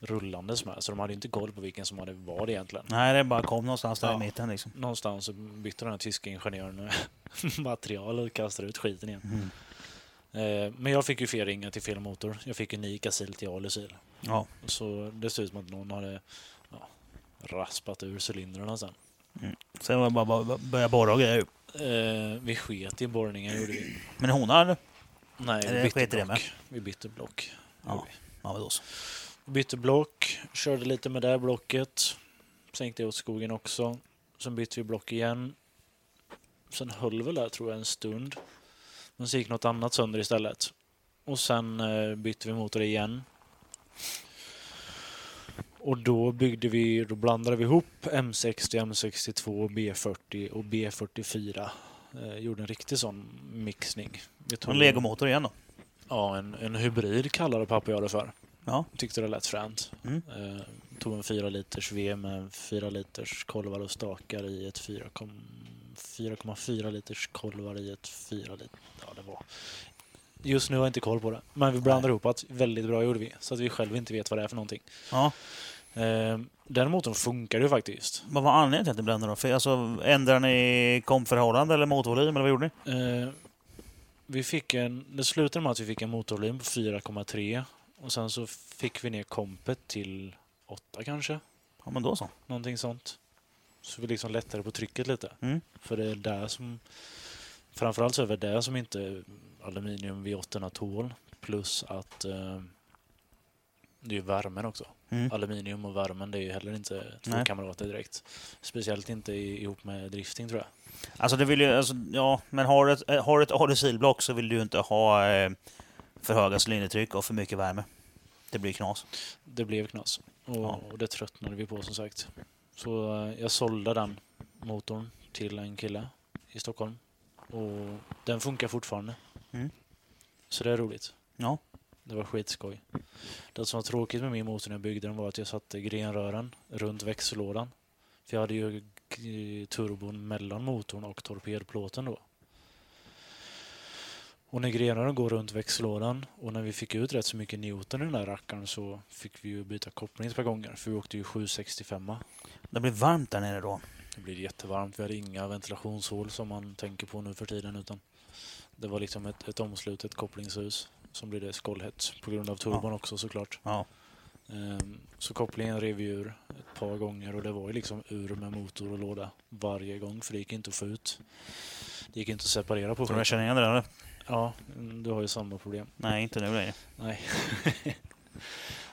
S2: Rullandes med. Så de hade inte koll på vilken som hade vad egentligen.
S3: Nej, det bara kom någonstans där
S2: Ja.
S3: i mitten liksom.
S2: Någonstans så bytte den här tyska ingenjören material och kastade ut skiten igen.
S3: Mm.
S2: Eh, men jag fick ju fel ringar till fel motor. Jag fick ju Nikasil till Alusil.
S3: Ja.
S2: Så det ser ut som att någon hade ja, raspat ur cylindrarna sen.
S3: Sen var det bara- bara bara börja borra och grejer. ju.
S2: Eh, vi sket i borrningen gjorde vi.
S3: Men honar?
S2: Nej,
S3: Eller
S2: vi bytte
S3: sket i det med.
S2: block. Vi bytte block.
S3: Ja. Ja, men då så.
S2: Vi bytte block, körde lite med det här blocket. Sänkte åt skogen också. Sen bytte vi block igen. Sen höll väl där tror jag en stund. Men så gick något annat sönder istället. Och sen eh, bytte vi motor igen. Och då byggde vi, då blandade vi ihop M60, M62, B40 och B44. Eh, gjorde en riktig sån mixning. Vi tog-
S3: En legomotor igen då.
S2: Ja, en, en hybrid kallade pappa jag det för.
S3: Ja.
S2: Tyckte det lät fränt.
S3: Mm.
S2: Eh, tog en 4 liters V med 4 liters kolvar och stakar i ett 4,4 liters kolvar i ett 4 liter... Ja, det var... Just nu har jag inte koll på det. Men vi blandade ihop att väldigt bra gjorde vi. Så att vi själva inte vet vad det är för någonting.
S3: Ja.
S2: Eh, den motorn funkar ju faktiskt.
S3: Vad var anledningen till att ni blandade då? För, alltså, ändrade ni kompförhållande eller motorvolym eller vad gjorde ni?
S2: Eh, vi fick en, det slutade med att vi fick en motorvolym på 4,3 och sen så fick vi ner kompet till 8 kanske.
S3: Ja, men då så.
S2: Någonting sånt. Så vi liksom lättade på trycket lite.
S3: Mm.
S2: För det är där som... Framförallt så är det där som inte aluminium V8 tål. Plus att eh, det är ju värmen också.
S3: Mm.
S2: Aluminium och värmen det är ju heller inte två
S3: Nej.
S2: kamrater direkt. Speciellt inte i- ihop med drifting tror jag.
S3: Alltså, det vill ju, alltså, ja, men har du ett, eh, har du ett alusilblock så vill du ju inte ha eh, för höga cylindertryck och för mycket värme. Det blir knas.
S2: det blev knas. Och,
S3: Ja.
S2: och det tröttnade vi på som sagt. Så eh, jag sålde den motorn till en kille i Stockholm. Och den funkar fortfarande.
S3: Mm.
S2: Så det är roligt.
S3: Ja.
S2: Det var skitskoj. Det som var tråkigt med min motor när jag byggde den var att jag satte grenrören runt växellådan. För jag hade ju g- turbon mellan motorn och torpedplåten då. Och när grenarna går runt växellådan och när vi fick ut rätt så mycket newton i den där rackaren så fick vi ju byta koppling ett par gånger för vi åkte ju 765
S3: Det blir varmt där nere då.
S2: Det blev jättevarmt. Vi hade inga ventilationshål som man tänker på nu för tiden utan det var liksom ett, ett omslutet kopplingshus som blev det skållhett på grund av turbon också såklart.
S3: Ja.
S2: Ehm, Så kopplingen rev ju ur ett par gånger och det var ju liksom ur med motor och låda varje gång för det gick inte att få ut. Det gick ju inte att separera på
S3: Tror du jag
S2: skiten.
S3: känner igen det där eller?
S2: Ja, mm, du har ju samma problem.
S3: Nej, inte nu längre.
S2: Nej.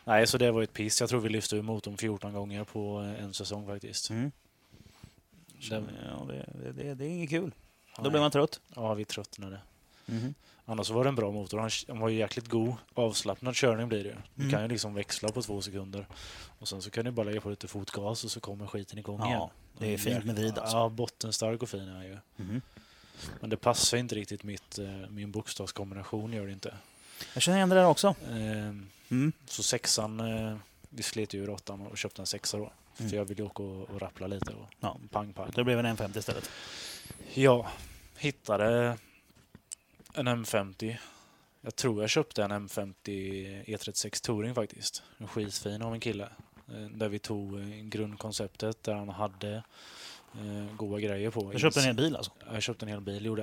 S2: Nej, så det var ju ett piss. Jag tror vi lyfte ur motorn 14 gånger på eh, en säsong faktiskt.
S3: Mm.
S2: Den,
S3: Ja, det, det- det, det är inget kul. Då
S2: nej.
S3: blir man trött.
S2: Ja, vi tröttnade.
S3: Mm-hmm.
S2: Annars var det en bra motor. Han, han var ju jäkligt god. Avslappnad körning blir det ju. Du
S3: Mm.
S2: kan ju liksom växla på två sekunder. Och sen så kan du bara lägga på lite fotgas och så kommer skiten igång igen.
S3: Ja, det är fint med vrid alltså.
S2: Ja, bottenstark och fin är han ju.
S3: Mhm.
S2: Men det passar inte riktigt mitt, eh, min bokstavskombination, gör det inte.
S3: Jag känner igen det där också.
S2: Ehm,
S3: Mm.
S2: Så sexan, eh, vi slet ju ur åttan och köpte en sexa då.
S3: Mm.
S2: För jag ville ju åka och, och rappla lite och
S3: Ja.
S2: pang pang.
S3: Det blev en 150 istället.
S2: Ja, hittade en M50. Jag tror jag köpte en M50 E36 Touring faktiskt. En skitfin av en kille. Eh, Där vi tog eh, grundkonceptet där han hade eh, goda grejer på.
S3: Jag köpte en hel bil alltså.
S2: Jag köpte en hel bil gjorde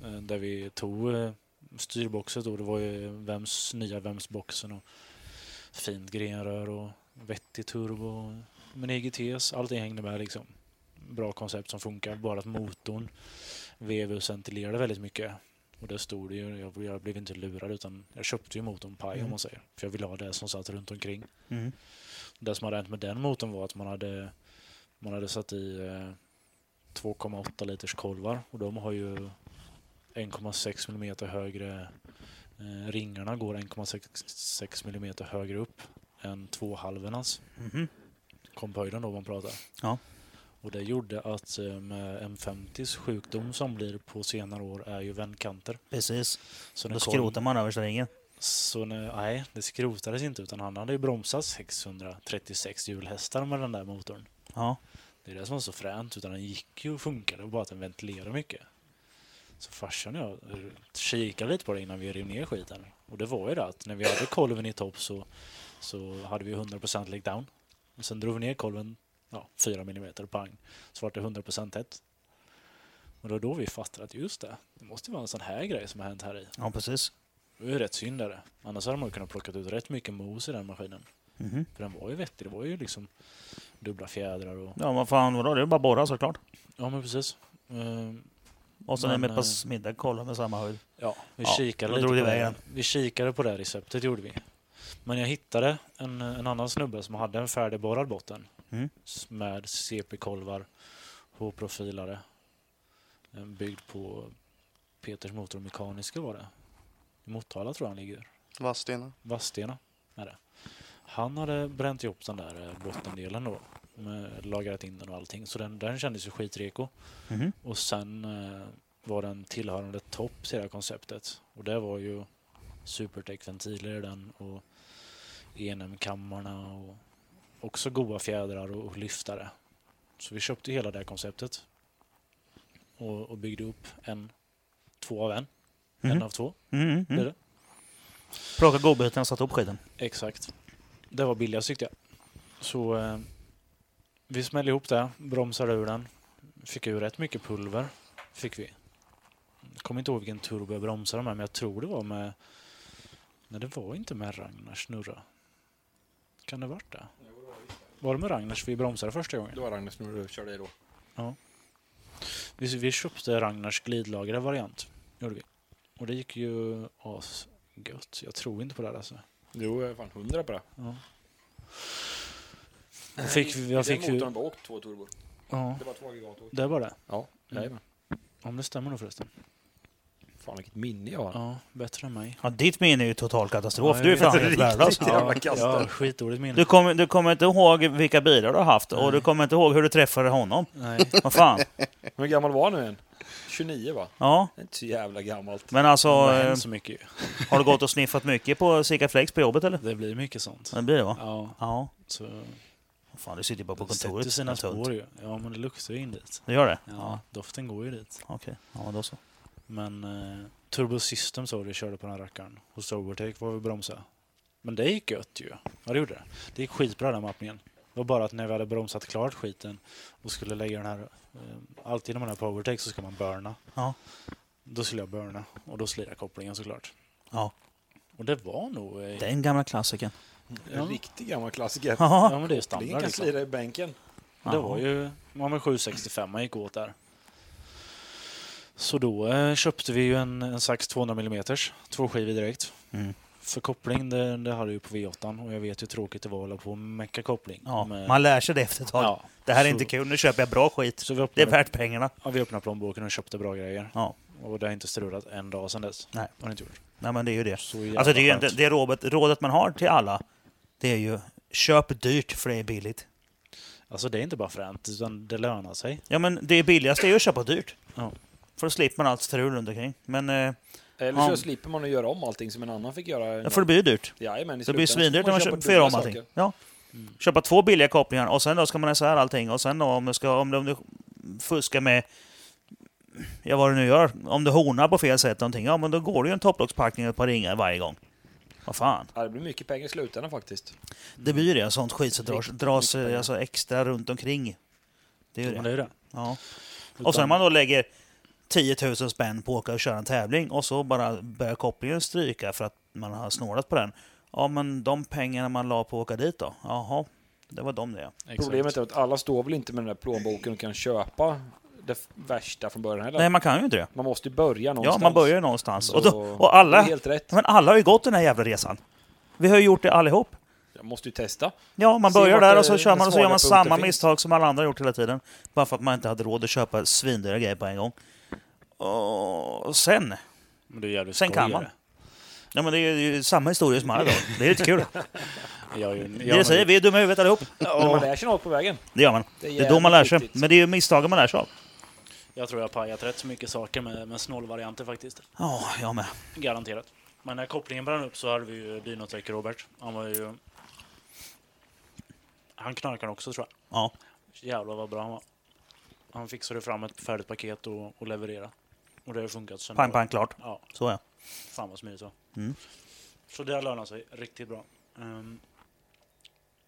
S2: jag. Eh, Där vi tog eh, styrboxet och det var ju vems, nya Vems-boxen och fint grenrör och vettig turbo. Men EGTs, allting hängde med liksom. Bra koncept som funkar, bara att motorn vevusventilerade väldigt mycket. Och där stod det ju, jag, jag blev inte lurad utan jag köpte ju motorn paj om
S3: Mm.
S2: man säger. För jag ville ha det som satt runt omkring.
S3: Mm.
S2: Det som hade hänt med den motorn var att man hade, man hade satt i eh, 2,8 liters kolvar och de har ju 1,6 mm högre eh, ringarna går 1,6 mm högre upp än tvåhalvornas
S3: Mhm.
S2: komphöjden då man pratar.
S3: Ja.
S2: Och det gjorde att eh, med M50s sjukdom som blir på senare år är ju vändkanter.
S3: Precis.
S2: Så
S3: Då
S2: kom-
S3: skrotar man översta ringen.
S2: så när, nej, det skrotades inte utan han hade ju bromsat 636 hjulhästar med den där motorn.
S3: Ja.
S2: Det är det som var så fränt, utan den gick ju och funkade, bara att den ventilerade mycket. Så farsan och jag eh, kikade lite på det innan vi rev ner skiten. Och det var ju det att när vi hade kolven i topp så, så hade vi 100% läggdown. Och sen drog vi ner kolven ja, 4 mm, pang, så var det 100% tätt. Och det var då vi fattade att just det, det måste vara en sån här grej som har hänt här i.
S3: ja, precis.
S2: Det är ju rätt synd är det. Annars hade man ju kunnat plocka ut rätt mycket mos i den maskinen.
S3: Mhm.
S2: För den var ju vettig. Det var ju liksom dubbla fjädrar och...
S3: Ja, vad fan vadå? Det är bara att borra såklart.
S2: Ja, men precis. Ehm,
S3: Och sen
S2: Men,
S3: är med ett
S2: eh,
S3: par middag kolla med samma höjd.
S2: ja, vi
S3: Ja,
S2: kikade
S3: då
S2: lite
S3: drog det
S2: på det.
S3: iväg
S2: Vi kikade på det här receptet gjorde vi. Men jag hittade en, en annan snubbe som hade en färdigborrad botten.
S3: Mm.
S2: S- Med CP-kolvar, H-profilare. Eh, Byggd på Peters Motormekaniska var det. I Motala tror jag han ligger.
S4: Vadstena.
S2: Vadstena är det. Han hade bränt ihop den där eh, bottendelen då. Med, lagrat in den och allting. Så den, den kändes ju skitreko.
S3: Mhm.
S2: Och sen eh, var den tillhörande topp till det här konceptet. Och det var ju Supertech-ventiler i den och ENM-kammarna och också goda fjädrar och, och lyftare. Så vi köpte hela det här konceptet. Och, och byggde upp en, två av en. En
S3: Mhm.
S2: av två.
S3: Mm, mm,
S2: Blir
S3: mm.
S2: det?
S3: Plocka godbitarna och satte upp skiten.
S2: Exakt. Det var billigast tyckte jag. Så eh, vi smällde ihop det, bromsade ur den. Fick ur rätt mycket pulver. Fick vi. Kommer inte ihåg vilken turbo jag bromsade med, men jag tror det var med... Nej, det var inte med Ragnars snurra. Kan det varit det? Var det med Ragnars vi bromsade första gången?
S1: Det var Ragnar som du körde det då.
S2: Vi, vi köpte Ragnars glidlagrade variant. Gjorde vi. Och det gick ju asgött. Jag tror inte på det här alltså.
S1: Jo, jag är fan hundra på det.
S2: Ja. Jag fick, jag fick
S1: Den
S2: ju...
S1: motorn var åkt två turbor.
S2: Ja.
S1: Det var två aggregat åkt.
S2: Det var det?
S1: Ja,
S3: Mm.
S2: jajamän. Om det stämmer nog förresten.
S1: Fan vilket minne jag har.
S2: Ja, bättre än mig.
S3: Ja, ditt minne är ju total katastrof.
S2: Ja,
S3: du är
S2: jag
S3: fan
S2: vet.
S3: helt värdelös.
S1: Riktigt. jävla kastar.
S2: ja, skitdåligt minne.
S3: Du kommer, du kommer inte ihåg vilka bilar du har haft och
S2: Nej.
S3: du kommer inte ihåg hur du träffade honom.
S2: Nej.
S3: Vad fan.
S1: Hur gammal var han nu än? 29 va?
S3: Ja,
S1: Det är inte så jävla gammalt.
S3: men alltså
S2: det har
S3: eh,
S2: hänt så mycket ju.
S3: har du gått och sniffat mycket på Sika Flex på jobbet eller?
S2: Det blir mycket sånt.
S3: Det blir det va?
S2: Ja,
S3: Ja.
S2: så
S3: Fan, du sitter ju bara på
S2: det
S3: kontoret.
S2: sätter sina
S3: Det är tungt.
S2: spår ju. Ja, men det luktar ju in dit.
S3: Det gör det?
S2: Ja,
S3: Ja.
S2: Doften går ju dit.
S3: Okej. Ja, då så.
S2: Men eh, Turbo System sa vi körde på den här rackaren. Hos Overtake var vi bromsa. Men det gick gött ju. Ja, det gjorde det. Det gick skitbra den här mappningen. Det var bara att när vi hade bromsat klart skiten och skulle lägga den här... Eh, alltid när man är på Overtake så ska man burna.
S3: Ja.
S2: Då skulle jag burna och då slirade kopplingen såklart.
S3: Ja,
S2: Och det var nog... Eh,
S3: den gamla klassikern.
S1: En
S2: ja.
S1: riktig gammal klassiker.
S2: ja,
S3: Ja.
S2: men det är
S1: Kopplingen
S2: standard
S1: kan
S2: liksom.
S1: slira i bänken.
S2: Det
S3: Ja.
S2: var ju... Ja, men 765 man gick åt där. Så då eh, köpte vi ju en, en sax 200 mm, två skivor direkt.
S3: Mm.
S2: För koppling, det, det hade jag ju på V8 och jag vet hur tråkigt det var att hålla på och mecka koppling.
S3: Ja,
S2: med-
S3: man lär sig det efter ett tag.
S2: liksom, eh, ja,
S3: Det här är
S2: så-
S3: inte kul, nu köper jag bra skit.
S2: Så vi
S3: Det är
S2: öppnade,
S3: värt pengarna.
S2: ja, vi öppnade plånboken och köpte bra grejer.
S3: Ja.
S2: Och det har inte strulat en dag sedan dess.
S3: Nej.
S2: Har det inte gjort.
S3: Nej, men det är ju det.
S2: Så jävla
S3: Alltså det, är ju inte,
S2: skönt.
S3: det rådet, rådet man har till alla, det är ju köp dyrt för det är billigt.
S2: Alltså det är inte bara fränt, utan det lönar sig.
S3: Ja men det billigaste är ju att köpa dyrt.
S2: Ja.
S3: För då slipper man allt strul runt omkring. Men eh,
S1: Eller så
S3: Ja.
S1: slipper man att göra om allting som en annan fick göra.
S3: ja, för det blir ju dyrt.
S1: Jajamän, i
S3: Det blir
S1: slutändan så
S3: svindyrt
S1: får
S3: när man
S1: köpa
S3: köper, får göra om
S1: dubbla
S3: allting.
S1: saker. Mm.
S3: Ja. Köpa två billiga kopplingar och sen då ska man isär allting. Och sen då om du, ska, om du, om du fuskar med, ja vad du nu gör, om du honar på fel sätt någonting, ja men då går det ju en topplockspackning och ett par ringar varje gång. Vad fan.
S1: Ja, det blir mycket pengar i slutändan faktiskt.
S3: Det blir ju det, sånt skit som dras,
S1: Mm. Riktigt
S3: dras
S1: mycket
S3: eh,
S1: pengar.
S3: alltså, extra runt omkring. Det är ju
S2: Men det
S3: det.
S2: är ju det.
S3: Ja.
S2: Utan,
S3: Och sen man då lägger 10 000 spänn på att åka och köra en tävling och så bara börjar kopplingen stryka för att man har snålat på den. Ja, men de pengarna man la på att åka dit då? Jaha, det var de det.
S2: exakt.
S1: Problemet är att alla står väl inte med den där plånboken och kan köpa det f- värsta från början heller.
S3: Nej, man kan ju inte det.
S1: Man måste ju börja
S3: Ja,
S1: någonstans.
S3: man börjar ju någonstans. Och, då,
S1: Så-
S3: och
S1: Det är
S3: alla,
S1: Helt rätt.
S3: men alla har ju gått den här jävla resan. Vi har ju gjort det allihop.
S1: Jag måste ju testa.
S3: Ja, man
S1: Se
S3: börjar
S1: vart
S3: där
S1: det-
S3: och så kör
S1: den
S3: man och så gör
S1: svaga
S3: man
S1: punkten
S3: samma
S1: finns.
S3: misstag som alla andra har gjort hela tiden. Bara för att man inte hade råd att köpa svindyra grejer på en gång. Och sen,
S2: Men det är jävligt
S3: sen kan
S2: skoj,
S3: man.
S2: är
S3: Ja, men det är ju samma historia som alla då. Det är lite kul.
S2: det. Jag, är ju-
S3: Det är det jag säger, vi är dumma i huvudet allihop.
S1: Men man lär sig något på vägen.
S3: Det gör man.
S1: Det är,
S3: Det är då man lär
S1: jävligt
S3: sig.
S1: viktigt.
S3: Men det är ju misstagen man lär sig av.
S2: jag tror jag har pajat rätt så mycket saker med, med snålvarianter faktiskt.
S3: Ja, jag med.
S2: Garanterat. Men när kopplingen brann upp så hade vi ju Dynotech Robert. Han var ju... Han knarkade också tror jag.
S3: Ja.
S2: Jävlar vad bra han var. Han fixade fram ett färdigt paket och, och leverera. Och det har ju funkat sen.
S3: Pang, pang, klart.
S2: Ja,
S3: Så ja.
S2: fan vad smidigt det var.
S3: Mm.
S2: Så det lönar sig riktigt bra. Ehm,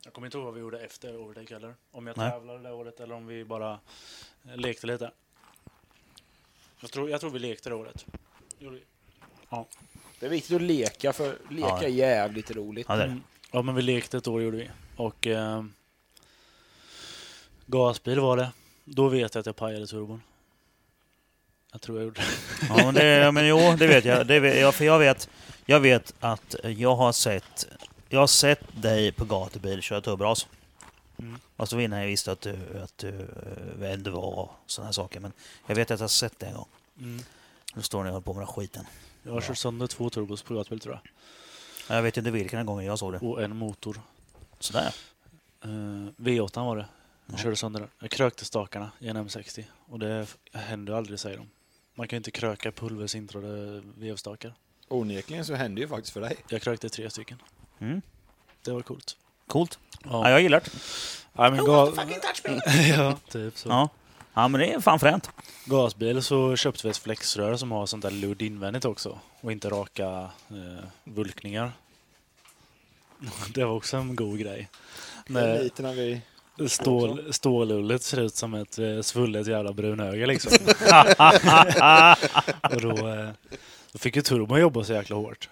S2: jag kommer inte ihåg vad vi gjorde efter Overdake heller. Om jag
S3: Nej.
S2: tävlade det året eller om vi bara eh, lekte lite. Jag tror, jag tror vi lekte det året. Gjorde vi.
S1: Det är viktigt att leka, för leka
S3: Ja.
S1: är jävligt roligt.
S3: ja det är. det.
S2: Mm. Ja, men vi lekte ett år gjorde vi. Och eh, gasbil var det. Då vet jag att jag pajade turbon. Jag tror jag gjorde det.
S3: Ja, men, det, ja, men jo, det vet jag. Det vet, jag för jag vet, jag vet att jag har sett, jag har sett dig på gatubil köra tubbras.
S2: Mm.
S3: Alltså innan jag visste att du, att du, eh, vem du var och sådana här saker. Men jag vet att jag har sett det en gång. Nu står ni och håller på med den här skiten.
S2: Mm. Jag har kört sönder två turbos på gatbil tror jag.
S3: Ja, Jag vet inte vilken gång jag såg det.
S2: Och en motor.
S3: Sådär.
S2: Eh, V8 var det.
S3: Ja.
S2: Jag körde sönder den. Jag krökte stakarna i en M60. Och det f- händer ju aldrig säger de. Man kan ju inte kröka pulversintrade vevstakar.
S1: Onekligen så hände ju faktiskt för dig.
S2: Jag krökte tre stycken.
S3: Mm.
S2: Det var coolt.
S3: Coolt. Ja,
S2: Ja.
S3: jag gillar det.
S2: Nej, men ga- ja, typ så.
S3: Ja. ja, men det är fan fränt.
S2: gasbil så köpte vi ett flexrör som har sånt där ludd invändigt också och inte raka eh, vulkningar. Det var också en god grej. När
S1: Lite när vi...
S2: stål, stålullet ser ut som ett eh, svullet jävla brunöga liksom. och då, eh, då fick ju turbon jobba så jäkla hårt.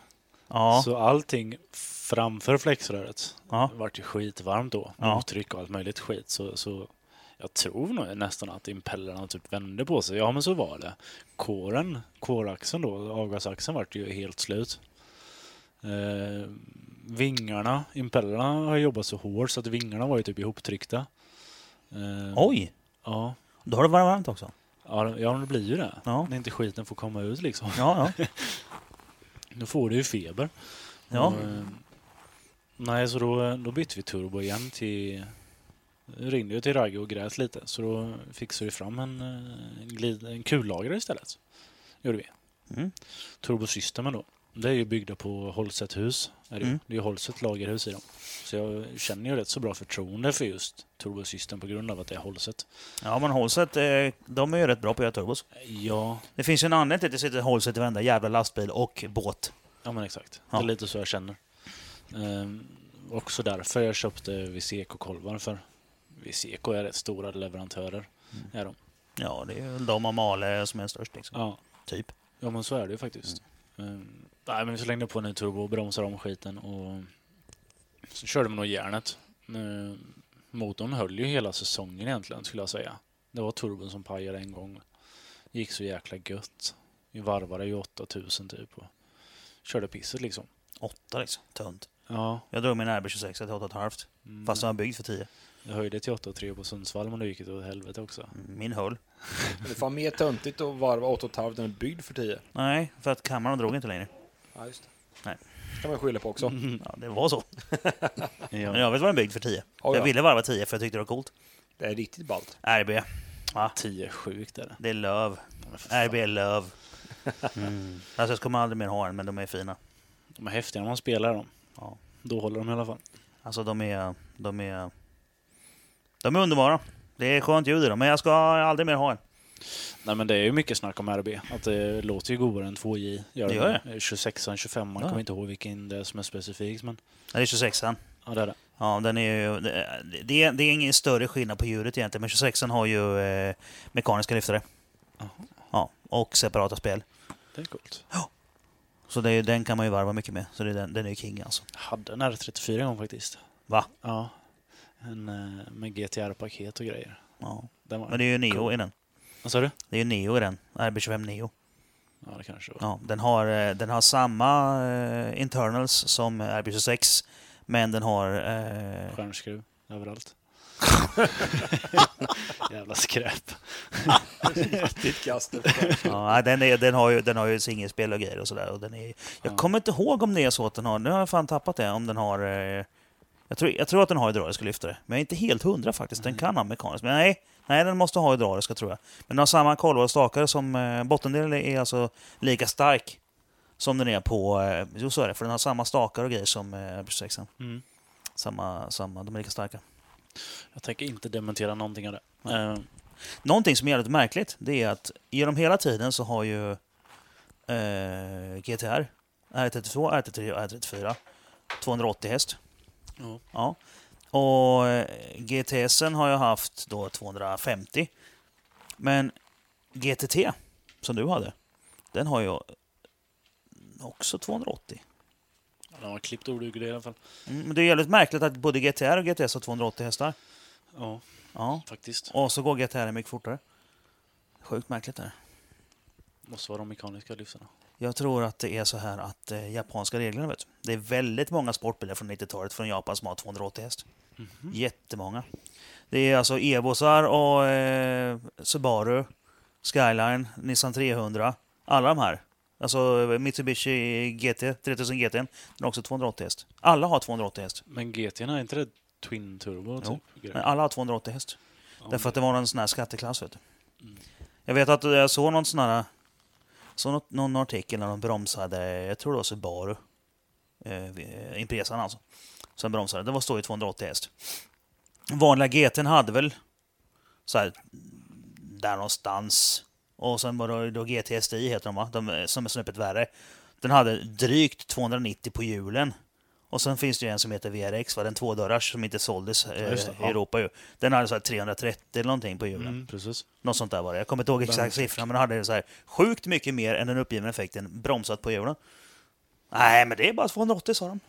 S3: Ja.
S2: Så allting framför flexröret
S3: Ja.
S2: vart ju skitvarmt då.
S3: Ja.
S2: Mottryck och allt möjligt skit. Så, så jag tror nog nästan att impellerna typ vände på sig. Ja, men så var det. Kåren, kåraxeln då, avgasaxeln vart ju helt slut. Eh, vingarna, impellerna har jobbat så hårt så att vingarna var ju typ ihoptryckta. Eh,
S3: Oj!
S2: Ja.
S3: Då har det varit varmt också.
S2: Ja, det- ja, det blir ju det.
S3: Ja.
S2: När inte skiten får komma ut liksom.
S3: Ja, ja.
S2: Då får du ju feber.
S3: ja.
S2: Och, eh, nej, så då, då bytte vi turbo igen till... Ringde ju till Ragge och grät lite, så då fixade vi fram en, eh, en, glid, en kullagrare istället. Gjorde vi.
S3: Mm.
S2: Turbosystemen då. Det är ju byggda på Holset hus. Är det, ju.
S3: Mm.
S2: det är ju Holset lagerhus i dem. Så jag känner ju rätt så bra förtroende för just turbosystem på grund av att det är Holset.
S3: ja men Holset, eh, de är ju rätt bra på att göra turbos.
S2: Ja,
S3: Det finns ju en anledning till att det sitter Holset i varenda jävla lastbil och båt.
S2: Ja men exakt.
S3: Ja.
S2: Det är lite så jag känner. Ehm, också därför jag köpte Viseco-kolvar för Viseco är rätt stora leverantörer.
S3: Mm.
S2: Är de.
S3: Ja, det är ju de och Male som är störst liksom.
S2: Ja.
S3: Typ.
S2: ja men så är det ju faktiskt.
S3: Mm.
S2: Ehm, nej men vi slängde på en ny turbo och bromsade om skiten och så körde man nog järnet. Ehm, motorn höll ju hela säsongen egentligen skulle jag säga. Det var turbon som pajade en gång. Gick så jäkla gött. Vi varvade ju 8000 typ och körde pisset liksom.
S3: Åtta liksom. Tunt.
S2: Ja,
S3: Jag drog min RB26 till 8,5.
S2: mm.
S3: Fast den var byggd för 10.
S2: jag höjde till 8,3 på Sundsvall men då gick det åt helvete också.
S3: Mm, Min höll.
S1: Det är fan mer töntigt att varva 8,5 än byggd för 10.
S3: Nej, för att kameran drog inte längre.
S1: Ja, just det.
S3: Nej. Mm.
S1: Det kan man skylla på också.
S3: Ja, det var så. Men
S2: Ja.
S3: jag vet var den byggd för 10.
S1: Ja,
S3: Jag
S1: ja.
S3: ville varva 10 för jag tyckte det var coolt.
S1: Det är riktigt ballt.
S3: RB.
S2: 10 sjukt är det.
S3: Det är löv. RB är löv. Mm. Alltså jag kommer aldrig mer ha en, men de är fina.
S2: De är häftiga när man spelar dem.
S3: Ja.
S2: Då håller de i alla fall.
S3: Alltså de är... De är, de är underbara. Det är skönt ljud i dem, men jag ska aldrig mer ha en.
S2: Nej men det är ju mycket snack om RB. Att det låter ju godare än 2J. Gör
S3: Det gör
S2: 26 25 man
S3: Ja.
S2: kommer inte ihåg vilken det är som är specifik. Men
S3: Det är 26an.
S2: ja, det är det.
S3: Ja, den är ju, det, det, det är ingen större skillnad på ljudet egentligen, men 26an har ju eh, mekaniska lyftare.
S2: Jaha.
S3: Ja, och separata spel.
S2: Det är coolt.
S3: Så det, är- den kan man ju varva mycket med. Så det, är den, den är ju king alltså.
S2: Jag hade en R34 en gång faktiskt.
S3: Va?
S2: Ja. En, eh, med GTR-paket och grejer.
S3: Ja.
S2: Den var...
S3: Men det är ju Neo i den.
S2: Vad sa du?
S3: Det är ju Neo i den. RB25 Neo.
S2: Ja, det kanske var.
S3: Ja, den, har, eh, den har samma eh, internals som RB26, men den har... Eh,
S2: Stjärnskruv överallt. Jävla skräp.
S1: Ditt kast.
S3: ja, nej, den, är, den har ju, den har ju singelspel och grejer och sådär. Och den är, jag
S2: Ja.
S3: kommer inte ihåg om det är så att den har... Nu har jag fan tappat det. Om den har... Eh, jag, tror, jag tror att den har hydrauliska lyftare, men jag är inte helt hundra faktiskt. Den kan ha mekanisk, men nej. Nej, den måste ha hydrauliska tror jag. Men den har samma kolvar och stakar som... Eh, bottendelen är alltså lika stark som den är på... Eh, jo, så är det. För den har samma stakar och grejer som eh, RB26.
S2: Mm.
S3: Samma, samma, de är lika starka.
S2: Jag tänker inte dementera någonting av det. Eh,
S3: Någonting som är jävligt märkligt, det är att genom hela tiden så har ju eh, GTR, R32, R33 och R34 280 häst.
S2: Ja.
S3: Ja. Och eh, GTSen har jag haft då 250. Men GTT, som du hade, den har ju också 280.
S2: de har klippt oduglig i alla fall.
S3: Mm, men det är jävligt märkligt att både GTR och GTS har 280 hästar.
S2: Ja,
S3: Ja.
S2: faktiskt.
S3: Och så går GTR mycket fortare. Sjukt märkligt där.
S2: Måste vara de mekaniska lyftarna.
S3: Jag tror att det är så här att eh, japanska reglerna, vet du. Det är väldigt många sportbilar från 90-talet från Japan som har 280 häst.
S2: Mhm.
S3: Jättemånga. Det är alltså Evosar och eh, Subaru, Skyline, Nissan 300. Alla de här. Alltså eh, Mitsubishi GT, 3000 GT, den har också 280 häst. Alla har 280 häst.
S2: Men GT är inte det Twin Turbo?
S3: Jo,
S2: typ, grej?
S3: Men alla har 280 häst.
S2: Ja,
S3: Därför att det var någon sån här skatteklass. Vet du.
S2: Mm.
S3: Jag vet att jag såg någon sån här... Såg något, någon artikel när de bromsade, jag tror det var Subaru. Eh, vid- Impresan alltså. Som bromsade. Det var står ju 280 häst. Vanliga GT'n hade väl så här, där någonstans. Och sen var det då GTSDI heter de va? De, eh, som är snäppet värre. Den hade drygt 290 på hjulen. Och sen finns det ju en som heter VRX, va? den tvådörrars som inte såldes eh,
S2: Ja, just det,
S3: i
S2: ja.
S3: Europa. Ju. Den hade så här 330 eller någonting på hjulen.
S2: Mm, precis.
S3: Något sånt där var det. Jag kommer inte ihåg exakt siffran, men den hade så här sjukt mycket mer än den uppgivna effekten bromsat på hjulen. Nej, men det är bara 280 sa de.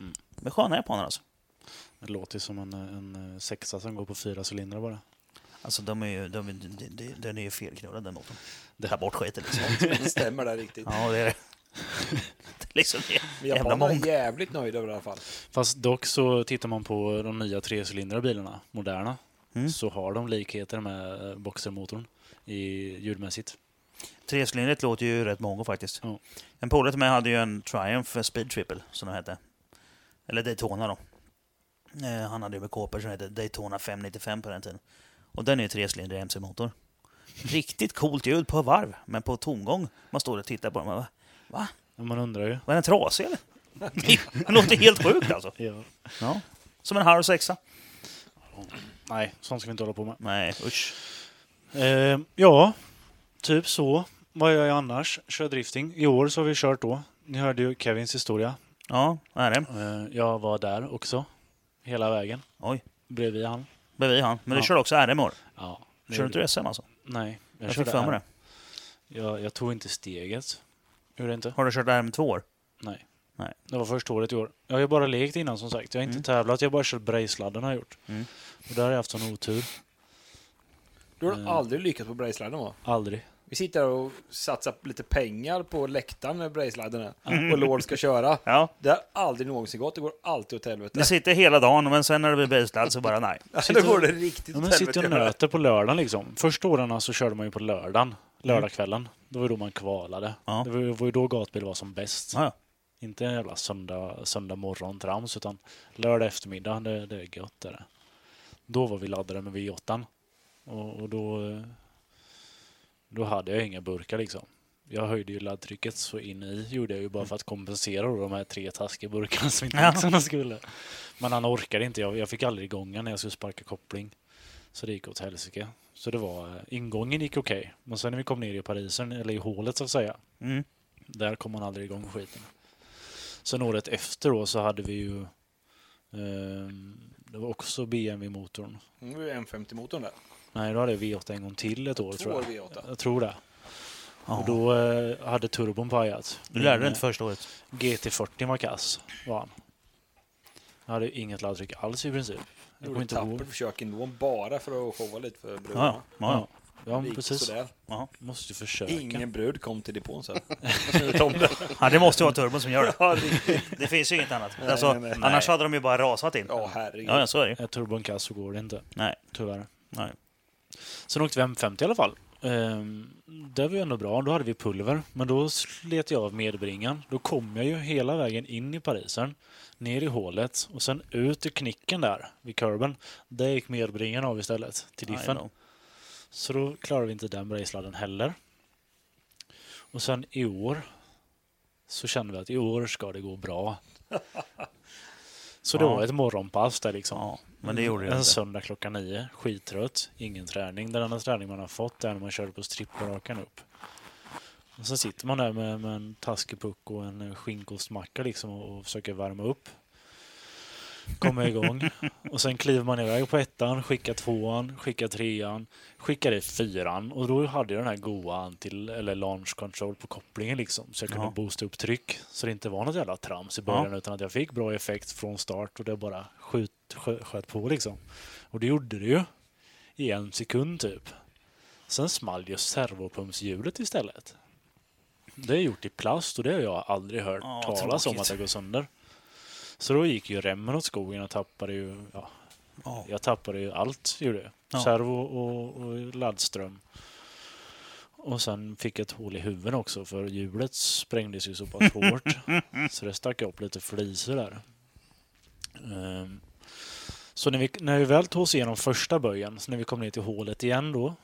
S2: Mm.
S3: Men sköna japaner alltså.
S2: Det låter ju som en, en eh, sexa som går på fyra cylindrar bara.
S3: Alltså de är ju, de, de, de, den är ju felknullad den motorn.
S2: Det-
S3: Ta bort skiten liksom.
S1: Det stämmer där riktigt.
S3: Ja, det är det. det. är liksom det.
S1: Men
S3: Jävla
S1: japanerna
S3: mång.
S1: är jävligt nöjda över det i alla fall.
S2: Fast dock så tittar man på de nya trecylindriga bilarna, moderna,
S3: Mm.
S2: så har de likheter med eh, boxermotorn i ljudmässigt.
S3: Trecylindrigt låter ju rätt mongo faktiskt.
S2: Ja.
S3: En polare till mig hade ju en Triumph Speed Triple, som den hette. Eller Daytona då. Eh, han hade ju med kåpor som hette Daytona 595 på den tiden. Och den är ju trecylindrig MC-motor. Riktigt coolt ljud på varv, men på tomgång. Man står och tittar på den. Man bara,
S2: Men Man undrar ju.
S3: Var den trasig eller? den låter helt sjukt alltså.
S2: Ja.
S3: Ja. Som en halv sexa.
S2: Nej, sånt ska vi inte hålla på med.
S3: Nej, usch.
S2: Eh, ja, typ så. Vad gör jag annars? Kör drifting. I år så har vi kört då. Ni hörde ju Kevins historia.
S3: Ja, är det.
S2: Eh, jag var där också. Hela vägen.
S3: Oj,
S2: Bredvid han.
S3: bredvid han. Men du
S2: Ja.
S3: körde också RM i år.
S2: Ja.
S3: Körde du inte SM alltså?
S2: Nej.
S3: Jag, fick för mig det.
S2: Jag, jag tog inte steget. Gjorde jag inte?
S3: Har du kört RM två år?
S2: Nej.
S3: Nej.
S2: Det var första året i år. Jag har ju bara lekt innan som sagt. Jag har inte
S3: Mm.
S2: tävlat, jag har bara kört brejsladden har jag gjort.
S3: Mm.
S2: Och där har jag haft sån otur.
S1: Du har
S2: Mm.
S1: aldrig lyckats på Braceladden va?
S2: Aldrig.
S1: Vi sitter här och satsar lite pengar på läktaren med braceladderna
S3: Mm.
S1: och Lord ska köra.
S3: Ja.
S1: Det har aldrig någonsin gått, det går alltid åt helvete.
S3: Ni sitter hela dagen, men sen när det blir baseline så bara nej.
S1: Då går det riktigt
S2: Ja,
S1: åt
S2: men sitter
S1: helvete.
S2: och nöter på lördagen liksom. Första åren så körde man ju på lördagen, lördagskvällen. Då var det då man kvalade.
S3: Mm. Ja.
S2: Det var ju- var ju då gatbil var som bäst.
S3: Ja, ja.
S2: Inte en jävla söndag, söndag morgon trams utan lördag eftermiddag, det, det är gött. det Är det. Då var vi laddade med V8. Och, och då, eh, då hade jag inga burkar liksom. Jag höjde ju laddtrycket så in i, gjorde jag ju bara för att kompensera då de här tre taskiga burkarna som inte
S3: Ja.
S2: mixarna skulle. Men han orkade inte, jag, jag fick aldrig igång han när jag skulle sparka koppling. Så det gick åt helsike. Så det var, eh, ingången gick okej. Men sen när vi kom ner i Parisen, eller i hålet så att säga,
S3: Mm.
S2: där kom man aldrig igång skiten. Sen året efter då så hade vi ju... ehm, det var också BMW-motorn.
S1: Nu är M50-motorn där.
S2: Nej, då hade jag V8 en gång till ett år
S1: Två
S2: tror jag.
S1: år V8.
S2: Jag tror det.
S3: Ja.
S2: Och då eh, hade turbon pajat.
S3: Du lärde dig
S2: Min,
S3: inte första året.
S2: eh, GT40 var kass, var han. Jag hade inget laddtryck alls i princip. Jag
S1: Gjorde
S2: kommer
S1: ett
S2: inte ihåg.
S1: tappert försök ändå, bara för att showa lite för brudarna.
S3: Ja, ja. ja.
S2: Ja, ja
S1: Det
S2: men
S1: gick
S2: precis.
S1: sådär.
S2: Måste ju försöka.
S1: Ingen brud kom till depån sen. Tomten.
S3: Ja, det måste ju vara turbon som gör det.
S1: Ja, det-
S3: Det finns ju inget annat. Alltså,
S1: nej, nej.
S3: Annars hade de ju bara rasat in.
S1: Ja,
S3: Ja,
S1: herregud.
S3: ja så är det ju.
S2: Är turbon kass så Eh, går det inte.
S3: Nej.
S2: Tyvärr.
S3: Nej.
S2: Sen åkte vi M50 i alla fall. Ehm, det var ju ändå bra. Då hade vi pulver. Men då slet jag av medbringan. Då kom jag ju hela vägen in i Parisen. Ner i hålet och sen ut i knicken där vid kurben. Där gick medbringan av istället till
S3: I
S2: diffen.
S3: know.
S2: Så då klarade vi inte den braceladden heller. Och sen i år så kände vi att i år ska det gå bra. Så det
S3: Ja.
S2: var ett morgonpass där liksom.
S3: Ja, men det gjorde det
S2: En
S3: inte.
S2: söndag klockan nio, skittrött, ingen träning. Den enda träning man har fått är när man körde på stripprakan upp. Och så sitter man där med, med en taskig puck och en eh, skinkostmacka liksom och, och försöker värma upp. Kommer igång. och sen kliver man iväg på ettan, skickar tvåan, skickar trean, skickar i fyran. Och då hade jag den här goa till eller launch control på kopplingen liksom. Så jag kunde
S3: Ja.
S2: boosta upp tryck. Så det inte var något jävla trams i början utan att jag fick bra effekt från start och det bara skjut, skö- sköt på liksom. Och det gjorde det ju. I en sekund typ. Sen small ju servopumpshjulet istället. Det är gjort i plast och det har jag aldrig hört
S3: Ja,
S2: talas om
S3: tråkigt.
S2: att det går sönder. Så då gick ju remmen åt skogen och tappade ju, ja,
S3: Ja.
S2: jag tappade ju allt gjorde jag.
S3: Ja.
S2: Servo och, och laddström. Och sen fick jag ett hål i huven också för hjulet sprängdes ju så pass hårt. så det stack upp lite flisor där. Ehm, så när vi, när vi väl tog oss igenom första böjen, så när vi kom ner till hålet igen då.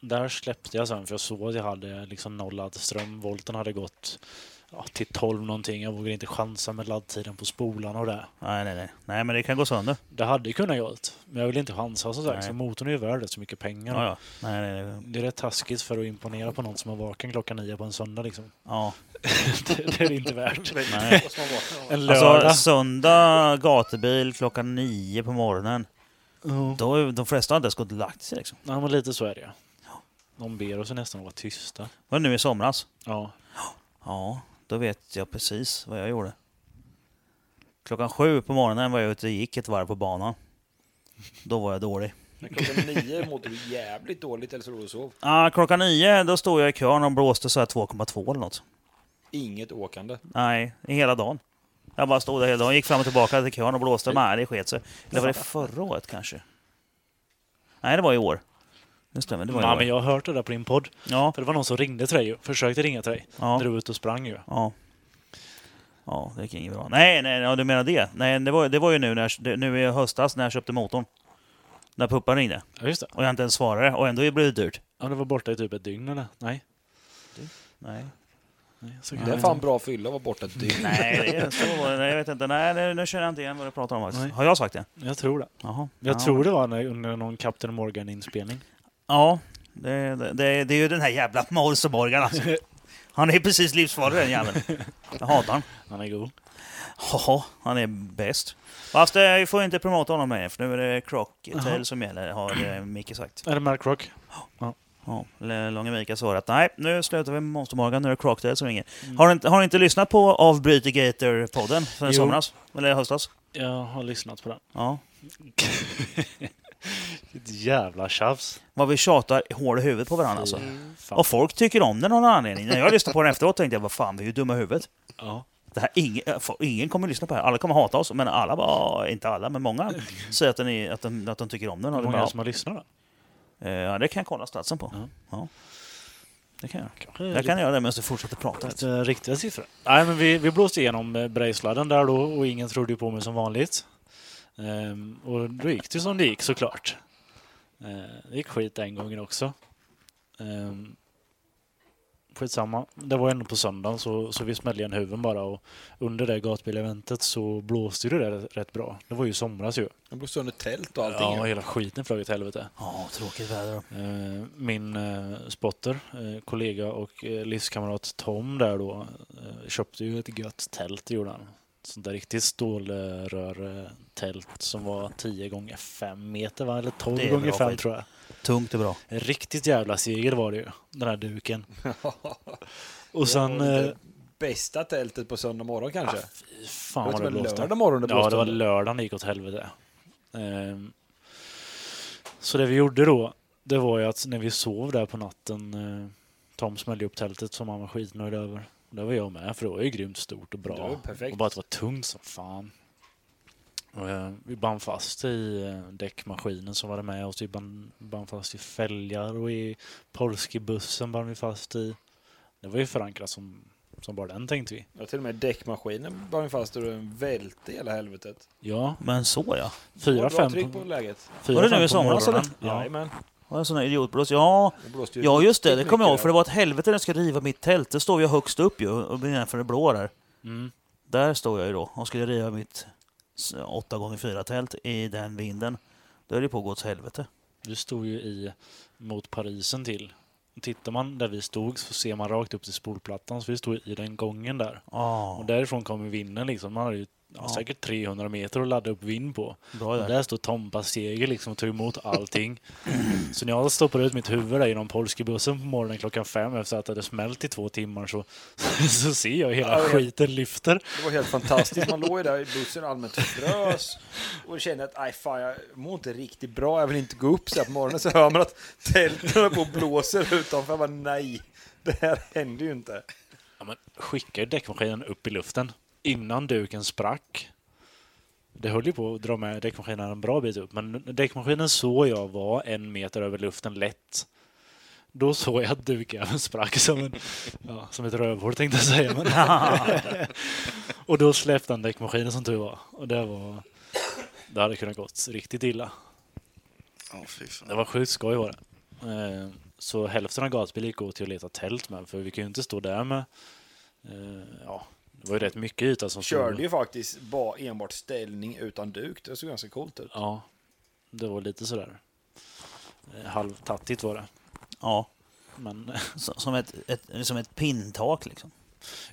S2: Där släppte jag sen för jag såg att jag hade liksom noll laddström. Volten hade gått ja, till 12 någonting. Jag vågade inte chansa med laddtiden på spolarna och det.
S3: Nej, nej, nej. Nej, men det kan gå sönder.
S2: Det hade kunnat gått, men jag vill inte chansa som sagt.
S3: Nej.
S2: Så motorn är ju värd rätt så mycket pengar.
S3: Ja, ja. Nej, nej, nej.
S2: Det är rätt taskigt för att imponera på någon som har vaken klockan nio på en söndag. Liksom.
S3: Ja.
S2: det, det är det inte värt.
S3: Nej.
S1: Och så var man vaknad.
S2: En lördag.
S3: Alltså, söndag gatubil klockan nio på morgonen.
S2: Ja.
S3: Då är de flesta hade ens gått och lagt sig. Liksom.
S2: Nej, men lite så är det. De ber oss nästan att vara tysta.
S3: Var det nu i somras?
S2: Ja.
S3: Ja, då vet jag precis vad jag gjorde. Klockan sju på morgonen var jag ute och gick ett varv på banan. Då var jag dålig.
S1: Men klockan nio mådde du jävligt dåligt eller så låg du och sov.
S3: Ah, klockan nio, då stod jag i kön och blåste så här 2,2 eller något.
S1: Inget åkande.
S3: Nej, hela dagen. Jag bara stod där hela dagen, gick fram och tillbaka till kön och blåste. Nej, det sket sig. Eller var det förra året kanske? Nej, det var i år. Just det, men det var i
S2: Nej, men
S3: år.
S2: jag har hört det där på din podd.
S3: Ja,
S2: För det var någon som ringde till dig ju. Försökte ringa till dig.
S3: ja,
S2: När du var ute och sprang ju.
S3: ja. Ja, det gick inget bra. Nej, nej, nej, du menar det? Nej, det var, det var ju nu, när, jag- nu i höstas när jag köpte motorn. När puppan ringde.
S2: Ja, just det.
S3: Och jag inte ens svarade. Och ändå blev det dyrt.
S2: Ja, det var borta i typ ett dygn eller? Nej.
S3: Nej,
S2: Nej, så
S1: Det är
S2: jag
S1: fan
S2: inte.
S1: bra fylla att vara borta ett dygn.
S3: nej det är så var det. Nej, Jag vet inte. Nej, nu, nu känner jag inte igen vad du pratar om faktiskt.
S2: Nej.
S3: Har jag sagt det?
S2: Jag tror det.
S3: Jaha.
S2: Jag
S3: Ja.
S2: tror det var när, under någon Captain Morgan-inspelning.
S3: Ja, det, det, det, det är ju den här jävla Måls och Morgan alltså. Han är precis livsfarlig den jäveln. Jag hatar han.
S2: Han är god.
S3: Jaha, han är bäst. Fast eh, vi får inte promota honom längre för nu är det
S2: Jaha.
S3: Crocktail som gäller har eh, Micke sagt.
S2: Är det Mark Rock?
S3: Ja, L- Långe Micke har svarat nej, nu slutar vi med Måns och Morgan, nu är det Crocktail som ringer. Har, du inte, har du inte lyssnat på Avbryter Gator-podden sen i
S2: Mm. Jo.
S3: somras? Eller i höstas?
S2: Jag har lyssnat på den.
S3: Ja.
S2: Ett jävla tjafs.
S3: Vad vi tjatar hål i huvudet på varandra alltså.
S2: Fan.
S3: Och folk tycker om den av någon anledning. När jag lyssnade på den efteråt tänkte jag, vad fan, vi är ju dumma i huvudet.
S2: Ja.
S3: Det här, ingen, fan, ingen kommer lyssna på det här. Alla kommer hata oss. Men alla bara, "Ah, inte alla, men många säger att, den är, att, de, att de tycker om den. Och
S2: Hur
S3: det,
S2: många är
S3: bara,
S2: det som har lyssnat då?
S3: "Eh, ja, det kan jag kolla statsen på.
S2: Ja.
S3: Ja. Det kan jag.
S2: Kanske
S3: Jag kan göra det medan du fortsätter prata.
S2: lite riktiga siffror. Nej, men vi, vi blåste igenom eh, Brejsladden där då och ingen trodde ju på mig som vanligt. Ehm, och då gick det ju som det gick såklart. Ehm, det gick skit den gången också. Ehm, skitsamma, det var ändå på söndagen så, så vi smällde igen huven bara och under det gatbileventet så blåste ju det där rätt bra. Det var ju i somras ju.
S1: De blåste under tält och
S2: Ja,
S1: allting.
S2: hela skiten flög åt helvete.
S3: Ja, tråkigt väder. då.
S2: Eh, Min eh, spotter, eh, kollega och eh, livskamrat Tom där då eh, köpte ju ett gött tält gjorde han. Sånt där riktigt stålrörtält som var 10 gånger 5 meter va? Eller 12
S3: Det är
S2: gånger
S3: bra
S2: 5
S3: skit.
S2: tror jag.
S3: Tungt och bra.
S2: En riktigt jävla seger var det ju, den här duken. Och sen...
S1: Det var
S2: eh,
S1: det bästa tältet på söndag morgon kanske.
S2: fy
S1: det
S2: Fan vad
S1: var
S2: det
S1: till och med
S2: blåste.
S1: lördag morgon det
S2: Ja,
S1: blåste.
S2: det var lördagen det gick åt helvete. Ehm, Så det vi gjorde då, det var ju att när vi sov där på natten, eh, Tom smällde upp tältet som han var skitnöjd över. Det var jag med, för det var ju grymt stort och
S1: Det var ju
S2: bra.
S1: perfekt.
S2: Och bara att det var tungt som fan. Och, eh, Vi band fast i eh, däckmaskinen som var med oss. Vi band, band fast i fälgar och i Polski-bussen band vi fast i. Det var ju förankrat som, som bara den tänkte vi.
S1: Ja, till och med däckmaskinen var ju fast och den välte hela helvetet.
S2: Ja,
S3: Men så ja.
S1: Det var
S2: Fyra,
S1: bra
S2: fem
S1: tryck
S2: på,
S1: på läget.
S2: fyra,
S3: Var det
S2: fem
S3: nu i
S2: på
S3: somras,
S2: morgonen.
S1: Ja.
S2: Ja.
S1: Jajamän.
S3: Har jag sån här idiotblås? Ja,
S1: Det blåste ju
S3: ja just det. Det
S1: riktigt
S3: kommer jag ihåg.
S1: mycket
S3: För det var ett helvete när jag skulle riva mitt tält. Det stod jag högst upp ju, och nedanför det blå där.
S2: Mm.
S3: Där stod jag ju då och skulle riva mitt 8x4-tält i den vinden. Då är det på att gå åt helvete.
S2: Du stod ju i mot Parisen till. Tittar man där vi stod så ser man rakt upp till spolplattan. Så vi stod i den gången där.
S3: Ja,
S2: Och därifrån kommer vinden liksom. Man har ju ja,
S3: Ja.
S2: säkert 300 meter att ladda upp vind på.
S3: bra
S2: Och
S3: där.
S2: där står Tompa Seger liksom och tog emot allting. så när jag stoppade ut mitt huvud där genom Polskybussen på morgonen klockan fem efter att det hade smält i två timmar så, så ser jag hela
S1: Ja, ja.
S2: skiten lyfter.
S1: Det var helt fantastiskt. Man låg ju där i bussen och allmänt frös och kände att aj fan, jag mår inte riktigt bra. Jag vill inte gå upp så här på morgonen. Så hör man att tältet håller på och blåser utanför. Jag bara nej, det här händer ju inte.
S2: Ja, men skickade ju däckmaskinen upp i luften innan duken sprack. Det höll ju på att dra med däckmaskinen en bra bit upp, men däckmaskinen såg jag var en meter över luften lätt. Då såg jag att duken sprack som, en, ja, som ett rövhål tänkte jag säga. Men och då släppte han däckmaskinen som tur var. Och det, var, det hade kunnat gått riktigt illa.
S4: Ja, fy fan.
S2: Det var sjukt skoj var det. Eh, Så hälften av gasbilen gick åt till att leta tält med, för vi kunde ju inte stå där med... eh, Ja, det var ju rätt mycket yta som stod-
S1: Körde ju faktiskt bara enbart ställning utan duk. Det såg ganska coolt ut.
S2: Ja, det var lite sådär. eh, Halvtattigt var det.
S3: Ja,
S2: Men,
S3: så- som ett, ett, som ett pinntak liksom.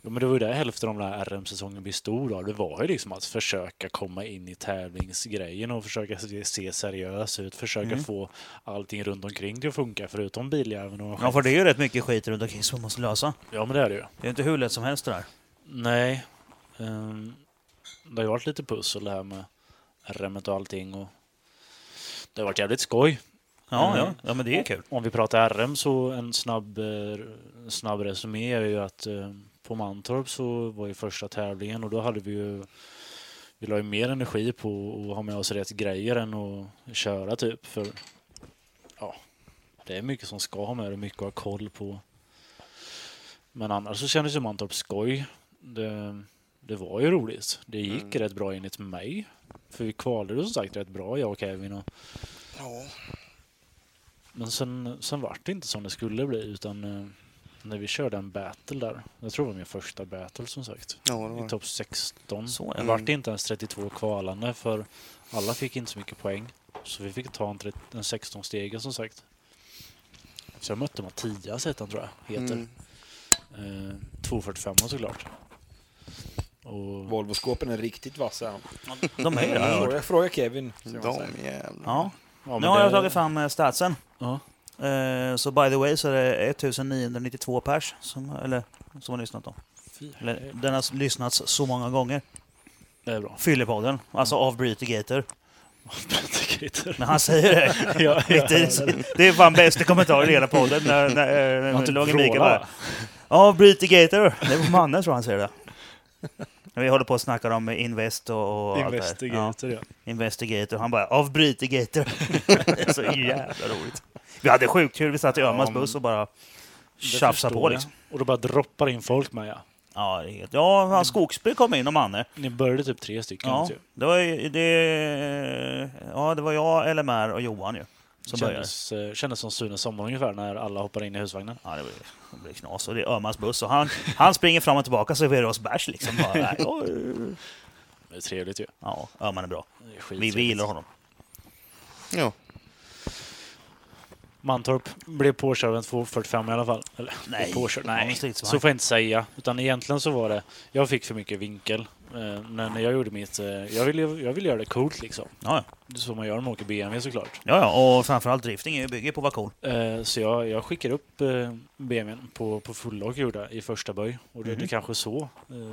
S2: jo, men det var ju där hälften av den här RM-säsongen blir stor av. Det var ju liksom att försöka komma in i tävlingsgrejen och försöka se, se seriös ut. Försöka
S3: Mm.
S2: få allting runt omkring det att funka, förutom biljäveln och
S3: Ja, för det är ju rätt mycket skit runt omkring som man måste lösa.
S2: ja, men det är det ju.
S3: Det är inte hur lätt som helst det där.
S2: Nej. ehm, det har ju varit lite pussel det här med remmet och allting. Och det har varit jävligt skoj.
S3: Ja,
S2: Mm.
S3: ja. ja men det är kul.
S2: Om vi pratar RM så en snabb, eh, snabb resumé är ju att eh, på Mantorp så var ju första tävlingen och då hade vi ju vi la ju mer energi på att ha med oss rätt grejer än att köra typ. För ja, det är mycket som ska ha med det, mycket att ha koll på. Men annars så kändes ju Mantorp skoj. Det, det var ju roligt. Det gick
S4: Mm.
S2: rätt bra enligt mig. För vi kvalade som sagt rätt bra, jag och Kevin. Och
S4: Ja.
S2: men sen, sen var det inte som det skulle bli utan eh, när vi körde en battle där. Jag tror det var min första battle som sagt.
S4: Ja, det var
S2: I
S4: det.
S2: topp 16.
S3: Så,
S2: Så,
S3: ja.
S2: Vart det inte ens 32 kvalande för alla fick inte så mycket poäng. Så vi fick ta en, tret- en 16-stege som sagt. Så jag mötte Mattias hette han tror jag. Heter.
S4: Mm.
S2: Eh, 245 såklart. Och
S1: Volvoskåpen är riktigt vassa.
S3: De är ju det. har jag hört.
S1: Fråga, fråga Kevin. ska man säga.
S4: De jävlarna.
S3: Ja.
S2: Ja, men
S3: Nu har
S2: det-
S3: jag tagit fram eh, statsen.
S2: Ja.
S3: Eh, Så by the way så är det 1992 pers som, eller, som har lyssnat då.
S2: Fy,
S3: Eller, den har lyssnats så många gånger.
S2: Det är bra.
S3: Fyllepodden, alltså av Bryter Gator.
S2: Bränntekritor.
S3: Men han säger det.
S2: ja, ja.
S3: Riktigt. Det är fan bästa kommentaren i hela podden när, eh, när, när
S2: Man typ
S3: Långe
S2: vrålar,
S3: Mikael bara Ja, Bryter Gator. Det var mannen tror han säger det. Vi håller på att snacka om Invest och, och allt det här. Ja,
S2: Investigator, ja.
S3: Investigator. Han bara av Bryter Gator. Det är så jävla roligt. Vi hade sjukt kul. Vi satt i Öhmans
S5: Ja, men-
S3: buss och bara
S5: Det
S3: tjafsade
S5: förstår
S3: på
S5: jag.
S3: liksom.
S2: Och då bara droppar in folk med ja.
S3: Ja, det är helt- ja han Skogsby kom in och Manne.
S2: Ni började typ tre stycken.
S3: Ja,
S2: typ.
S3: det var, ju- det, ja, det var jag, LMR och Johan ju. Som började.
S2: kändes, eh, kändes som Sunes sommar ungefär när alla hoppar in i husvagnen.
S3: Ja, det blir, det blir knas. Och det är Öhmans buss. Och han, han springer fram och tillbaka så är det oss bärs liksom. Bara, nej, oj.
S2: Det är trevligt ju.
S3: ja, Öhman är bra.
S2: Det är
S3: Vi,
S2: skittrevligt.
S3: vi gillar honom.
S4: Ja.
S2: Mantorp blev påkörd av en 245 i alla fall. Eller,
S3: Nej.
S2: blev påkörd.
S3: Ja,
S2: Nej.
S3: men stridsvagn.
S2: Så får jag inte säga. Utan egentligen så var det, jag fick för mycket vinkel. Eh, när, när jag gjorde mitt, eh, jag ville jag vill göra det coolt liksom.
S3: Ja, ja.
S2: Det är så man gör när man åker BMW såklart.
S3: ja, ja. Och framförallt drifting är ju- bygger på att vara cool.
S2: Eh, så jag, jag skickar upp eh, BMWn på, på fulllag gjorde jag i första böj. Och det,
S3: Mhm.
S2: det kanske så eh,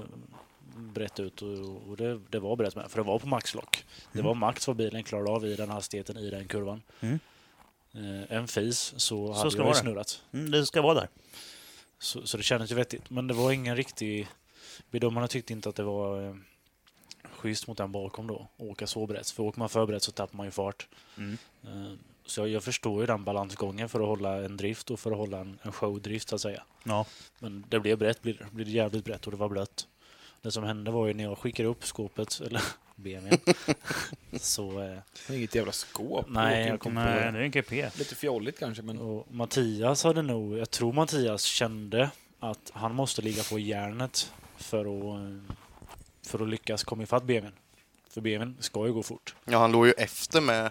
S2: brett ut och, och det, det var brett med. För det var på maxlock. Det
S3: Mm.
S2: var max vad bilen klarade av i den hastigheten i den kurvan.
S3: Mm.
S2: Eh, en fis så
S3: ska
S2: hade
S3: det
S2: jag
S3: vara.
S2: ju snurrat.
S3: Mm, det ska vara där.
S2: Så, så det kändes ju vettigt. Men det var ingen riktig... Bedömarna tyckte inte att det var eh, schysst mot den bakom då. Att åka så brett. För åker man för brett så tappar man ju fart.
S3: Mm.
S2: Eh, Så jag, jag förstår ju den balansgången för att hålla en drift och för att hålla en, en showdrift så att säga.
S3: Ja.
S2: Men det blev brett, blir det blev det jävligt brett och det var blött. Det som hände var ju när jag skickade upp skåpet, eller BMWn, så... eh,
S1: Det är inget jävla skåp.
S2: Nej,
S1: Det
S2: jag
S1: låter
S2: kom
S1: ju-
S2: på det.
S3: Nej, det är en kupé.
S1: Lite fjolligt kanske, men...
S2: Och Mattias hade nog, jag tror Mattias kände att han måste ligga på järnet för att, eh, för att lyckas komma ifatt BMWn. För BMWn ska ju gå fort.
S4: ja, han låg ju efter med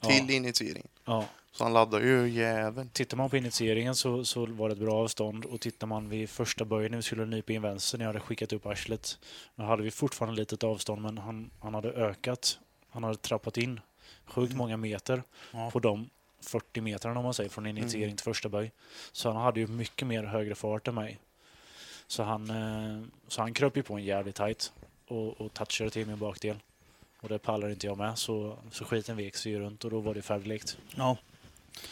S4: till
S2: Ja,
S4: initieringen.
S2: ja.
S4: Så han laddade ju jäveln.
S2: Tittar man på initieringen så, så var det ett bra avstånd och tittar man vid första böjen när vi skulle nypa in vänster när jag hade skickat upp arslet. Då hade vi fortfarande litet avstånd men han, han hade ökat. Han hade trappat in sjukt många meter
S3: Ja.
S2: på de 40 metrarna om man säger från initiering till första böj. Så han hade ju mycket mer högre fart än mig. Så han, eh, så han kröp ju på en jävligt tight och, och touchade till min bakdel. Och det pallar inte jag med så, så skiten vek sig ju runt och då var det färdiglekt
S3: Ja.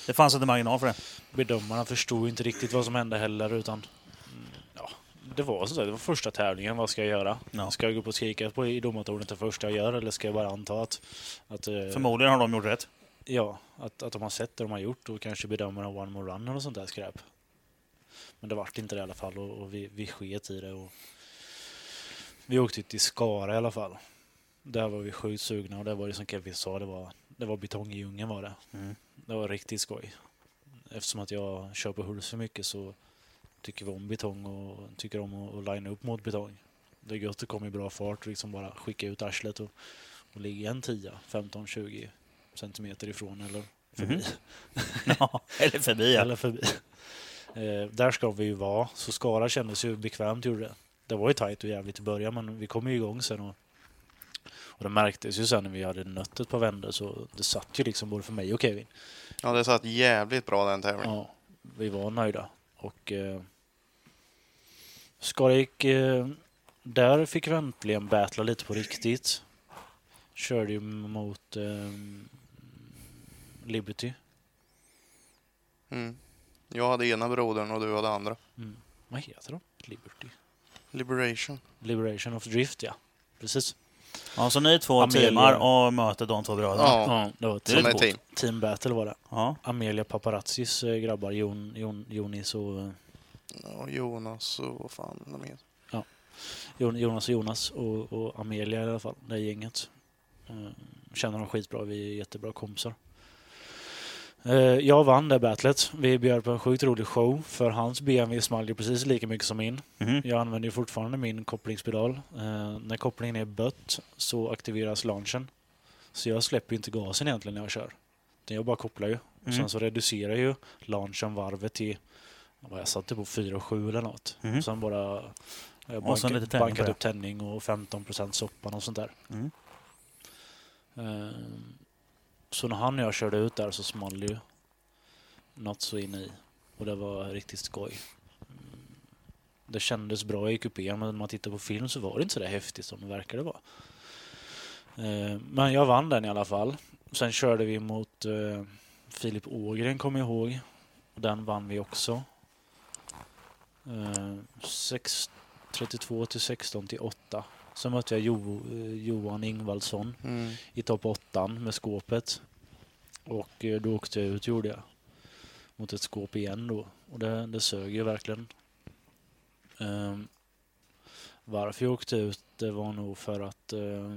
S3: Det fanns inte marginal för det.
S2: bedömarna förstod inte riktigt vad som hände heller utan mm, ja, det var så det var första tävlingen. Vad ska jag göra?
S3: Ja.
S2: Ska jag gå upp och skrika på i domartornet det första jag gör eller ska jag bara anta att, att, eh,
S3: Förmodligen har de gjort rätt.
S2: ja, att, att de har sett det de har gjort och kanske bedömer en one more run och sånt där skräp. Men det vart inte det i alla fall och, och vi, vi sket i det. Och vi åkte till Skara i alla fall. Där var vi sjukt sugna och det var det som Kevin sa, det var, det var betong i djungeln var det.
S3: Mm.
S2: Det var riktigt skoj. Eftersom att jag kör på Hults för mycket så tycker vi om betong och tycker om att, att linea upp mot betong. Det är gött att komma i bra fart och liksom bara skicka ut arslet och, och ligga en 10, 15, 20 centimeter ifrån eller förbi.
S3: Mhm. Ja. Eller förbi ja.
S2: eller förbi. Eh, där ska vi ju vara, så Skara kändes ju bekvämt gjorde det. Det var ju tajt och jävligt i början men vi kom ju igång sen och, och det märktes ju sen när vi hade nött ett par vändor så det satt ju liksom både för mig och Kevin.
S4: Ja, det satt jävligt bra den tävlingen.
S2: Ja, vi var nöjda. Och eh, Skara gick... Eh, där fick vi äntligen battla lite på riktigt. Körde ju mot eh, Liberty.
S4: Mm. Jag hade ena brodern och du hade andra.
S2: Mm. Vad heter de? Liberty?
S4: Liberation.
S2: Liberation of Drift, ja. Precis.
S3: ja. Så ni två
S2: Amelia.
S3: teamar och möter de två bröderna.
S4: Ja,
S2: det var
S4: som
S2: team,
S4: ett team.
S2: team battle var det.
S3: Ja.
S2: Amelia Paparazzis eh, grabbar, Jon, Jon, Jonis och... eh,
S4: Ja, Jonas och vad fan de heter.
S2: Jon- Jonas och Jonas och, och Amelia i alla fall, det här gänget. Eh, Känner dem skitbra, vi är jättebra kompisar. Eh, Jag vann det battlet. Vi bjöd på en sjukt rolig show för hans BMW small ju precis lika mycket som min.
S3: Mhm.
S2: Jag använder ju fortfarande min kopplingspedal. Eh, När kopplingen är bött så aktiveras launchen. Så jag släpper ju inte gasen egentligen när jag kör. Utan Jag bara kopplar ju.
S3: Mm.
S2: Sen så reducerar ju launchen varvet till, vad jag satte på 4,7 eller något.
S3: Mhm.
S2: Sen bara jag
S3: Och sen
S2: banka-
S3: lite tänning på
S2: bankat
S3: det.
S2: upp tänning och 15 soppan och sånt där.
S3: Mm.
S2: Ehm, Så när han och jag körde ut där så small ju något så in i. Och det var riktigt skoj. Mm. Det kändes bra i kupén men när man tittar på film så var det inte så där häftigt som det verkade vara. Ehm, Eh, Men jag vann den i alla fall. Sen körde vi mot eh, Filip Ågren, kommer jag ihåg. Och Den vann vi också. Eh, 6, 32 till 16 till 8. Sen mötte jag jo, eh, Johan Ingvaldsson
S4: Mm.
S2: i topp 8 med skåpet. Och eh, då åkte jag ut, gjorde jag. Mot ett skåp igen då. Och det, det sög ju verkligen. Ehm, varför jag åkte ut, det var nog för att eh,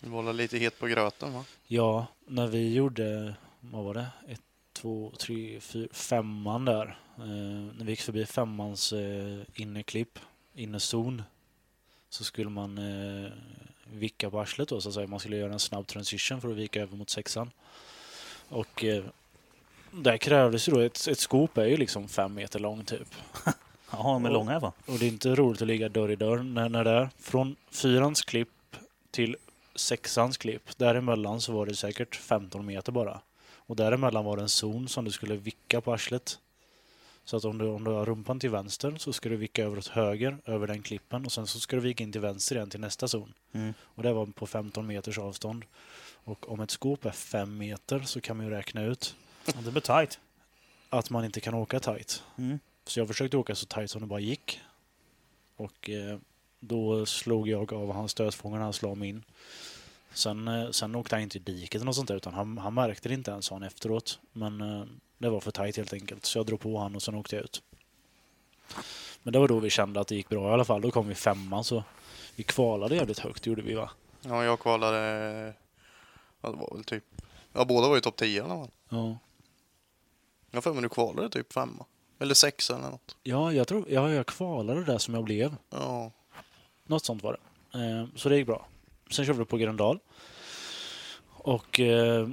S4: Du var lite het på gröten va?
S2: Ja, när vi gjorde, vad var det? Ett, två, tre, fyra, femman där. Eh, när vi gick förbi femmans eh, inneklipp, innezon, så skulle man eh, vicka på arslet då så att säga. Man skulle göra en snabb transition för att vika över mot sexan. Och eh, där krävdes ju då, ett, ett skop är ju liksom fem meter lång typ.
S3: Jaha, de är
S2: Och-
S3: långa va?
S2: Och det är inte roligt att ligga dörr i dörr när, när det är. Från fyrans klipp till sexans klipp, däremellan så var det säkert 15 meter bara. Och däremellan var det en zon som du skulle vicka på arslet. Så att om du, om du har rumpan till vänster så ska du vicka över åt höger, över den klippen. Och sen så ska du vika in till vänster igen till nästa zon.
S3: Mm.
S2: Och det var på 15 meters avstånd. Och om ett skåp är 5 meter så kan man ju räkna ut
S3: Ja, det blir tight.
S2: att man inte kan åka tight.
S3: Mm.
S2: Så jag försökte åka så tight som det bara gick. Och eh, då slog jag av hans stötfångare när han slog mig in. Sen, eh, sen åkte han inte i diket eller något sånt där, utan han, han märkte det inte ens sa han efteråt. Men eh, det var för tight helt enkelt, så jag drog på han och sen åkte jag ut. Men det var då vi kände att det gick bra i alla fall. Då kom vi femma så vi kvalade jävligt högt gjorde vi va?
S4: Ja, jag kvalade... Ja, det var väl typ... Ja, båda var ju topp 10 eller vad?
S2: Ja,
S4: Jag har för mig du kvalade typ femma. Eller sexa eller något.
S2: ja jag, tror, ja, jag kvalade där som jag blev.
S4: Ja.
S2: Något sånt var det. Eh, Så det gick bra. Sen körde vi på Gröndal. Och eh,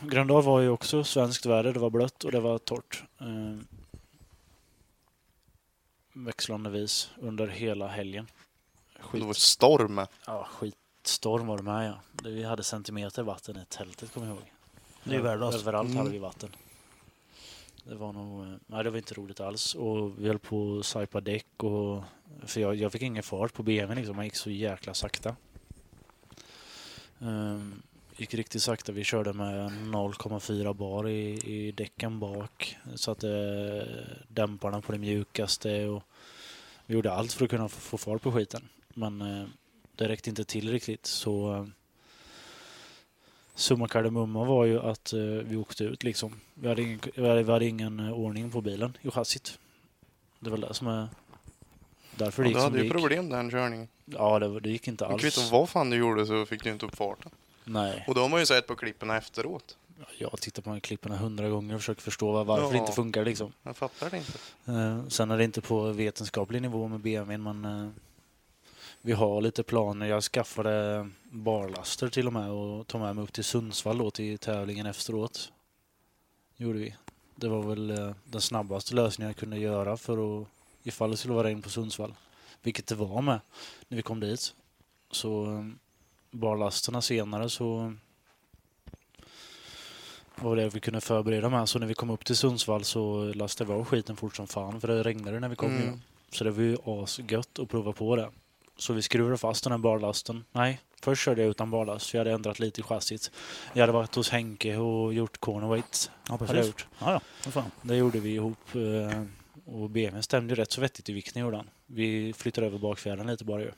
S2: Gröndal var ju också svenskt väder. Det var blött och det var torrt. Eh, växlande vis under hela helgen.
S4: Det var
S2: Skit,
S4: storm med.
S2: ja, skitstorm var det med ja. Det- Vi hade centimeter vatten i tältet kommer jag ihåg.
S3: Det är ju värdelöst.
S2: Överallt hade
S4: Mm.
S2: vi vatten. Det var nog, eh, nej det var inte roligt alls och vi höll på att sajpa däck och för jag, jag fick ingen fart på BMWn liksom, man gick så jäkla sakta. Ehm, gick riktigt sakta, vi körde med 0,4 bar i, i däcken bak, satte eh, dämparna på det mjukaste och vi gjorde allt för att kunna få, få fart på skiten. Men eh, det räckte inte till riktigt så eh, Summa kardemumma var ju att eh, vi åkte ut liksom. Vi hade ingen, vi hade, vi hade ingen eh, ordning på bilen i chassit. Det var det som är därför det
S4: Ja, du
S2: gick som
S4: hade
S2: det
S4: ju
S2: gick.
S4: problem den körningen.
S2: Ja, det, var- det gick inte
S4: Det kvittar
S2: alls.
S4: vad fan du gjorde så fick du inte upp farten.
S2: Nej,
S4: Och det har man ju sett på klippen efteråt.
S2: jag har tittat på de här klipporna hundra gånger och försökt förstå var- varför det
S4: Ja.
S2: inte funkar liksom.
S4: Jag fattar det inte.
S2: Eh, sen är det inte på vetenskaplig nivå med BMWn, men eh, vi har lite planer. Jag skaffade barlaster till och med och tog med mig upp till Sundsvall då till tävlingen efteråt. Gjorde vi. Det var väl eh, den snabbaste lösningen jag kunde göra för att ifall det skulle vara regn på Sundsvall, vilket det var med när vi kom dit. Så eh, barlasterna senare så var det vi kunde förbereda med. Så när vi kom upp till Sundsvall så lastade vi av skiten fort som fan för det regnade när vi kom.
S4: Mm.
S2: ju. Så det var ju asgött att prova på det. Så vi skruvade fast den här barlasten. Nej, först körde jag utan barlast för jag hade ändrat lite i chassit. Jag hade varit hos Henke och gjort cornerweight.
S3: Ja,
S2: Hade jag
S3: precis.
S2: gjort.
S3: Ja, ja. Vad fan.
S2: Det gjorde vi ihop. eh, Och BMWn stämde ju rätt så vettigt i vikten gjorde han. Vi flyttade över bakfjärden lite bara ju.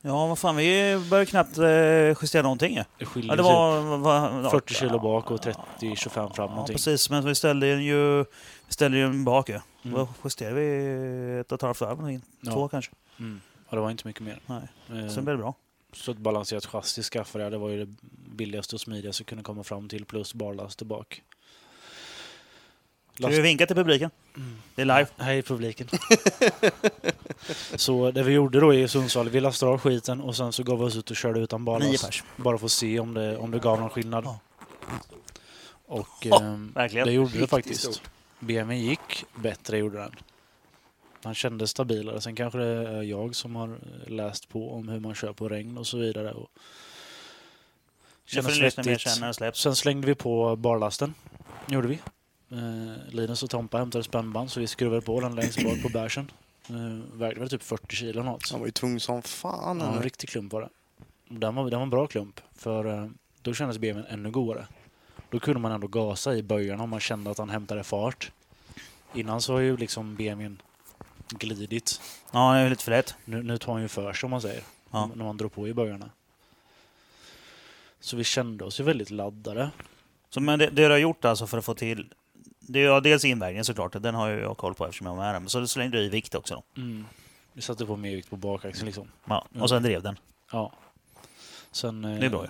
S3: Ja, vad fan. Vi började knappt eh, justera någonting ju.
S2: Det skiljer
S3: Ja, det var... vad- vad- ja,
S2: 40 typ kilo bak och 30-25 fram
S3: Ja,
S2: någonting.
S3: precis. Men vi ställde den ju, vi ställde ju en bak ju.
S2: Mm.
S3: Då justerade vi ett och ett halvt varv, någonting. två
S2: Ja.
S3: kanske.
S2: Mm. ja, det var inte mycket mer.
S3: Nej.
S2: Eh,
S3: Sen blev det bra.
S2: Så ett balanserat chassi skaffade jag. Det var ju det billigaste och smidigaste jag kunde komma fram till. Plus barlast tillbaka.
S3: Ska vi vinka till publiken?
S2: Mm.
S3: Det är live.
S2: Hej publiken. så det vi gjorde då i Sundsvall, vi lastade av skiten och sen så gav vi oss ut och körde utan
S3: Nio
S2: barlast.
S3: pers.
S2: Bara för att se om det, om det gav någon skillnad.
S3: Ja.
S2: Och
S3: Ja,
S2: ehm,
S3: verkligen.
S2: det gjorde det
S1: Riktigt
S2: faktiskt.
S1: stort.
S2: BMW gick bättre, gjorde den. Han kände stabilare. Sen kanske det är jag som har läst på om hur man kör på regn och så vidare. Och
S3: Det får ni lyssna mer sen när den släpps.
S2: Sen slängde vi på barlasten. gjorde vi. Eh, Linus och Tompa hämtade spännband så vi skruvade på den längst bak på bärsen. Eh, vägde väl typ 40 kilo eller något.
S4: Han var ju tung som fan.
S2: Ja, en
S4: eller?
S2: riktig klump var det. Den var, den var en bra klump, för eh, då kändes BMWn ännu godare. Då kunde man ändå gasa i böjarna om man kände att han hämtade fart. Innan så har ju liksom BMWn glidit.
S3: Ja, det är lite för lätt.
S2: Nu, nu tar han ju för sig om man säger,
S3: Ja.
S2: när man drar på i böjarna. Så vi kände oss ju väldigt laddade.
S3: Så, men det, det du har gjort alltså för att få till... Det är ju dels invägningen såklart, den har ju jag koll på eftersom jag var med den. Så slängde du i vikt också då.
S2: Mm. Vi satte på mer vikt på bakaxeln liksom.
S3: Ja.
S2: Mm.
S3: Och sen drev den.
S2: Ja. Sen, eh,
S3: Det är bra ju.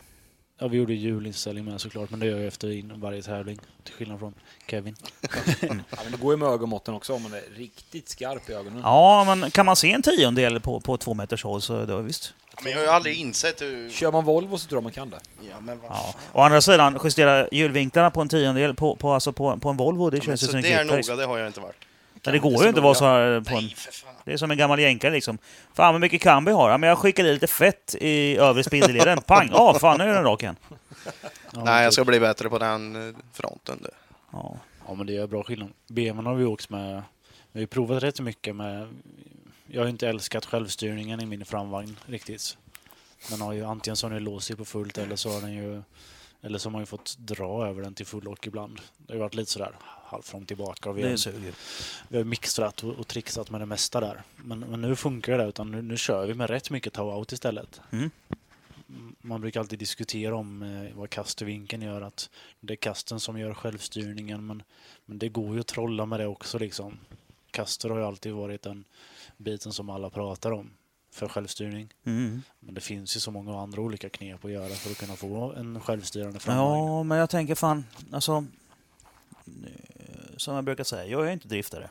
S2: Ja, vi gjorde hjulinställning med såklart, men det gör jag efter in varje tävling. Till skillnad från Kevin.
S1: Ja, men det går ju med ögonmåtten också om man är riktigt skarp i ögonen.
S3: Ja, men kan man se en tiondel på, på två meters håll så då, visst.
S4: Men jag har ju aldrig insett hur...
S1: Kör man Volvo så tror jag man kan det.
S4: Ja, men vad
S3: Ja.
S4: fan.
S3: Å andra sidan, justera hjulvinklarna på en tiondel på, på, alltså på, på en Volvo, det
S4: Ja, men
S3: känns ju
S4: så
S3: som en
S4: det är
S3: klippare. liksom.
S4: noga, det har jag inte varit.
S3: Men Det går ju inte att vara så här på en...
S4: Nej, för fan.
S3: Det är som en gammal jänkare liksom. Fan vad mycket kambi har. Ja, men jag skickar i lite fett i övre spindelleden. Pang! Ja, fan nu är den rak igen.
S2: Ja,
S4: Nej, jag
S2: typ.
S4: ska bli bättre på den eh, fronten du.
S3: Ja.
S2: ja, men det gör bra skillnad. BMWn har vi åkt med. Vi har ju provat rätt så mycket med... Jag har ju inte älskat självstyrningen i min framvagn riktigt. Den har ju antingen så har den låst sig på fullt eller så har den ju... Eller så har man ju fått dra över den till full lock ibland. Det har ju varit lite sådär halvfrån tillbaka. Och vi har
S3: Det suger ju.
S2: Vi har mixtrat och, och trixat med det mesta där. Men, men nu funkar det, utan nu, nu kör vi med rätt mycket tow-out istället.
S3: Mm.
S2: M- Man brukar alltid diskutera om eh, vad kastvinkeln gör, att det är kasten som gör självstyrningen, men, men det går ju att trolla med det också. Liksom. Kaster har ju alltid varit den biten som alla pratar om för självstyrning.
S3: Mm.
S2: Men det finns ju så många andra olika knep att göra för att kunna få en självstyrande framvagn.
S3: Ja, men jag tänker fan, alltså... eh, Som jag brukar säga, jag är inte driftare.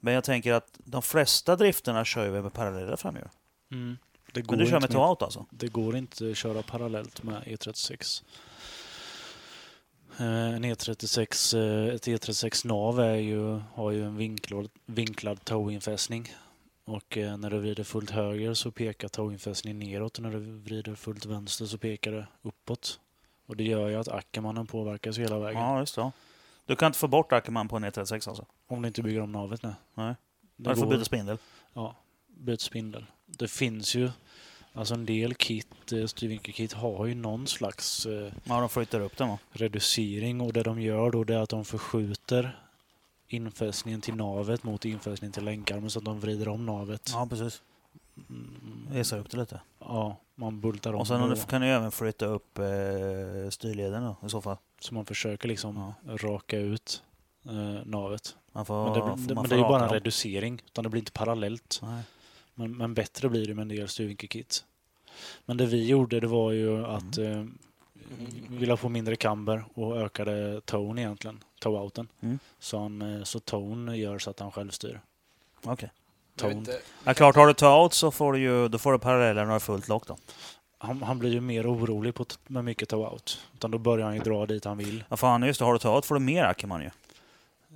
S3: Men jag tänker att de flesta drifterna kör ju med parallella framhjul.
S2: Mm. Det går
S3: Men du
S2: inte
S3: kör med tow-out alltså?
S2: Det går inte att köra parallellt med E36. Eh, En E36, eh, ett E36-nav är ju, har ju en vinklad, vinklad towinfästning. Och eh, när du vrider fullt höger så pekar towinfästningen neråt och när du vrider fullt vänster så pekar det uppåt. Och det gör ju att ackermannen påverkas hela vägen.
S3: Ja, just det. ja. Du kan inte få bort Ackerman på en E36 alltså?
S2: Om du inte bygger om navet nu.
S3: Nej.
S2: Det
S3: Varför
S2: går-
S3: byta spindel?
S2: Ja, byt spindel. Det finns ju, alltså en del kit, eh, styrvinkelkit har ju någon slags eh,
S3: Ja, de flyttar upp den va?
S2: reducering och det de gör då det är att de förskjuter infästningen till navet mot infästningen till länkarmen så att de vrider om navet.
S3: Ja, precis.
S2: Mm,
S3: Resa upp det lite.
S2: ja man bultar om
S3: Och sen om
S2: då,
S3: du kan du även flytta upp eh, styrleden då, i så fall.
S2: så man försöker liksom raka ut eh, navet.
S3: Man får,
S2: men det, blir-
S3: får-
S2: det,
S3: man
S2: men
S3: får
S2: det är ju bara en
S3: raka dem.
S2: reducering, utan det blir inte parallellt.
S3: Nej.
S2: Men, men bättre blir det med en del styrvinkelkit. Men det vi gjorde det var ju att eh,
S3: Mm.
S2: vi la på mindre camber och ökade tone egentligen, toe-outen.
S3: Mm.
S2: Så, han, eh, så tone gör så att han självstyr.
S3: Okej.
S1: Jag vet
S2: Tone.
S1: inte.
S3: Ja, klart, har du tow-out så får du ju då får du paralleller när du har fullt lock då.
S2: Han, han blir ju mer orolig på t- med mycket tow-out. Utan då börjar han ju dra dit han vill.
S3: Ja, fan, just det. Har du tow-out får du mer Ackerman ju.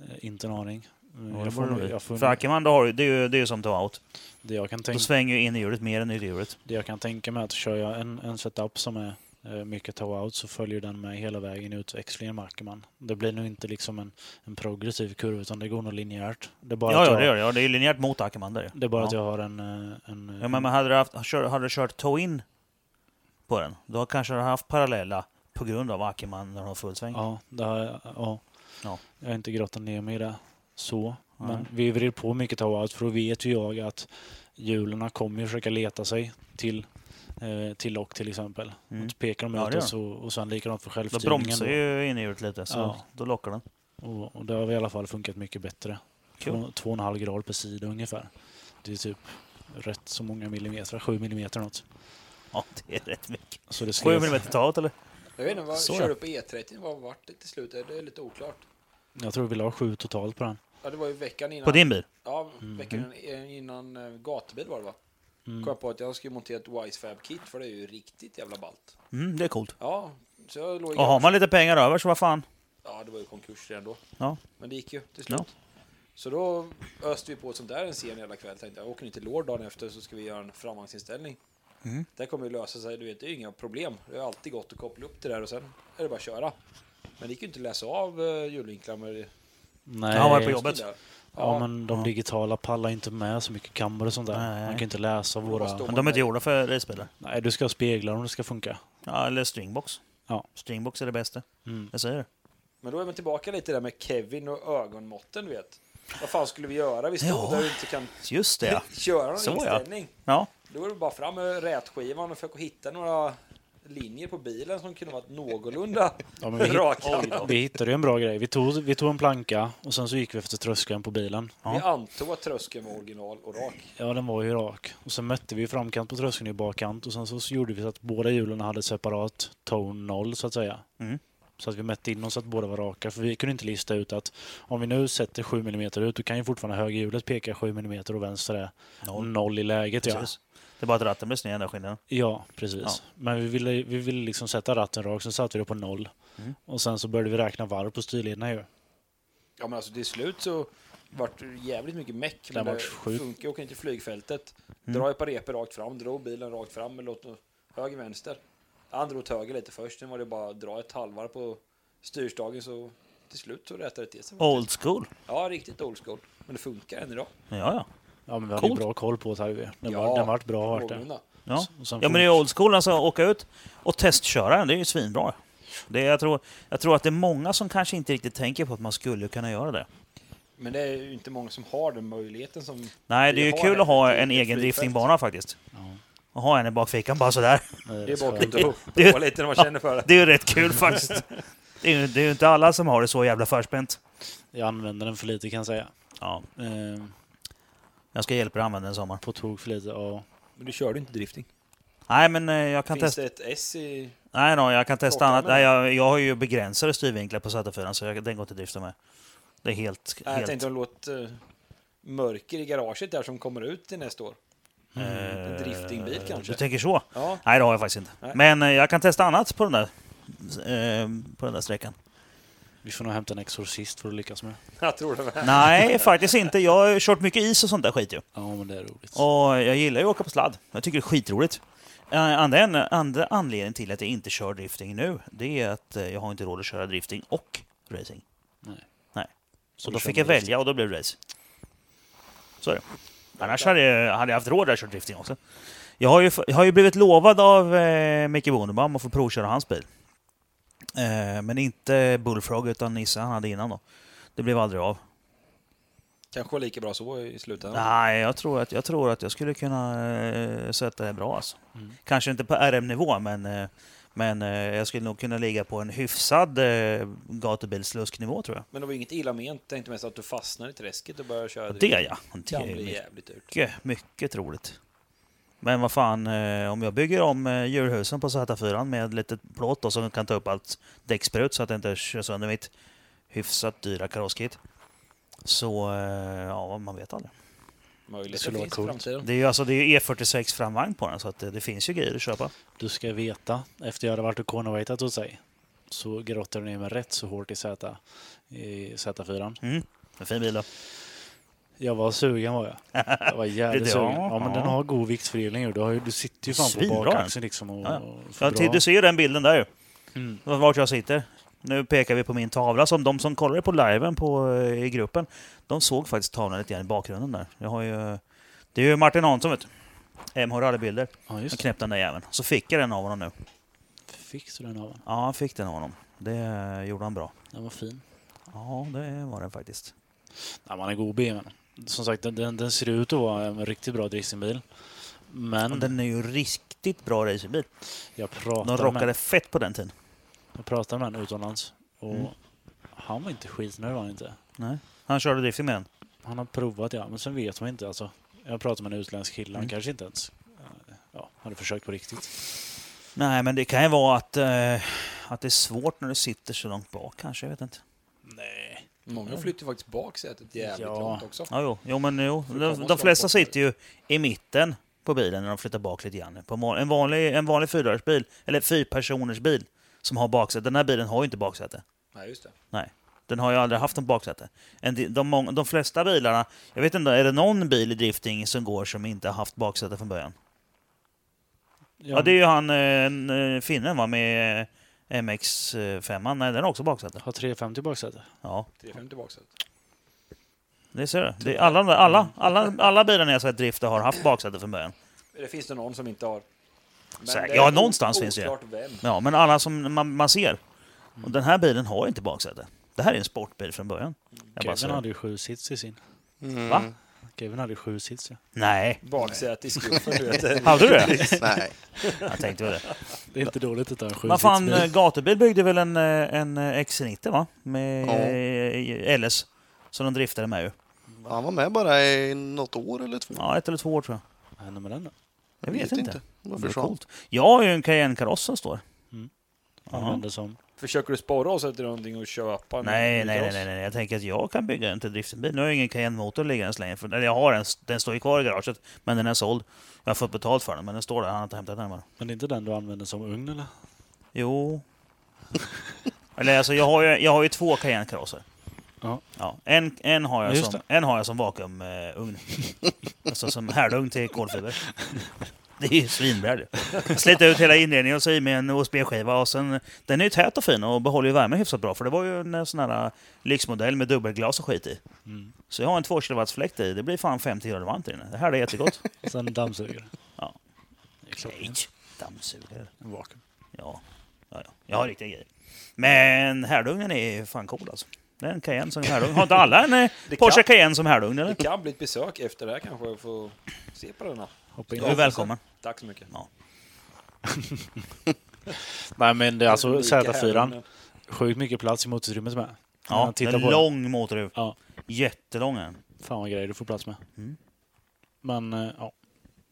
S2: Eh, inte en aning. Eh,
S3: Ja, det
S2: jag,
S3: får det
S2: får,
S3: bli.
S2: jag,
S3: För
S2: får,
S3: Ackerman, då har du, det, är ju, det är ju som tow-out.
S2: det, jag kan
S3: Då
S2: tänka,
S3: svänger ju in i hjulet mer än ut i hjulet.
S2: det jag kan tänka mig är att kör jag en, en setup som är eh, mycket tow-out så följer den med hela vägen i utväxlingen märker man. Det blir nog inte liksom en, en progressiv kurva utan det går nog linjärt. Det är bara,
S3: Ja,
S2: att,
S3: ja,
S2: jag,
S3: det gör det. Ja, det är ju linjärt mot Ackerman där ju.
S2: det är bara
S3: ja.
S2: att jag har en... eh, en
S3: Ja, men men hade du, haft, kör- hade du kört tow-in på den, då kanske du har haft parallella på grund av Ackerman när du har full sväng.
S2: Ja, det har jag, ja.
S3: Ja.
S2: jag har inte grottat ner mig i det så. Men
S3: Nej.
S2: vi vrider på mycket towout för då vet ju jag att hjulen kommer ju försöka leta sig till, eh, till lock till exempel.
S3: Mm.
S2: Och pekar de
S3: Ja,
S2: ut
S3: det gör
S2: oss och, och sen likadant för
S3: Då
S2: självstyrningen.
S3: bromsar ju in i hjulet lite, så
S2: Ja.
S3: då lockar den.
S2: och, och det har i alla fall funkat mycket bättre.
S3: Kul.
S2: Två, två och en halv grad per sida ungefär. Det är typ rätt så många millimeter, sju millimeter något.
S3: Ja, det är rätt mycket.
S2: Så det
S3: 7
S2: skrev,
S3: mm tow-out eller?
S1: Jag vet inte, vad
S2: Så, ja.
S1: kör du på E30? Vad vart det till slut? Det är lite oklart.
S2: jag tror vi la sju totalt på den.
S1: Ja, det var ju veckan innan.
S3: På din Mm. bil?
S1: Ja, veckan innan eh, gatubil var det va?
S3: Mm.
S1: Kom jag på att jag skulle montera ett Wisefab-kit för det är ju riktigt jävla ballt.
S3: Mm, det är coolt.
S1: Ja, så jag låg i
S3: Och har man lite pengar över så vad fan.
S1: Ja, det var ju konkurs redan då.
S3: Ja.
S1: Men det gick ju till slut. Så då öste vi på ett sånt där en sen jävla kväll. Tänkte jag, åker ni till Lord dagen efter så ska vi göra en framvagnsinställning.
S3: Mm.
S1: Det kommer ju lösa sig, du vet, det är ju inga problem. Det är alltid gott att koppla upp det där och sen är det bara att köra. Men det gick ju inte att läsa av eh, hjulvinklar med
S2: Nej,
S3: Ja, var på jobbet.
S1: där.
S2: Ja,
S1: Ja.
S2: men de
S3: Ja.
S2: digitala pallar inte med så mycket kameror och sånt där.
S3: Nej.
S2: Man kan inte läsa våra...
S1: står
S3: Men de är
S1: man
S3: inte gjorda för racerbilar.
S2: Nej, du ska ha speglar om det ska funka.
S3: Ja, eller stringbox.
S2: Ja.
S3: Stringbox är det bästa.
S2: Mm.
S3: Jag säger det.
S1: Men då är vi tillbaka lite där med Kevin och ögonmåtten, du vet. Vad fan skulle vi göra? Vi står
S3: Ja.
S1: där och inte kan
S3: Just det, ja.
S1: köra någon
S3: Så, ja.
S1: inställning.
S3: ja.
S1: Då är det bara fram med rätskivan och försöka hitta några linjer på bilen som kunde vara någorlunda
S2: Ja, men vi,
S1: raka.
S2: vi hittade ju en bra grej. Vi tog, vi tog en planka och sen så gick vi efter tröskeln på bilen.
S1: Vi antog att tröskeln var original och rak.
S2: Ja, den var ju rak. Och sen mötte vi framkant på tröskeln i bakkant och sen så gjorde vi så att båda hjulen hade separat tone 0 så att säga.
S3: Mm.
S2: Så att vi mätte in dem så att båda var raka. För vi kunde inte lista ut att om vi nu sätter 7 mm ut, då kan ju fortfarande högerhjulet peka 7 mm och vänster är
S3: Noll.
S2: 0 i läget. Ja.
S3: Precis. Det är bara att ratten blir sned, den där skillnaden.
S2: Ja, precis.
S3: Ja.
S2: Men vi ville, vi ville liksom sätta ratten rakt, sen satte vi det på noll.
S3: Mm.
S2: Och sen så började vi räkna varv på styrlederna ju.
S1: Ja, men alltså till slut så vart det jävligt mycket meck.
S2: Den
S1: Men det Mm.
S2: vart sjuk.
S1: funkar åker in till flygfältet. Dra ett par repor rakt fram, drog bilen rakt fram, men låt höger, vänster. Han drog åt höger lite först, sen var det bara att dra ett halvar på styrstagen så till slut så rätade det till sig.
S3: Old school.
S1: Ja, riktigt old school. Men det funkar än idag.
S3: Ja, ja.
S2: Ja, men vi hade ju
S3: Coolt.
S2: bra koll på Taivi. Den,
S1: Ja,
S2: var, den vart bra vart det.
S1: Någorlunda.
S3: Ja.
S2: Och sen
S3: ja,
S2: får-
S3: men det är old school. Alltså, åka ut och testköra den, det är ju svinbra. Det, är- jag, tror, jag tror att det är många som kanske inte riktigt tänker på att man skulle kunna göra det.
S1: Men det är ju inte många som har den möjligheten som...
S3: Nej, det är
S1: Vi
S3: ju
S1: har
S3: kul
S1: ett
S3: att ha
S1: eget
S3: en egen
S1: flygfält.
S3: driftingbana faktiskt. Och ha en i bakfickan bara sådär.
S2: Nej,
S1: Det är
S2: så
S1: bara
S2: skönt.
S1: att hoppa på lite när man känner för det.
S3: Det är ju rätt kul faktiskt. Det är ju, det är ju inte alla som har det så jävla förspänt.
S2: Jag använder den för lite kan jag säga.
S3: Ja,
S2: Eh,
S3: jag ska hjälpa dig att använda den i sommar.
S2: på tok för lite. Ja.
S1: Men du körde inte drifting.
S3: Nej, men eh, jag kan
S1: Finns
S3: testa.
S1: det ett S i...
S3: Nej, no, jag kan testa
S1: Åka
S3: annat.
S1: med
S3: Nej, jag, jag har ju begränsade styrvinklar på Z4, så jag, den går inte att drifta med. Det är helt...
S1: Nej, jag
S3: helt
S1: tänkte att låt eh, mörker i garaget där som kommer ut till nästa år.
S3: eh,
S1: en driftingbil kanske.
S3: Du tänker så?
S1: Ja,
S3: Nej, det har jag faktiskt inte.
S1: Nej.
S3: Men eh, jag kan testa annat på den där, eh, på den där sträckan.
S2: Vi får nog hämta en exorcist för att lyckas med.
S1: jag tror det med.
S3: Nej, faktiskt inte. Jag har ju kört mycket is och sånt där skit ju.
S2: Ja, men det är roligt.
S3: Och jag gillar ju att åka på sladd. Jag tycker det är skitroligt. Eh, Andra, en- andra anledningen till att jag inte kör drifting nu, det är att eh, jag har inte råd att köra drifting och racing. Så
S2: du
S3: då
S2: kör
S3: fick jag
S2: med rest.
S3: välja och då blev det race. Så är det. Annars hade jag, hade jag haft råd att köra drifting också. Jag har ju, f- jag har ju blivit lovad av eh, Micke Bonderbaum att få provköra hans bil. Eh, men inte Bullfrog utan Nisse han hade innan då. Det blev aldrig av.
S1: Kanske var lika bra så i slutändan.
S3: Nej, jag tror, att, jag tror att jag skulle kunna eh, sätta det bra alltså.
S2: Mm.
S3: Kanske inte på RM-nivå, men, eh, men eh, jag skulle nog kunna ligga på en hyfsad eh, gatubilslusknivå tror jag.
S1: Men det var inget illa ment. Tänkte mest att du fastnar i träsket och börjar köra
S3: Det
S1: drifting.
S3: ja, det
S1: kan
S3: är
S1: bli
S3: mycket,
S1: jävligt dyrt.
S3: mycket roligt. Men vad fan, eh, om jag bygger om eh, djurhusen på Z4 med lite plåt då, som kan ta upp allt däcksprut så att det inte kör sönder mitt hyfsat dyra karosskit. Så, eh, ja, man vet aldrig.
S2: Det
S1: Möjligheten
S2: skulle vara
S1: finns i
S2: coolt.
S1: framtiden.
S3: Det är ju alltså, det är ju E46 framvagn på den, så att eh, det, det finns ju grejer att köpa.
S2: Du ska veta, efter jag hade varit och cornerweightat åt sig, så grottade jag ner mig rätt så hårt i, Z, i Z4.
S3: Mm. En fin bil då.
S2: Jag var sugen var jag. Jag var jävligt
S3: Det- ja,
S2: sugen. Ja, men
S3: ja.
S2: den har god viktfördelning ju. Du, har ju, du sitter ju fan på
S3: Svinbra
S2: bakaxeln liksom. Och,
S3: Ja,
S2: och får
S3: Ja, till,
S2: bra-
S3: du ser ju den bilden där ju.
S2: Mm.
S3: Vart jag sitter. Nu pekar vi på min tavla som de som kollade på liven på, eh, i gruppen, de såg faktiskt tavlan lite grann i bakgrunden där. Jag har ju, det är ju Martin Hansson vet du. MH Rallybilder.
S2: Ja,
S3: Jag
S2: just det.
S3: knäppte den där jäveln. Så fick jag den av honom nu.
S2: Fick du den av den?
S3: Ja, han fick den av honom. Det eh, gjorde han bra.
S2: Den var fin.
S3: Ja, det var den faktiskt.
S2: Nej, man är god i BMWn. Som sagt, den, den, den ser ut att vara en riktigt bra driftingbil. Men
S3: Och den är ju riktigt bra racingbil.
S2: jag
S3: De
S2: pratade, med,
S3: rockade fett på den tiden.
S2: jag pratade med honom utomlands och
S3: Mm.
S2: han var inte skitnöjd var han inte.
S3: Nej. Han körde drifting med den.
S2: Han har provat ja, men sen vet man inte. Alltså, jag pratade med en utländsk kille, han
S3: Mm.
S2: kanske inte ens eh, ja, hade försökt på riktigt.
S3: Nej, men det kan ju vara att, eh, att det är svårt när du sitter så långt bak kanske. Jag vet inte.
S2: Nej.
S1: Många flyttar ju faktiskt bak sätet jävligt
S2: Ja.
S1: långt också.
S3: Ja, jo. jo, men jo.
S1: För att komma
S3: De,
S1: så
S3: de
S1: långt
S3: flesta
S1: bak
S3: sitter ju i mitten på bilen när de flyttar bak lite grann. På en van- en vanlig, en vanlig fyrdörrsbil, eller fyrpersoners bil, som har baksäte. Den här bilen har ju inte baksäte.
S1: Nej, just det.
S3: Den har ju aldrig haft en baksäte. En, di- de, mång- de flesta bilarna, jag vet inte, är det någon bil i drifting som går som inte har haft baksäte från början? Ja, det är ju han eh, en, eh, finnen va, med MX5. Nej, den har också baksäte.
S2: alltså. Har 350 baksäte.
S3: Ja.
S1: 350 baksätet.
S3: Det ser du. Det är alla, de där- alla, alla, alla bilar när jag sett drifta har haft baksäte från början.
S1: Det finns det någon som inte har. Men
S3: Säkert.
S1: det är
S3: Ja,
S1: o-
S3: någonstans finns det ju.
S1: Oklart vem.
S3: Ja, men alla som man, man ser. Och den här bilen har inte baksäte. Det här är en sportbil från början. Jag bara
S2: Kevin
S3: ser.
S2: hade ju sju sits i sin.
S4: Mm.
S3: Va?
S2: Kevin hade ju sju sits ja.
S3: Nej,
S1: Baksäte i skuffen, du vet.
S3: hade du det?
S4: Nej.
S3: Jag tänkte väl det.
S2: Det är inte dåligt att ha en sju
S3: Vad fan,
S2: sitsbil.
S3: eh, gatubil byggde väl en, eh, en eh, XC90 va? Med
S4: Ja.
S3: eh, LS. Som de driftade med ju.
S4: Han var med bara i något år eller två.
S3: Ja, ett eller två år tror jag.
S2: Vad hände med den då?
S3: Jag vet, inte.
S4: Vad
S3: Det är
S4: försvann.
S3: coolt. Jag har ju en Cayenne-kaross som står.
S2: Använde som...
S1: Försöker du spara oss efter någonting och köpa? en
S3: Nej,
S1: ny
S3: nej,
S1: till
S3: nej,
S1: oss?
S3: nej, nej. Jag tänker att jag kan bygga en till driftingbil. Nu har jag ingen Cayenne-motor liggande så länge. För, eller jag har en, den står ju kvar i garaget. Men den är såld. Jag har fått betalt för den, men den står där. Han har inte hämtat den bara.
S2: Men det är inte den du använde som ugn eller?
S3: Jo. eller alltså, jag har ju, jag har ju två Cayenne-karosser.
S2: Ja.
S3: Ja, en, en, har jag
S2: Just
S3: som, en har jag som vakuumugn. alltså som härdugn till kolfiber. Det är ju svinbra det. Slita ut hela inredningen och så i med en OSB-skiva. Och sen, den är ju tät och fin och behåller ju värmen hyfsat bra. För det var ju en sån här eh, lyxmodell med dubbelglas och skit i.
S2: Mm.
S3: Så jag har en 2 kW fläkt i. Det blir fan 50 grader varmt i den. Det här är jättegott.
S2: Sen dammsugare.
S3: Ja.
S2: Det är klart.
S3: Nej, dammsugare.
S2: Vakuum.
S3: Ja, ja, ja. jag har riktiga grejer. Men härdugnen är fan cool alltså. Det är en Cayenne som härdugn. Har inte alla en eh,
S1: Det kan-
S3: Porsche Cayenne som härdugn eller?
S1: Det kan bli ett besök efter det här kanske och få se på denna.
S2: Hoppa in.
S3: Du är välkommen.
S1: Tack så mycket.
S2: Nej men det är alltså
S1: Ulrika här,
S2: Z4.
S1: men-
S2: Sjukt mycket plats i motorutrymmet med. När
S3: Ja,
S2: man tittar
S3: en
S2: på den.
S3: lång motorhuv.
S2: Ja.
S3: Jättelång är den.
S2: Fan vad grejer du får plats med.
S3: Mm.
S2: Men eh, ja,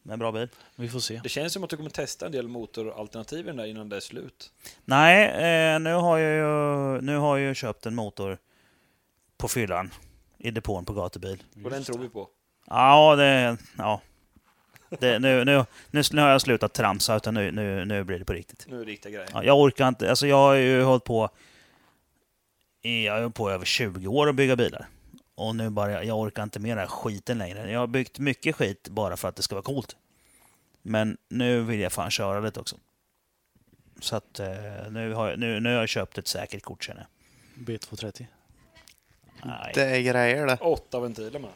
S3: Men bra bil.
S2: vi får se.
S1: Det känns som att du kommer testa en del motoralternativ i den där innan det är slut.
S3: Nej, eh, nu har jag ju, nu har jag ju köpt en motor på fyllan i depån på gatubil.
S1: Och den tror vi på.
S3: Ja, det... Ja. Det, nu, nu, nu, nu har jag slutat tramsa utan nu, nu, nu blir det på riktigt.
S1: Nu är det riktiga grejer.
S3: Ja, jag orkar inte. Alltså jag har ju hållit på i, jag har hållit på i över 20 år att bygga bilar. Och nu bara, jag orkar inte med den här skiten längre. Jag har byggt mycket skit bara för att det ska vara coolt. Men nu vill jag fan köra lite också. Så att eh, nu har jag, nu, nu har jag köpt ett säkert kort känner jag.
S2: B230.
S3: Nej,
S4: Det är grejer det.
S1: Åtta ventiler med.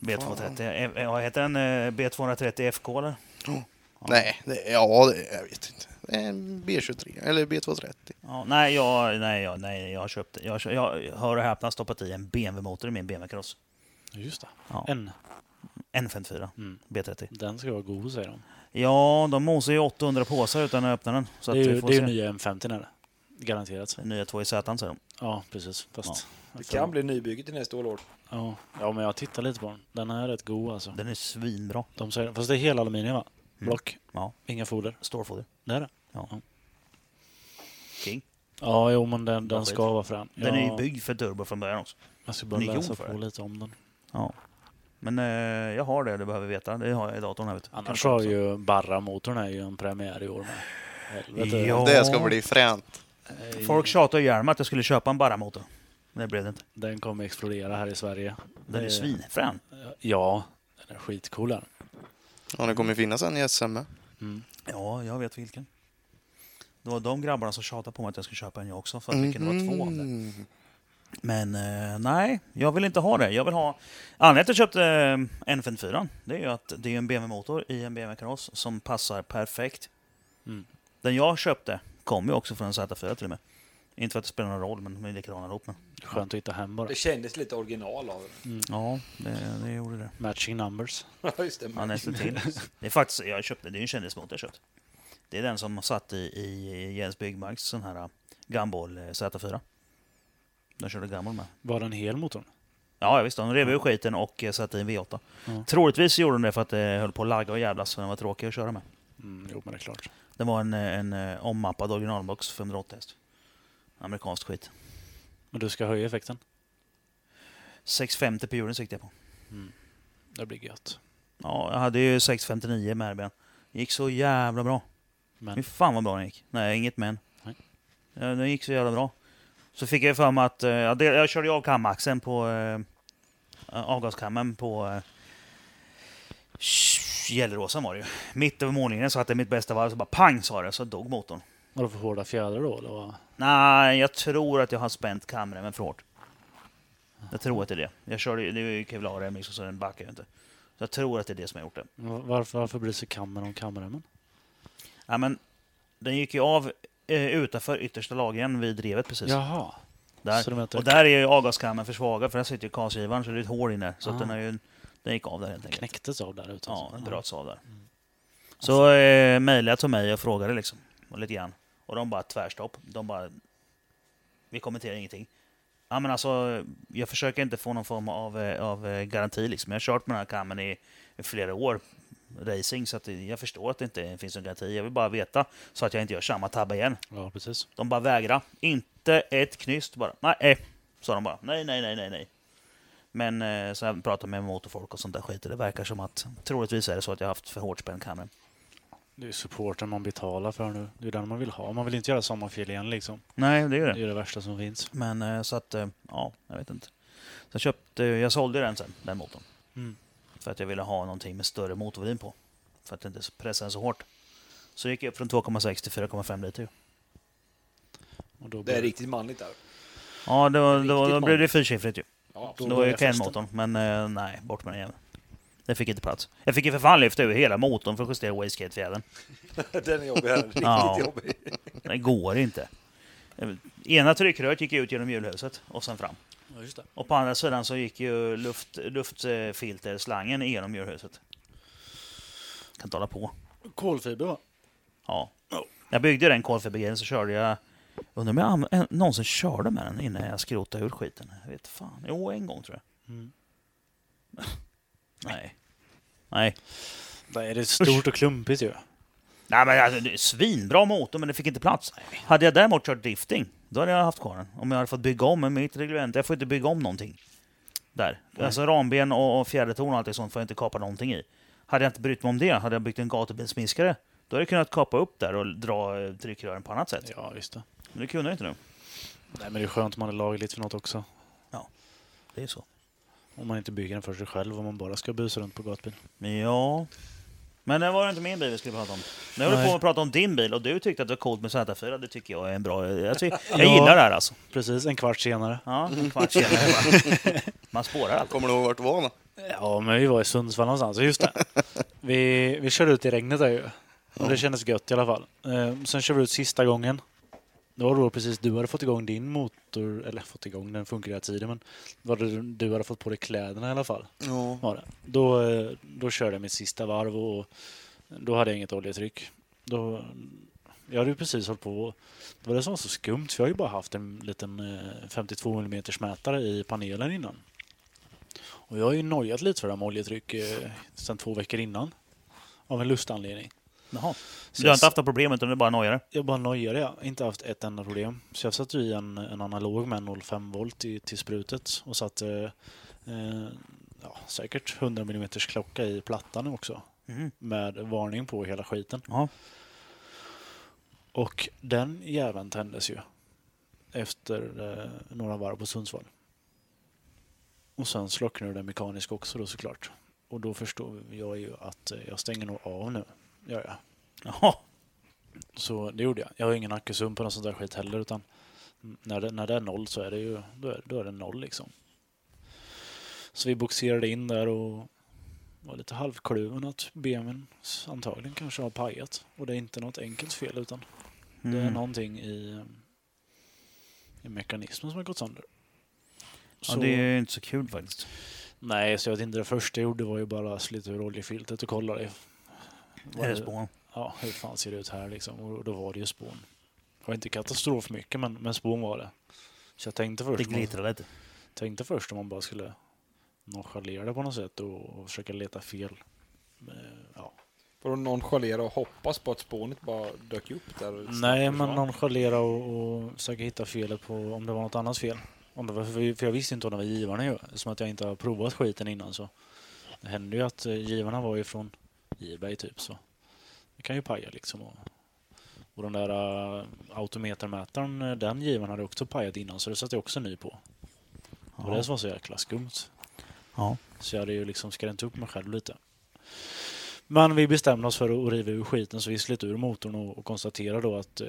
S3: B230. Eh, eh, Vad heter den? Eh, B230 FK eller?
S4: Nej, det, ja, det, jag vet inte. Det är en B23 eller B230.
S3: Ja, nej, jag, nej, jag, nej, jag har köpt, jag, har kö- jag hör och häpna stoppat i en BMW-motor i min BMW-cross.
S2: Just det.
S3: Ja.
S2: En.
S3: N54
S2: Mm.
S3: B30.
S2: Den ska vara god säger de.
S3: Ja, de mosar ju 800 påsar utan att öppna den. Så
S2: det
S3: att
S2: är
S3: vi
S2: ju,
S3: får
S2: det är
S3: se.
S2: ju nya M50 när det. Garanterat.
S3: Den nya 2 i säger de.
S2: Ja, precis. Fast...
S1: Det kan bli nybygge till nästa år. Lord.
S2: Ja. ja, men jag tittar lite på den. Den här är rätt god alltså.
S3: Den är svinbra.
S2: De säger, fast det är hela aluminium va?
S3: Mm.
S2: Block.
S3: Ja.
S2: Inga foder.
S3: Storfoder.
S2: Det är det.
S3: King.
S2: Ja, jo men den, den
S3: Vad
S2: ska
S3: skit.
S2: vara frän.
S3: Den är ju
S2: Jag-
S3: byggd för turbo från början också.
S2: Jag ska bara
S3: den är
S2: läsa
S3: gjord för
S2: på
S3: det.
S2: lite om den.
S3: Ja. Men eh, jag har det du behöver veta. Det har jag i datorn här vet du.
S2: Annars har ju Barra-motorn är ju en premiär i år med. Helvete.
S3: Ja.
S4: Det ska bli fränt.
S2: Nej,
S3: Folk tjatar ju gärna att jag skulle köpa en Barra-motor. Men det blev det inte.
S2: Den kommer explodera här i Sverige.
S3: Den är
S2: Det-
S3: svinfrän.
S2: Ja, den är skitcool här.
S4: Ja, det kommer finnas en i SM med.
S2: Mm.
S3: Ja, jag vet vilken. Det var de grabbarna som tjatade på mig att jag skulle köpa en jag också. För att det kunde vara två om det.
S4: Mm.
S3: Men eh, nej, jag vill inte ha det. Jag vill ha... Anledningen till att jag köpte eh, N54 det är ju att det är en BMW-motor i en BMW-kaross som passar perfekt.
S2: Mm.
S3: Den jag köpte kom ju också från en Z4 till och med. Inte för att det spelar någon roll, men de är likadana ihop. Men...
S2: Skönt att hitta hem bara. Mm.
S1: Det kändes lite original av den.
S3: Ja, det, det gjorde det.
S2: Matching numbers.
S1: Ja, Just det.
S3: Ja, nästan till. Det är faktiskt, jag köpte, det är ju en kändismotor jag köpt. Det är den som satt i, i Jens Byggmarks sån här eh, Gumball eh, Z4. De körde Gumball med.
S2: Var den hel motorn?
S3: Ja, ja, visst. De rev ur skiten och eh, satte i en V8.
S2: Ja.
S3: Troligtvis gjorde de det för att det höll på att lagga och jävlas, så den var tråkig att köra med.
S2: Mm, jo, men det är klart.
S3: Det var en, eh, en eh, ommappad originalbox 580 häst. Amerikanskt skit.
S2: Men du ska höja effekten.
S3: 650 på hjulen siktade jag på.
S2: Det blir gött.
S3: Ja, jag hade ju 659 med RB'n. Gick så jävla bra.
S2: Men
S3: Fy fan vad bra den gick. Nej, inget men.
S2: Nej.
S3: Ja, den gick så jävla bra. Så fick jag ju för mig att... eh, ja, det- Jag körde ju av kamaxeln på... eh, Avgaskammen på... eh, Sh- Gelleråsen var det ju. Mitt över mållinjen så att det är mitt bästa varv så bara pang sa det så dog motorn.
S2: var det för hårda fjädrar då? Eller vad?
S3: Nej, jag tror att jag har spänt kamremmen för hårt. Jag tror att det är det. Jag körde ju, det är ju Kevlar MX och så den backar ju inte. Så jag tror att det är det som har gjort det.
S2: Varför, varför blir det så kammer om kameramen?
S3: Ja, men den gick ju av eh, utanför yttersta lagringen vid drevet precis.
S2: Jaha.
S3: där.
S2: Så de heter-
S3: Och där är ju avgaskammaren för svaga för där sitter ju gasgivaren så det är ett hål inne. Så att
S2: Ah.
S3: den, är ju, den gick av där helt enkelt.
S2: knäcktes av där ute.
S3: Ja, den
S2: alltså.
S3: bröts av där. Så eh, mejlade jag till mig och frågade liksom. Och lite grann. Och de bara tvärstopp. De bara... Vi kommenterar ingenting. Ja, men alltså, jag försöker inte få någon form av, eh, av eh, garanti. Liksom. Jag har kört med den här kammen i i flera år. Racing, så att det- jag förstår att det inte finns någon garanti. Jag vill bara veta så att jag inte gör samma tabbe igen.
S2: Ja, precis.
S3: De bara vägrar. Inte ett knyst bara. Nej, eh, sa de bara. Nej, nej, nej, nej, nej. Men eh, så jag pratade med motorfolk och sånt där skit. och Det verkar som att troligtvis är det så att jag har haft för hårt spänd kamera.
S2: Det är supporten man betalar för nu. Det är den man vill ha. Man vill inte göra samma fel igen liksom.
S3: Nej, det är
S2: Det är det värsta som finns.
S3: Men eh, så att, eh, ja, jag vet inte. Sen köpte, jag sålde den sen, den motorn.
S2: Mm.
S3: För att jag ville ha någonting med större motorvolym på. För att inte pressa den så hårt. Så gick jag upp från 2,6 till 4,5 liter. ju.
S2: Och då
S1: Det är
S2: blir-
S1: riktigt manligt där.
S3: Ja, då, då, då
S1: Riktigt
S3: blev det fyrsiffrigt ju.
S1: Ja,
S3: Så
S1: absolut.
S3: det var ju
S2: började festen.
S3: Ken-motorn, men eh, nej, bort med den jäveln. Det fick inte plats. Jag fick ju för fan lyfta ur hela motorn för att justera wastegate-fjädern.
S1: Den är jobbig här. Riktigt
S3: Ja.
S1: jobbig.
S3: Det går inte. Ena tryckröret gick ut genom hjulhuset och sen fram.
S2: Ja, just det.
S3: Och på andra sidan så gick ju luft, luftfilterslangen igenom hjulhuset. Kan inte hålla på.
S2: Kolfiber va?
S3: Ja. Jag byggde den kolfibergrejen så körde jag... Undrar om jag anv- någonsin körde med den innan jag skrotade ur skiten. Jag vet fan. Jo, en gång tror jag.
S2: Mm.
S3: Nej. Nej.
S2: Nej, det är stort och klumpigt ju.
S3: Nej, men alltså, det är svinbra motor, men det fick inte plats. Hade jag däremot kört drifting, då hade jag haft kvar den. Om jag hade fått bygga om med mitt reglement. Jag får inte bygga om någonting. Där. Alltså ramben och, och fjädertorn och allt det sånt får jag inte kapa någonting i. Hade jag inte brytt mig om det, hade jag byggt en gatubilsminskare, då hade jag kunnat kapa upp där och dra eh, tryckrören på annat sätt.
S2: Ja, just det.
S3: Men det kunde jag inte nu.
S2: Nej, men det är skönt om man är lagligt för något också.
S3: Det är så.
S2: Om man inte bygger den för sig själv och man bara ska busa runt på gatbil.
S3: Ja. Men det var inte min bil vi skulle prata om. Nu håller vi
S2: Nej.
S3: på att prata om din bil och du tyckte att det var coolt med Z4. Det tycker jag är en bra... Jag, ty- jag
S2: Ja.
S3: gillar det här alltså.
S2: Precis, en kvart senare.
S3: Ja, en kvart senare bara. Man spårar allt.
S4: Kommer du ihåg vart du var? Då?
S2: Ja, men vi var i Sundsvall någonstans. Just det. Vi, vi körde ut i regnet där ju. Och det kändes gött i alla fall. Ehm, sen körde vi ut sista gången. Det var då precis du hade fått igång din motor, eller fått igång, den funkar hela tiden, men det var det du hade fått på dig kläderna i alla fall.
S4: Ja.
S2: Var det. Då, eh, då körde jag mitt sista varv och då hade jag inget oljetryck. Då, jag hade ju precis hållit på. Det var det som var så skumt, för jag har ju bara haft en liten eh, 52 mm mätare i panelen innan. Och jag har ju nojat lite för det här med oljetryck eh, sedan två veckor innan. Av en lustanledning.
S3: Jaha.
S2: Så
S3: Du har
S2: jag-
S3: inte haft något problem utan du bara nojar.
S2: jag bara nojade jag. Inte haft ett enda problem. Så jag satte ju i en, en analog med 0,5 volt i, till sprutet och satte eh, ja, säkert 100 mm klocka i plattan också.
S3: Mhm.
S2: Med varning på hela skiten.
S3: Jaha.
S2: Och den jäveln tändes ju efter eh, några varv på Sundsvall. Och sen slocknade den mekanisk också då såklart. Och då förstår jag ju att eh, jag stänger nog av nu. Gör jag.
S3: Jaha.
S2: Så det gjorde jag. Jag har ingen ackusump eller något sånt där skit heller. Utan när, det, när det är noll så är det ju då är, då är det noll liksom. Så vi boxerade in där och var lite halvkluven att BMWn antagligen kanske har pajat. Och det är inte något enkelt fel utan det är
S3: Mm.
S2: någonting i, i mekanismen som har gått sönder.
S3: Ja,
S2: Så,
S3: det är ju inte så kul faktiskt.
S2: Nej, så jag vet inte. Det första jag gjorde var ju bara att slita ur oljefiltret och kolla det.
S3: Är det spån?
S2: ja, hur fan ser det ut här liksom? Och då var det ju spån. Det var inte katastrof mycket, men, men spån var det. Så jag tänkte
S3: Eh, Det
S2: först, om,
S3: glittrar lite.
S2: tänkte först om man bara skulle nonchalera det på något sätt och, och försöka leta fel. Men, ja.
S1: Får någon nonchalera och hoppas på att spånet bara dök upp där? och
S2: Nej,
S1: snabbt
S2: men
S1: försvann?
S2: nonchalera och, och försöka hitta felet på om det var något annat fel. Om det var, för för jag visste inte om det var givarna ju, som att jag inte har provat skiten innan så. Det hände ju att eh, givarna var ju från Ebay typ så. Det kan ju paja liksom. Och, och den där eh, autometermätaren, eh, den givaren hade också pajat innan så det satte jag också ny på. Det var
S3: Ja.
S2: det som var så jäkla skumt.
S3: Ja.
S2: Så jag hade ju liksom skrämt upp mig själv lite. Men vi bestämde oss för att riva ur skiten så vi slet ur motorn och, och konstaterade då att eh,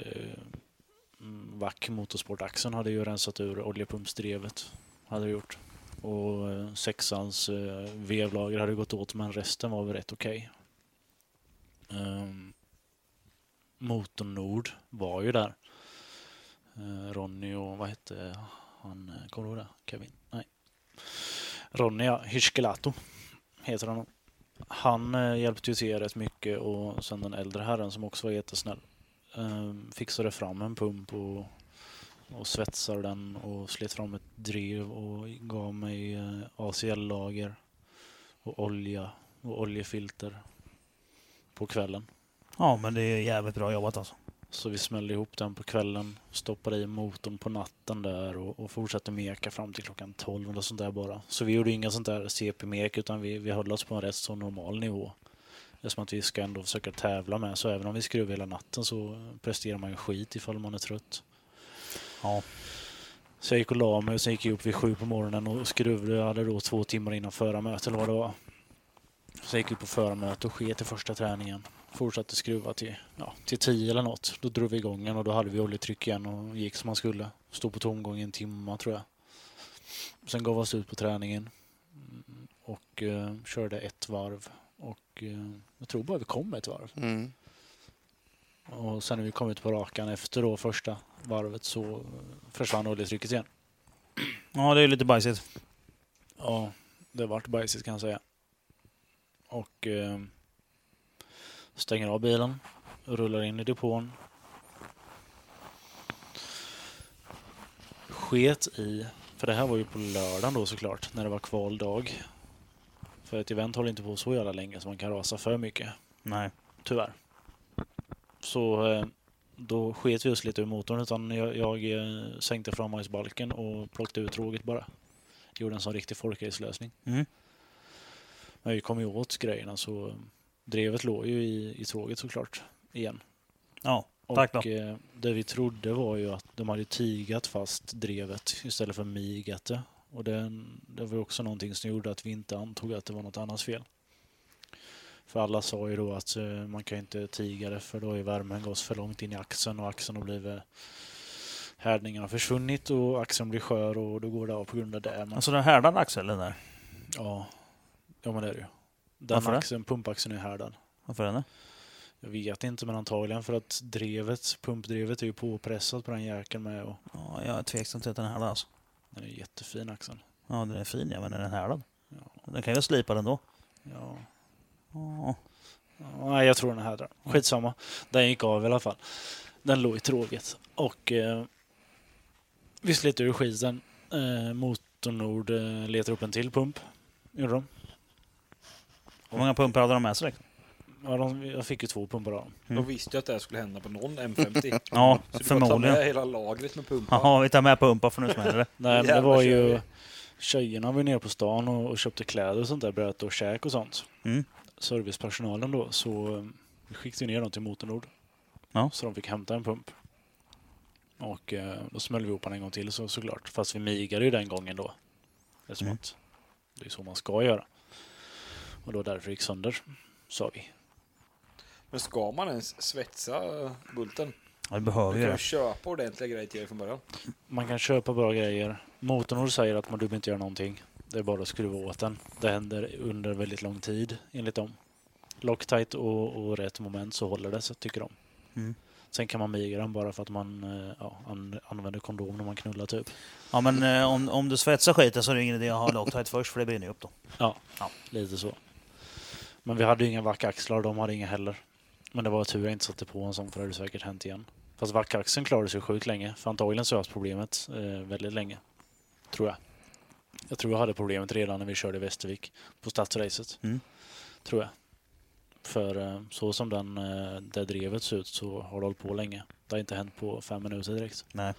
S2: mm, Vack Motorsport-axeln hade ju rensat ur oljepumpsdrevet. Hade det gjort. och eh, sexans eh, vevlager hade gått åt men resten var väl rätt okej. Ehm, Motor Nord var ju där. Eh, Ronny och vad hette han? eh, Kommer du ihåg det? Kevin? Nej. Ronny ja, Hirskelato heter han. Han eh, hjälpte ju till rätt mycket och sen den äldre herren som också var jättesnäll eh, fixade fram en pump och, och svetsade den och slet fram ett driv och gav mig eh, ACL-lager och olja och oljefilter på kvällen.
S3: Ja, men det är jävligt bra jobbat alltså.
S2: Så vi smällde ihop den på kvällen, stoppade i motorn på natten där och, och fortsatte meka fram till klockan 12 eller sånt där bara. Så vi gjorde inga sånt där CP-mek utan vi, vi höll oss på en rätt så normal nivå. Eftersom att vi ska ändå försöka tävla med så även om vi skruvar hela natten så presterar man ju skit ifall man är trött.
S3: Ja.
S2: Så jag gick och la mig och sen gick jag upp vid sju på morgonen och skruvade. Jag hade då två timmar innan förarmöte eller vad det var. Så jag gick upp på förarmöte och sket i första träningen. Fortsatte skruva till, ja, till tio eller något. Då drog vi igång den och då hade vi oljetryck igen och gick som man skulle. Stod på tomgång i en timme tror jag. Sen gav vi oss ut på träningen Mm, och eh, körde ett varv. Och eh, jag tror bara vi kom ett varv.
S4: Mm.
S2: Och sen när vi kom ut på rakan efter då första varvet så eh, försvann oljetrycket igen.
S3: Ja, det är ju lite bajsigt.
S2: Ja, det vart bajsigt kan jag säga. Och eh, stänger av bilen, rullar in i depån. Sket i, för det här var ju på lördagen då såklart, när det var kvaldag. För ett event håller inte på så jävla länge så man kan rasa för mycket
S3: Nej.
S2: tyvärr. Så eh, då sket vi oss lite ur motorn utan jag, jag eh, sänkte framhajsbalken och plockade ut tråget bara. Gjorde en sån riktig folkracelösning.
S3: Mm.
S2: Men vi kom ju åt grejerna så eh, drevet låg ju i, i tråget såklart igen.
S3: Ja,
S2: Och
S3: Tack då.
S2: eh, det vi trodde var ju att de hade tigat fast drevet istället för migat det. Och den, det var ju också någonting som gjorde att vi inte antog att det var något annat fel. För alla sa ju då att eh, man kan ju inte tiga det för då är värmen gått för långt in i axeln och axeln har blivit härdningen har försvunnit och axeln blir skör och då går det av på grund av det. Men,
S3: Alltså den härdade axeln den där.
S2: ja, ja, men det är det ju.
S3: Varför
S2: Den
S3: det?
S2: axeln, pumpaxeln är härdad.
S3: Varför den? där?
S2: Jag vet inte, men antagligen för att drevet, pumpdrevet är ju påpressat på den jäkeln med. Och
S3: Ja, jag är tveksam till att den är härdad alltså.
S2: den är jättefin axeln.
S3: Ja, den är fin ja, men är den härdad?
S2: Ja.
S3: Den kan ju slipa den då.
S2: Ja.
S3: Ja.
S2: Ja, Nej, jag tror den här drar.
S1: Mm.
S2: Skitsamma. Den gick av i alla fall. Den låg i tråget. Och eh, vi slet ur skiten. Eh, Motornord eh, letar upp en till pump. Gjorde de.
S3: Hur många pumpar hade de med sig? liksom?
S2: Ja, de jag fick ju två pumpar av dem.
S3: Mm.
S1: De visste ju att det här skulle hända på någon M50.
S3: Ja,
S1: Så du bara ta
S3: förmodligen.
S1: med hela lagret med pumpar.
S3: Jaha, vi tar med pumpar för nu smäller det.
S2: Nej, men det
S1: Jävlar,
S2: var
S1: kör vi.
S2: ju... Tjejerna var ju nere på stan och, och köpte kläder och sånt där. Bröt och käk och sånt.
S3: Mm.
S2: Servicepersonalen då, så eh, vi skickade ju ner dem till Motornord.
S3: Ja.
S2: Så de fick hämta en pump. Och eh, då smällde vi ihop den en gång till så, såklart. Fast vi migade ju den gången då. Eftersom
S3: Mm.
S2: att det är så man ska göra. Och då därför gick sönder, sa vi.
S1: Men ska man ens svetsa eh, bulten?
S3: Ja, vi behöver
S1: Du
S3: ju
S1: kan ju
S3: det.
S1: köpa ordentliga grejer till dig från början.
S2: Man kan köpa bra grejer. Motornord säger att man du behöver inte göra någonting. Det är bara att skruva åt den. Det händer under väldigt lång tid enligt dem. Loctite och, och rätt moment så håller det, så tycker de.
S3: Mm.
S2: Sen kan man migra den bara för att man eh, ja, an, använder kondom när man knullar typ.
S3: Ja, men eh, om, om du svetsar skiten så är det ingen idé att ha loctite först för det brinner ju upp då.
S2: Lite så. Men vi hade ju inga vackaxlar, de hade inga heller. Men det var tur jag inte satte på en sån för det hade säkert hänt igen. Fast vackaxeln klarade sig sjukt länge. För antagligen så har jag haft problemet eh, väldigt länge. Tror jag. Jag tror jag hade problemet redan när vi körde i Västervik på stadsracet.
S3: Mm.
S2: Tror jag. För eh, så som den, eh, det drevet ser ut så har det hållit på länge. Det har inte hänt på fem minuter direkt.
S3: Nej.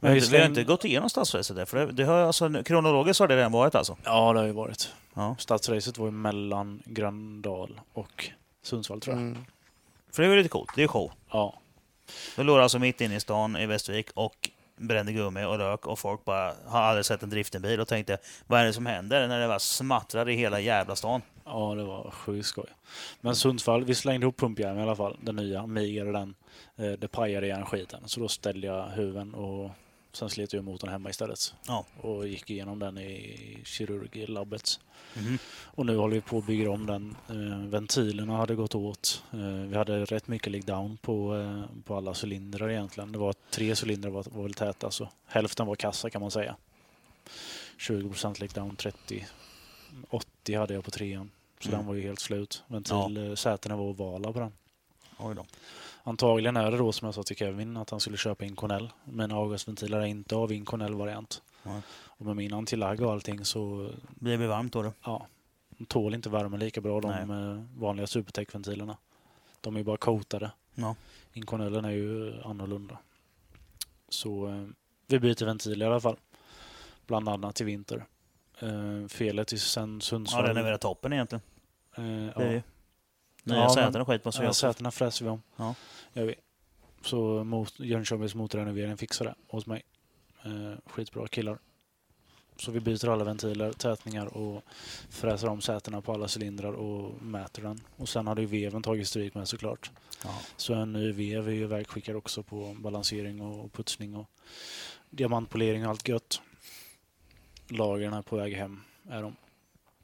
S2: Men
S3: Men
S2: vi
S3: vi har
S2: släng-
S3: inte gått igenom stadsracet där, för det, det har, alltså, kronologiskt har det redan varit alltså.
S2: Ja, det har ju varit.
S3: Ja.
S2: Stadsracet var ju mellan Gröndal och Sundsvall tror jag.
S4: Mm.
S3: För det är ju lite coolt, det är ju show.
S2: Ja.
S3: Då låg det alltså mitt inne i stan i Västervik och brände gummi och rök och folk bara har aldrig sett en driftenbil och tänkte vad är det som händer när det bara smattrar i hela jävla stan?
S2: Ja, det var sjukt skoj. Men Sundsvall, vi slängde ihop pumpjärn i alla fall, den nya, migade den. Eh, Det pajade igen skiten, så då ställde jag huven och Sen slet jag motorn hemma istället.
S3: Ja.
S2: Och gick igenom den i kirurglabbet.
S3: Mhm.
S2: Och nu håller vi på att bygga om den. Eh, ventilerna hade gått åt. Eh, vi hade rätt mycket liggdown på, eh, på alla cylindrar egentligen. Det var tre cylindrar var, var väl täta, så hälften var kassa kan man säga. 20 procent liggdown, 30. 80 hade jag på trean. Så
S3: Mm.
S2: den var ju helt slut. Ventil, eh, Sätena var ovala på den.
S3: Oj då.
S2: Antagligen är det då som jag sa till Kevin att han skulle köpa Inconel. Mina avgasventiler är inte av Inconel-variant.
S3: Nej.
S2: Och med min antilagg och allting så
S3: Det blir varmt då. du.
S2: ja, de tål inte värmen lika bra de eh, vanliga Supertech-ventilerna. De är ju bara coatade.
S3: Ja.
S2: Inconelen är ju annorlunda. Så eh, vi byter ventil i alla fall. Bland annat till vinter. Eh, felet i sen
S3: Ja,
S2: Sundsvall...
S3: den är väl toppen egentligen.
S2: eh,
S3: Det är
S2: ja.
S3: ju. Nya
S2: Ja,
S3: säten
S2: men-
S3: och skit på
S2: Ja,
S3: sig.
S2: sätena fräser vi om.
S3: Ja.
S2: Jag vet. Så mot, Jönköpings motorrenovering fixar det åt mig. Eh, skitbra killar. Så vi byter alla ventiler, tätningar och fräser om sätena på alla cylindrar och mäter den. Och sen hade ju veven tagit stryk med såklart.
S3: Ja.
S2: Så en ny vev är ju ivägskickad också på balansering och putsning och diamantpolering och allt gött. Lagren är på väg hem, är de.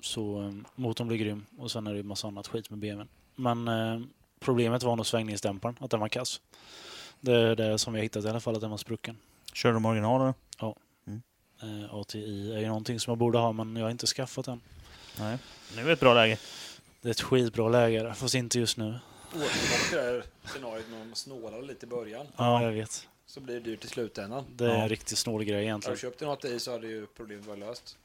S2: Så eh, motorn blir grym och sen är det ju massa annat skit med BMWn. Men eh, problemet var nog svängningsdämparen, att den var kass. Det är det som vi har hittat i alla fall, att den var sprucken.
S3: Kör de original eller?
S2: Eh, ATI är ju någonting som jag borde ha, men jag har inte skaffat den.
S3: Nej. Nu är det ett bra läge.
S2: Det är ett skitbra läge, där, fast inte just nu.
S1: Återkommer till det här scenariot när de snålar lite i början.
S2: Ja, jag vet.
S1: Så blir det dyrt i slutändan.
S2: Det är
S3: Ja.
S2: en riktigt snål grej
S1: Har du
S2: egentligen.
S1: köpt en ATI så hade ju problemet varit löst.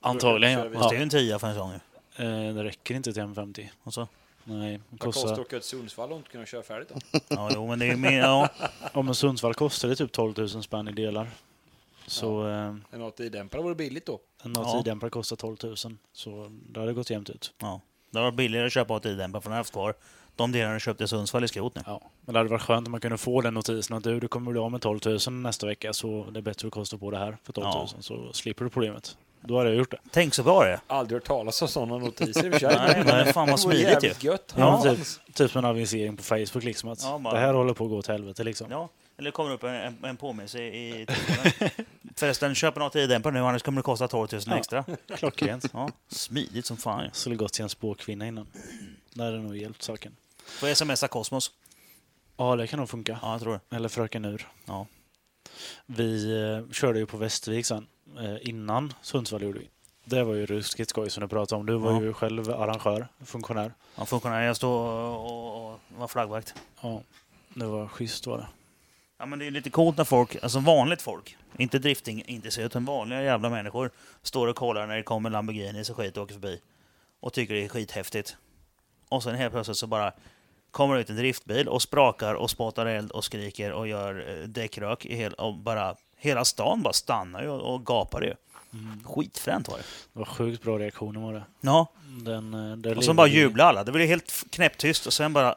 S2: Antagligen, ja.
S1: Fast
S3: Fast det är ju
S2: ja.
S3: en tia för en sån ju. Alltså.
S2: Eh, det räcker inte till M50.
S3: Och så.
S2: Nej, den
S1: Vad kostar det
S2: kostar...
S1: att åka till Sundsvall och inte kunna köra färdigt då?
S3: Ja, jo, men det är ju mer... Ja.
S2: Ja, men Sundsvall kostar det typ 12 000 spänn i delar. Så eh,
S1: En ATI-dämpare vore billigt då.
S2: en
S3: Ja.
S2: ATI-dämpare kostar 12 000. Så det hade gått jämnt ut.
S3: Det var billigare att köpa ATI-dämpare för den har jag haft kvar. De delarna jag köpte i Sundsvall i skrot nu.
S2: Ja. Men det hade varit skönt om man kunde få den notisen att du, du kommer bli av med 12 000 nästa vecka så det är bättre att kosta på det här för 12 000
S3: Ja.
S2: så slipper du problemet. Då hade jag gjort det.
S3: Tänk så bra det är.
S1: Aldrig hört talas om sådana notiser i och för sig.
S3: Nej, men fan vad
S1: Det vore
S3: smidigt ju.
S1: jävligt gött.
S2: Ja. men Typ, typ som en avisering på Facebook liksom att
S3: Ja, bara-
S2: det här håller på att gå åt helvete liksom.
S3: Ja, eller kommer upp en, en, en påminnelse i... i Förresten, köp en ATI-dämpare nu annars kommer det kosta 12 000
S2: Ja.
S3: extra.
S2: Klockrent.
S3: Ja, smidigt som fan ju.
S2: Jag skulle gått till en spåkvinna innan. Det hade nog hjälpt saken.
S3: Får smsa Cosmos.
S2: Ja, det kan nog funka.
S3: Ja, jag tror det.
S2: Eller Fröken Ur.
S3: Ja.
S2: Vi eh, körde ju på Västervik sen, eh, innan Sundsvall gjorde vi. Det var ju ruskigt skoj som du pratade om. Du var
S3: Ja.
S2: ju själv arrangör, funktionär.
S3: Ja, funktionär, jag står och, och var flaggvakt.
S2: Ja, det var schysst var det.
S3: Ja, men det är lite coolt när folk, alltså vanligt folk, inte drifting, inte så utan vanliga jävla människor, står och kollar när det kommer Lamborghinis och skit och åker förbi. Och tycker det är skithäftigt. Och sen helt plötsligt så bara kommer det ut en driftbil och sprakar och spottar eld och skriker och gör eh, däckrök i hel, och bara Hela stan bara stannar ju och, och gapar ju.
S2: Mm.
S3: Skitfränt var det.
S2: Det var sjukt bra reaktioner var det.
S3: Ja,
S2: Den, eh, det
S3: och
S2: levde
S3: sen bara
S2: vi-
S3: jublar alla. Det blev helt f- knäpptyst och sen bara...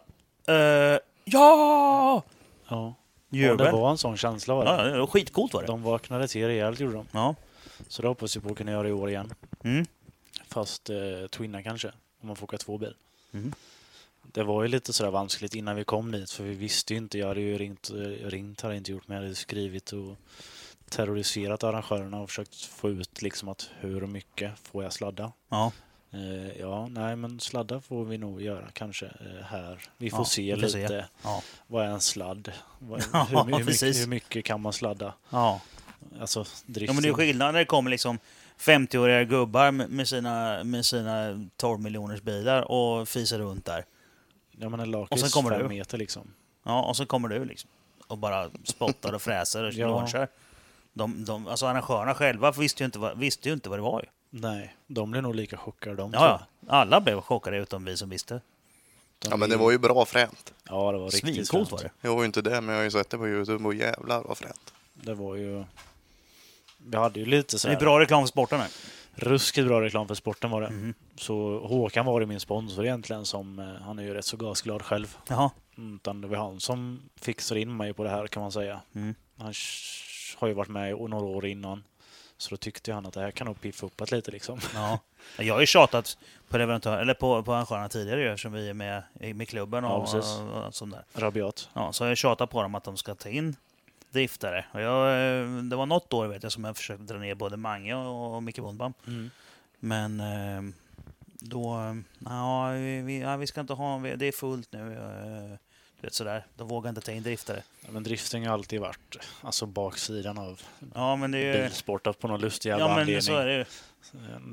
S3: Eh, ja!
S2: Ja. ja,
S3: Jubel.
S2: det var en sån känsla var det.
S3: Ja, ja, det var skitcoolt var det.
S2: De vaknade till rejält gjorde de.
S3: Ja.
S2: Så det hoppas vi på att kunna göra i år igen.
S3: Mm.
S2: Fast eh, twinna kanske, om man får åka två bil.
S3: Mm.
S2: Det var ju lite sådär vanskligt innan vi kom dit för vi visste ju inte. Jag hade ju ringt, eh, ringt hade jag inte gjort men jag hade skrivit och terroriserat arrangörerna och försökt få ut liksom att hur mycket får jag sladda?
S3: ja.
S2: Eh, ja, nej men sladda får vi nog göra kanske eh, här. Vi får
S3: Ja,
S2: se
S3: vi får se.
S2: lite.
S3: Ja.
S2: Vad är en sladd? Vad,
S3: Ja,
S2: hur, my- hur, mycket,
S3: precis.
S2: hur mycket kan man sladda?
S3: Ja.
S2: Alltså drifting.
S3: ja, men det är skillnad när det kommer liksom 50-åriga gubbar med med sina, med sina 12 miljoners bilar och fisar runt där.
S2: Ja, men en
S3: Och sen
S2: lakis
S3: kommer
S2: fem
S3: du.
S2: meter liksom.
S3: Ja, och så kommer du liksom och bara spottar och fräser och
S2: Ja.
S3: launchar. De, de, alltså arrangörerna själva visste ju inte vad, visste ju inte vad det var. Ju.
S2: Nej, de blev nog lika chockade de tror jag.
S3: Ja, ja. Alla blev chockade utom vi som visste.
S2: De
S4: Ja, men det var ju bra fränt.
S2: Ja, det var riktigt
S3: Svincoolt var
S2: fränt.
S3: det.
S4: Jag var ju inte där, men jag har ju sett det på Youtube och jävlar vad fränt.
S2: Det var ju... Vi hade ju lite
S3: Det är
S2: sådär...
S3: bra reklam för Mhm. sportarna.
S2: Ruskigt bra reklam för sporten var det. Så Håkan var ju min sponsor egentligen som... eh, Han är ju rätt så gasglad själv.
S3: Jaha.
S2: Mm, Utan det var han som fixade in mig på det här kan man säga.
S3: Mm.
S2: Han sh- har ju varit med i några år innan. Så då tyckte han att det här kan nog piffa upp ett lite liksom.
S3: Ja. Jag har ju tjatat på leverantör, eller på, på arrangörerna tidigare ju, eftersom vi är med, med klubben
S2: Ja,
S3: och,
S2: precis.
S3: och, och sånt där.
S2: Rabiat.
S3: Ja, så har jag tjatat på dem att de ska ta in driftare. Och jag, eh, det var något år vet jag som jag försökte dra ner både Mange och, och Micke Bondbam.
S2: Mm.
S3: Men eh, då... eh, Ja, vi, vi, ja, vi ska inte ha... vi- Det är fullt nu. eh, Du vet sådär. De vågar inte ta in driftare.
S2: Ja, men drifting har alltid varit alltså baksidan av
S3: Ja, men det är ju...
S2: bilsporten på någon lustig jävla
S3: Ja, men så
S2: anledning.
S3: är det ju.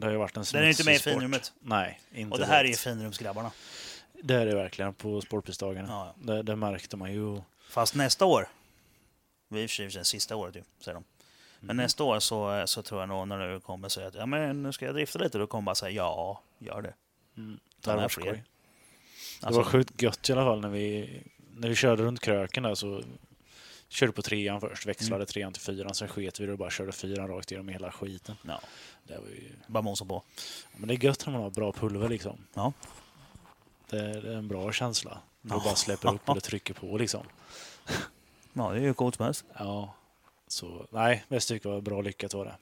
S2: Det har ju varit en
S3: Den är ju inte med i
S2: smutsig sport.
S3: finrummet.
S2: Nej, inte
S3: Och det här är ju
S2: direkt.
S3: finrumsgrabbarna.
S2: Det här är verkligen på sportprisdagarna.
S3: Ja, Mm. ja.
S2: Det, det märkte man ju.
S3: Fast nästa år, vi är i och för sig det sista året ju, säger de. Men
S2: Mm.
S3: nästa år så, eh, så tror jag nog när du kommer säga att ja, men nu ska jag drifta lite, då kommer bara säga ja, gör det.
S2: Mm. Det, var
S3: med
S2: skoj.
S3: fler.
S2: det var
S3: Alltså,
S2: sjukt gött i alla fall när vi, när vi körde runt kröken där så körde på trean först, växlade
S3: Mm.
S2: trean till fyran, sen sket vi det och bara körde fyran rakt igenom hela skiten.
S3: ja,
S2: Det var ju,
S3: bara mosa på.
S2: men det är gött när man har bra pulver liksom.
S3: Ja.
S2: Det, det är en bra känsla. När
S3: Ja.
S2: du bara släpper upp och det trycker på liksom.
S3: Ja, det är ju coolt som helst.
S2: Ja. Så nej, Västervik var bra lyckat var det.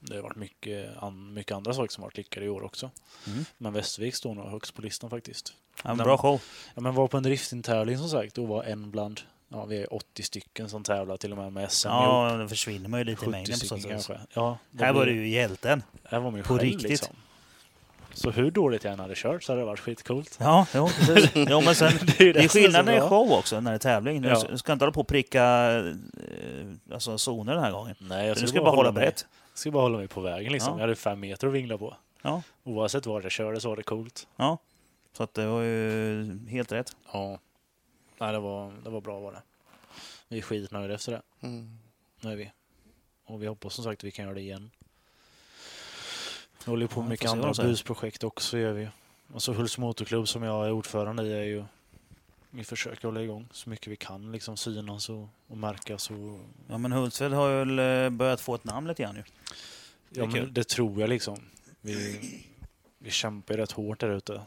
S2: Det har varit mycket, an, mycket andra saker som har varit lyckade i år också.
S3: Mm.
S2: Men Västervik står nog högst på listan faktiskt.
S3: Ja, men
S2: Nej,
S3: bra
S2: men-
S3: show.
S2: Ja, men var på en driftingtävling som sagt och var en bland, ja vi är 80 stycken som tävlar till och med med SM ihop.
S3: Ja, då försvinner man ju lite i
S2: 70
S3: mängden på
S2: stycken
S3: så sätt.
S2: kanske. Ja,
S3: Här var
S2: blir-
S3: du ju hjälten.
S2: här var man ju
S3: på
S2: själv,
S3: riktigt.
S2: Liksom. Så hur dåligt jag än hade kört så hade det varit skitcoolt.
S3: Ja, jo, precis. jo, men sen,
S2: Det är ju
S3: det är
S2: som så
S3: skillnad när det är
S2: bra.
S3: show också, när det är tävling. Nu
S2: Ja.
S3: ska- ska inte hålla på och pricka eh, alltså, zoner den här gången.
S2: Nej, jag
S3: Du ska bara hålla brett.
S2: Mig, jag ska bara hålla mig på vägen liksom.
S3: Ja.
S2: Jag hade fem meter att vingla på.
S3: Ja.
S2: Oavsett var jag körde så var det coolt.
S3: Ja. Så att det var ju helt rätt.
S2: Ja. Nej, det var, det var bra var det. Vi är skitnöjda efter det.
S4: Mm.
S2: Nu är vi. Och vi hoppas som sagt att vi kan göra det igen. Vi håller ju på
S3: Ja,
S2: med mycket
S3: får se vad
S2: andra
S3: de säger.
S2: busprojekt också gör vi. Och så Hults motorklubb som jag är ordförande i är ju... Vi försöker hålla igång så mycket vi kan liksom synas och, och märkas och...
S3: Ja, men Hultsfred har väl eh, börjat få ett namn lite grann nu.
S2: Ja,
S3: kul.
S2: men det tror jag liksom. Vi, vi kämpar ju rätt hårt där ute.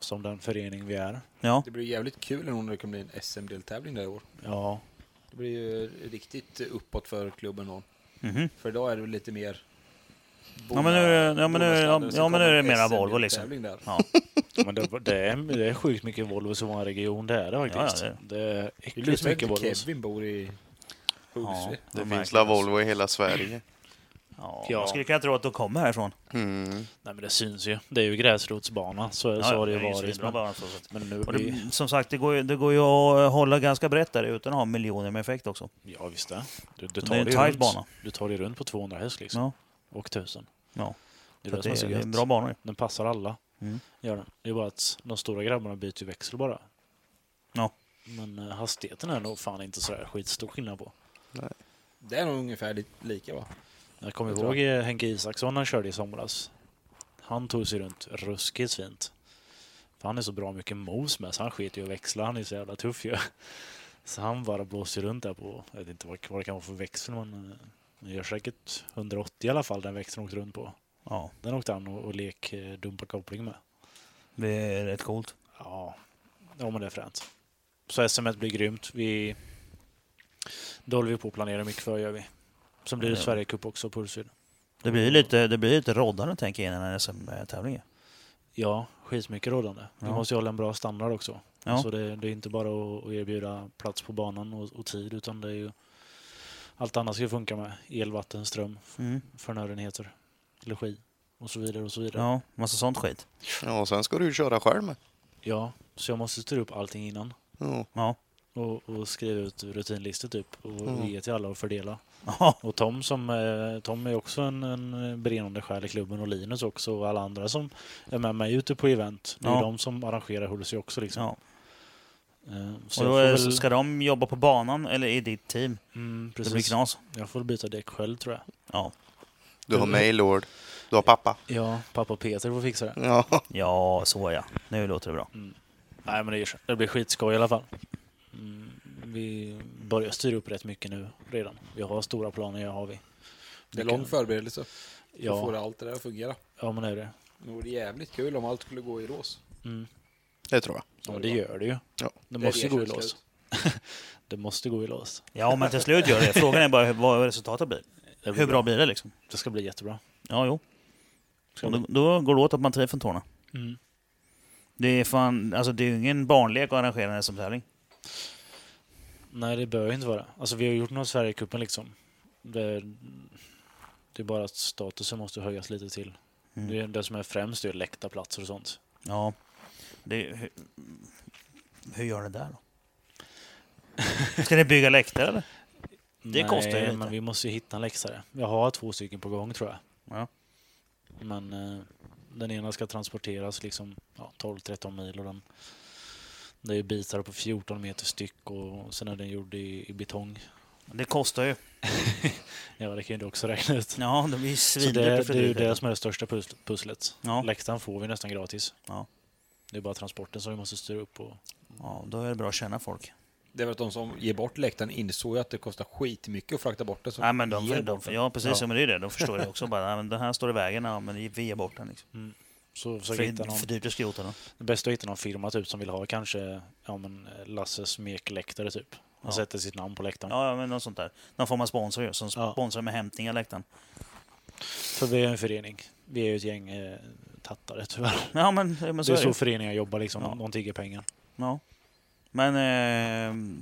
S2: Som den förening vi är.
S3: Ja,
S1: Det blir jävligt kul om det kommer bli en SM-deltävling där i år.
S2: Ja,
S1: Det blir ju riktigt uppåt för klubben då.
S3: mhm.
S1: För idag är det väl lite mer...
S3: Ja, men nu är det- ja, men nu är det- ja, ja, men nu är det mera Volvo, liksom.
S1: Där.
S2: men det, det, är, det är sjukt mycket Volvo som en region, det är det faktiskt.
S3: Ja, ja,
S2: det, är
S1: Det
S2: äckligt
S1: blir som
S2: mycket
S1: att
S2: Volvo.
S1: Kevin bor i
S3: ja.
S1: Hultsfred.
S3: Ja,
S4: Det finns
S3: märkligt
S4: la
S3: alltså.
S4: Volvo i hela Sverige.
S3: Ja,
S2: Ja.
S3: Man skulle kunna tro att de kommer härifrån.
S4: Mm.
S2: Nej men det syns ju. Det är ju gräsrotsbana, så,
S3: Ja,
S2: så har det ju
S3: är
S2: varit.
S3: svinbra
S2: Men,
S3: bara så sätt.
S2: men nu
S3: Och
S2: blir...
S3: det, som sagt, det går, ju, det går ju att eh, hålla ganska brett där utan att ha miljoner med effekt också.
S2: Ja visst det. Du, du
S3: Så
S2: tar
S3: det är en
S2: dig
S3: tight
S2: runt,
S3: bana.
S2: Du tar dig runt på 200 häst liksom.
S3: Ja.
S2: Och 1000.
S3: Ja.
S2: Det är
S3: Så
S2: det
S3: att
S2: som är
S3: det,
S2: så
S3: det är
S2: gött.
S3: en bra bana ju.
S2: Den passar alla.
S3: Mm.
S2: Gör den. Det är bara att de stora grabbarna byter ju växel bara.
S3: Ja.
S2: Men eh, hastigheten är nog fan inte så där skitstor skillnad på.
S1: Det är nog ungefär li- lika va?
S2: Jag kommer
S1: Jag
S2: ihåg eh, Henke Isaksson när han körde i somras. Han tog sig runt ruskigt fint. För han är så bra mycket mos med så han skiter ju i att växla. Han är så jävla tuff ju. Så han bara blåser runt där på, jag vet inte vad, vad det kan vara för växel men eh, det gör säkert 180 i alla fall den växeln åkte runt på.
S3: Ja,
S2: Den åkte han och, och lek eh, dumpa koppling med.
S3: det är rätt coolt.
S2: Ja, ja men det är fränt. Så SM blir grymt. Vi, det håller vi på att planera mycket för gör vi. Sen blir det
S3: Ja.
S2: Sverigecup också på Ulsyd.
S3: Det blir ju lite, det blir lite roddande tänker jag innan en SM-tävling.
S2: Ja, skitmycket rådande. Vi
S3: Ja.
S2: måste ju hålla en bra standard också.
S3: Ja.
S2: Så det, det är inte bara att- att erbjuda plats på banan och, och tid utan det är ju allt annat ska ju funka med. El, vatten, ström,
S3: Mm.
S2: förnödenheter, logi och så vidare och så vidare. Ja.
S3: Ja, massa sånt skit.
S4: Ja, och sen ska du ju köra själv med.
S2: så jag måste styra upp allting innan
S4: Ja.
S3: Ja.
S2: och, och skriva ut rutinlistor typ och, och
S4: Mm.
S2: ge till alla och fördela.
S3: Ja.
S2: Och Tom, som, eh, Tom är också en, en brinnande själ i klubben och Linus också och alla andra som är med mig ute på event. Det är
S3: Ja.
S2: ju de som arrangerar Hulsey också. Liksom.
S3: Ja.
S2: Eh,
S3: Och
S2: Så
S3: då
S2: jag,
S3: är,
S2: får väl,
S3: ska de jobba på banan eller i ditt team.
S2: mm,
S3: Det blir
S2: precis.
S3: knas.
S2: jag får byta däck själv tror jag.
S3: Ja.
S4: Du har mig, Lord. Du har pappa.
S2: Ja, pappa Peter får fixa det.
S4: Ja.
S3: ja, så ja. Nu låter det bra.
S2: Nej, men det, gör sig. det blir skitskoj i alla fall. Mm, vi börjar styra upp rätt mycket nu redan. Vi har stora planer, ja, har vi.
S1: Det är lång
S2: kan-
S1: förberedelse. Ja. Får
S2: Ja,
S1: allt det där att fungera.
S2: ja men det är det.
S1: Det vore jävligt kul om allt skulle gå i lås.
S2: Mm.
S4: Det tror jag.
S2: Ja, det gör det ju.
S4: Ja.
S2: Det
S1: är
S2: måste
S1: det
S2: gå i
S1: jag känner
S2: lås.
S1: slut.
S2: Det måste gå i lås.
S3: Ja, men till slut gör det. Frågan är bara hur- vad resultatet blir.
S2: Det blir
S3: Hur bra blir det liksom?
S2: Det ska bli jättebra.
S3: Ja, jo.
S2: Ska
S3: Och då, då går det åt att man trär från tårna.
S2: Mm.
S3: Det är fan, alltså det är ju ingen barnlek att arrangera en SM-tävling.
S2: Nej, det bör ju inte vara. Alltså vi har gjort något Sverigecupen liksom. Det, det är bara att statusen måste höjas lite till.
S3: Mm.
S2: Det, är det som är främst är ju läktarplatser och sånt.
S3: Ja. Det, hur, hur gör ni där då? Ska ni bygga läktare eller? Det kostar ju
S2: Nej,
S3: lite.
S2: men vi måste ju hitta en läxare. Jag har två stycken på gång tror jag.
S3: Ja.
S2: Men eh, den ena ska transporteras liksom ja, 12-13 mil och den det är ju bitar på 14 meter styck och sen är den gjord i, i betong.
S3: Det kostar ju.
S2: Ja, det kan ju du också räkna ut.
S3: Ja, det blir ju
S2: Så det,
S3: svindyrt för
S2: det är ju
S3: dig.
S2: det som är det största pussl- pusslet.
S3: Ja.
S2: Läktaren får vi nästan gratis.
S3: Ja.
S2: Det är bara transporten som vi måste styra upp. Och...
S3: ja, då är det bra att känna folk.
S1: Det är väl att de som ger bort läktaren insåg ju att det kostar skitmycket att frakta bort den. så
S3: Nej, men de,
S1: ger
S3: de,
S1: bort den.
S3: ja, precis. Ja. Men det är det. De förstår ju också. Bara, nej, men den här står i vägen. Ja, men vi ger bort den. Liksom.
S2: Så försöka hitta
S3: För,
S2: någon,
S3: för dyrt att skrota den.
S2: det bästa är att hitta någon firma typ, som vill ha kanske ja, men, eh, Lasses mekläktare typ. Han
S3: Ja.
S2: sätter sitt namn på läktaren.
S3: Ja, ja, men något sånt där. Någon form av sponsor ju, som
S2: Ja.
S3: sponsrar med hämtning av läktaren.
S2: För vi är en förening. Vi är ju ett gäng eh, tattare tyvärr.
S3: Ja, men, ja, men så
S2: det är
S3: är det
S2: så
S3: ju.
S2: föreningar jobbar liksom.
S3: Ja.
S2: De- De tigger pengar.
S3: Ja. Men, eh,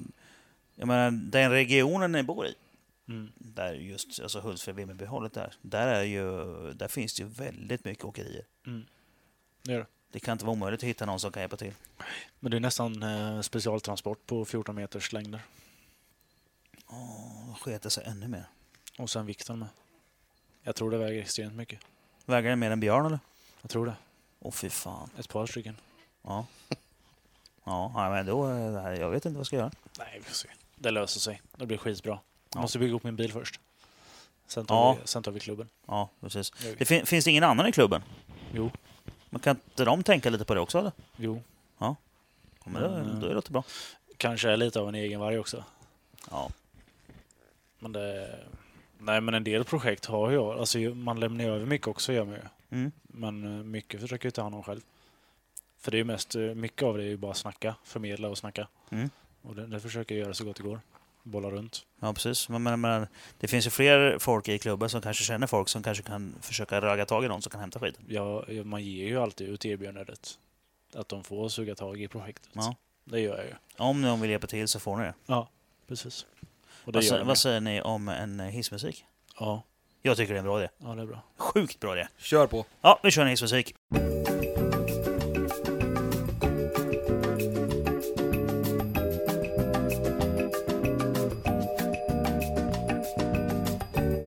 S3: jag menar, den regionen ni bor i,
S2: Mm.
S3: där just alltså Hultsfred, Vimmerby hållet där, där, är ju, där finns det ju väldigt mycket åkerier.
S2: Mm. Det gör det.
S3: Det kan inte vara omöjligt att hitta någon som kan hjälpa till.
S2: Men det är nästan eh, specialtransport på 14 meters längder.
S3: Åh, då sket det sig ännu mer.
S2: Och sen vikten med. Jag tror det väger extremt mycket.
S3: Väger den mer än björn eller?
S2: Jag tror det.
S3: Åh fy fan.
S2: Ett par stycken.
S3: Ja. Ja, nej, men då, är det här- jag vet inte vad jag ska göra.
S2: Nej, vi får se. Det löser sig. Det blir skitbra.
S3: Ja.
S2: Jag måste bygga upp min bil först. Sen tar,
S3: Ja.
S2: vi, sen tar vi klubben.
S3: Ja, precis.
S2: Gör vi.
S3: Det fin- finns det ingen annan i klubben?
S2: Jo.
S3: Men kan inte de tänka lite på det också eller?
S2: Jo.
S3: Ja, Men då,
S2: Mm.
S3: då låter det bra.
S2: Kanske är lite av en egen varg också.
S3: Ja.
S2: Men det... Nej, men en del projekt har jag. Alltså, ju- man lämnar ju över mycket också, gör man ju.
S3: Mm.
S2: Men eh, mycket försöker jag ta hand om själv. För det är ju mest, eh, mycket av det är ju bara snacka, förmedla och snacka.
S3: Mm.
S2: Och det, det försöker jag göra så gott det går. Bolla runt.
S3: Ja, precis. Men, men, men det finns ju fler folk i klubben som kanske känner folk som kanske kan försöka röga tag i någon som kan hämta skiten.
S2: Jag, jag, man ger ju alltid ut erbjudandet. Att de får suga tag i projektet.
S3: Ja.
S2: Det gör jag ju.
S3: Om någon vill hjälpa till så får ni det.
S2: Precis. Och det
S3: Vad,
S2: gör
S3: sä-
S2: jag
S3: vad
S2: med.
S3: säger ni om en eh, hissmusik?
S2: Ja,
S3: Jag tycker det är en bra idé.
S2: ja, det är bra.
S3: Sjukt bra idé.
S1: Kör på!
S3: Ja, vi kör en hissmusik.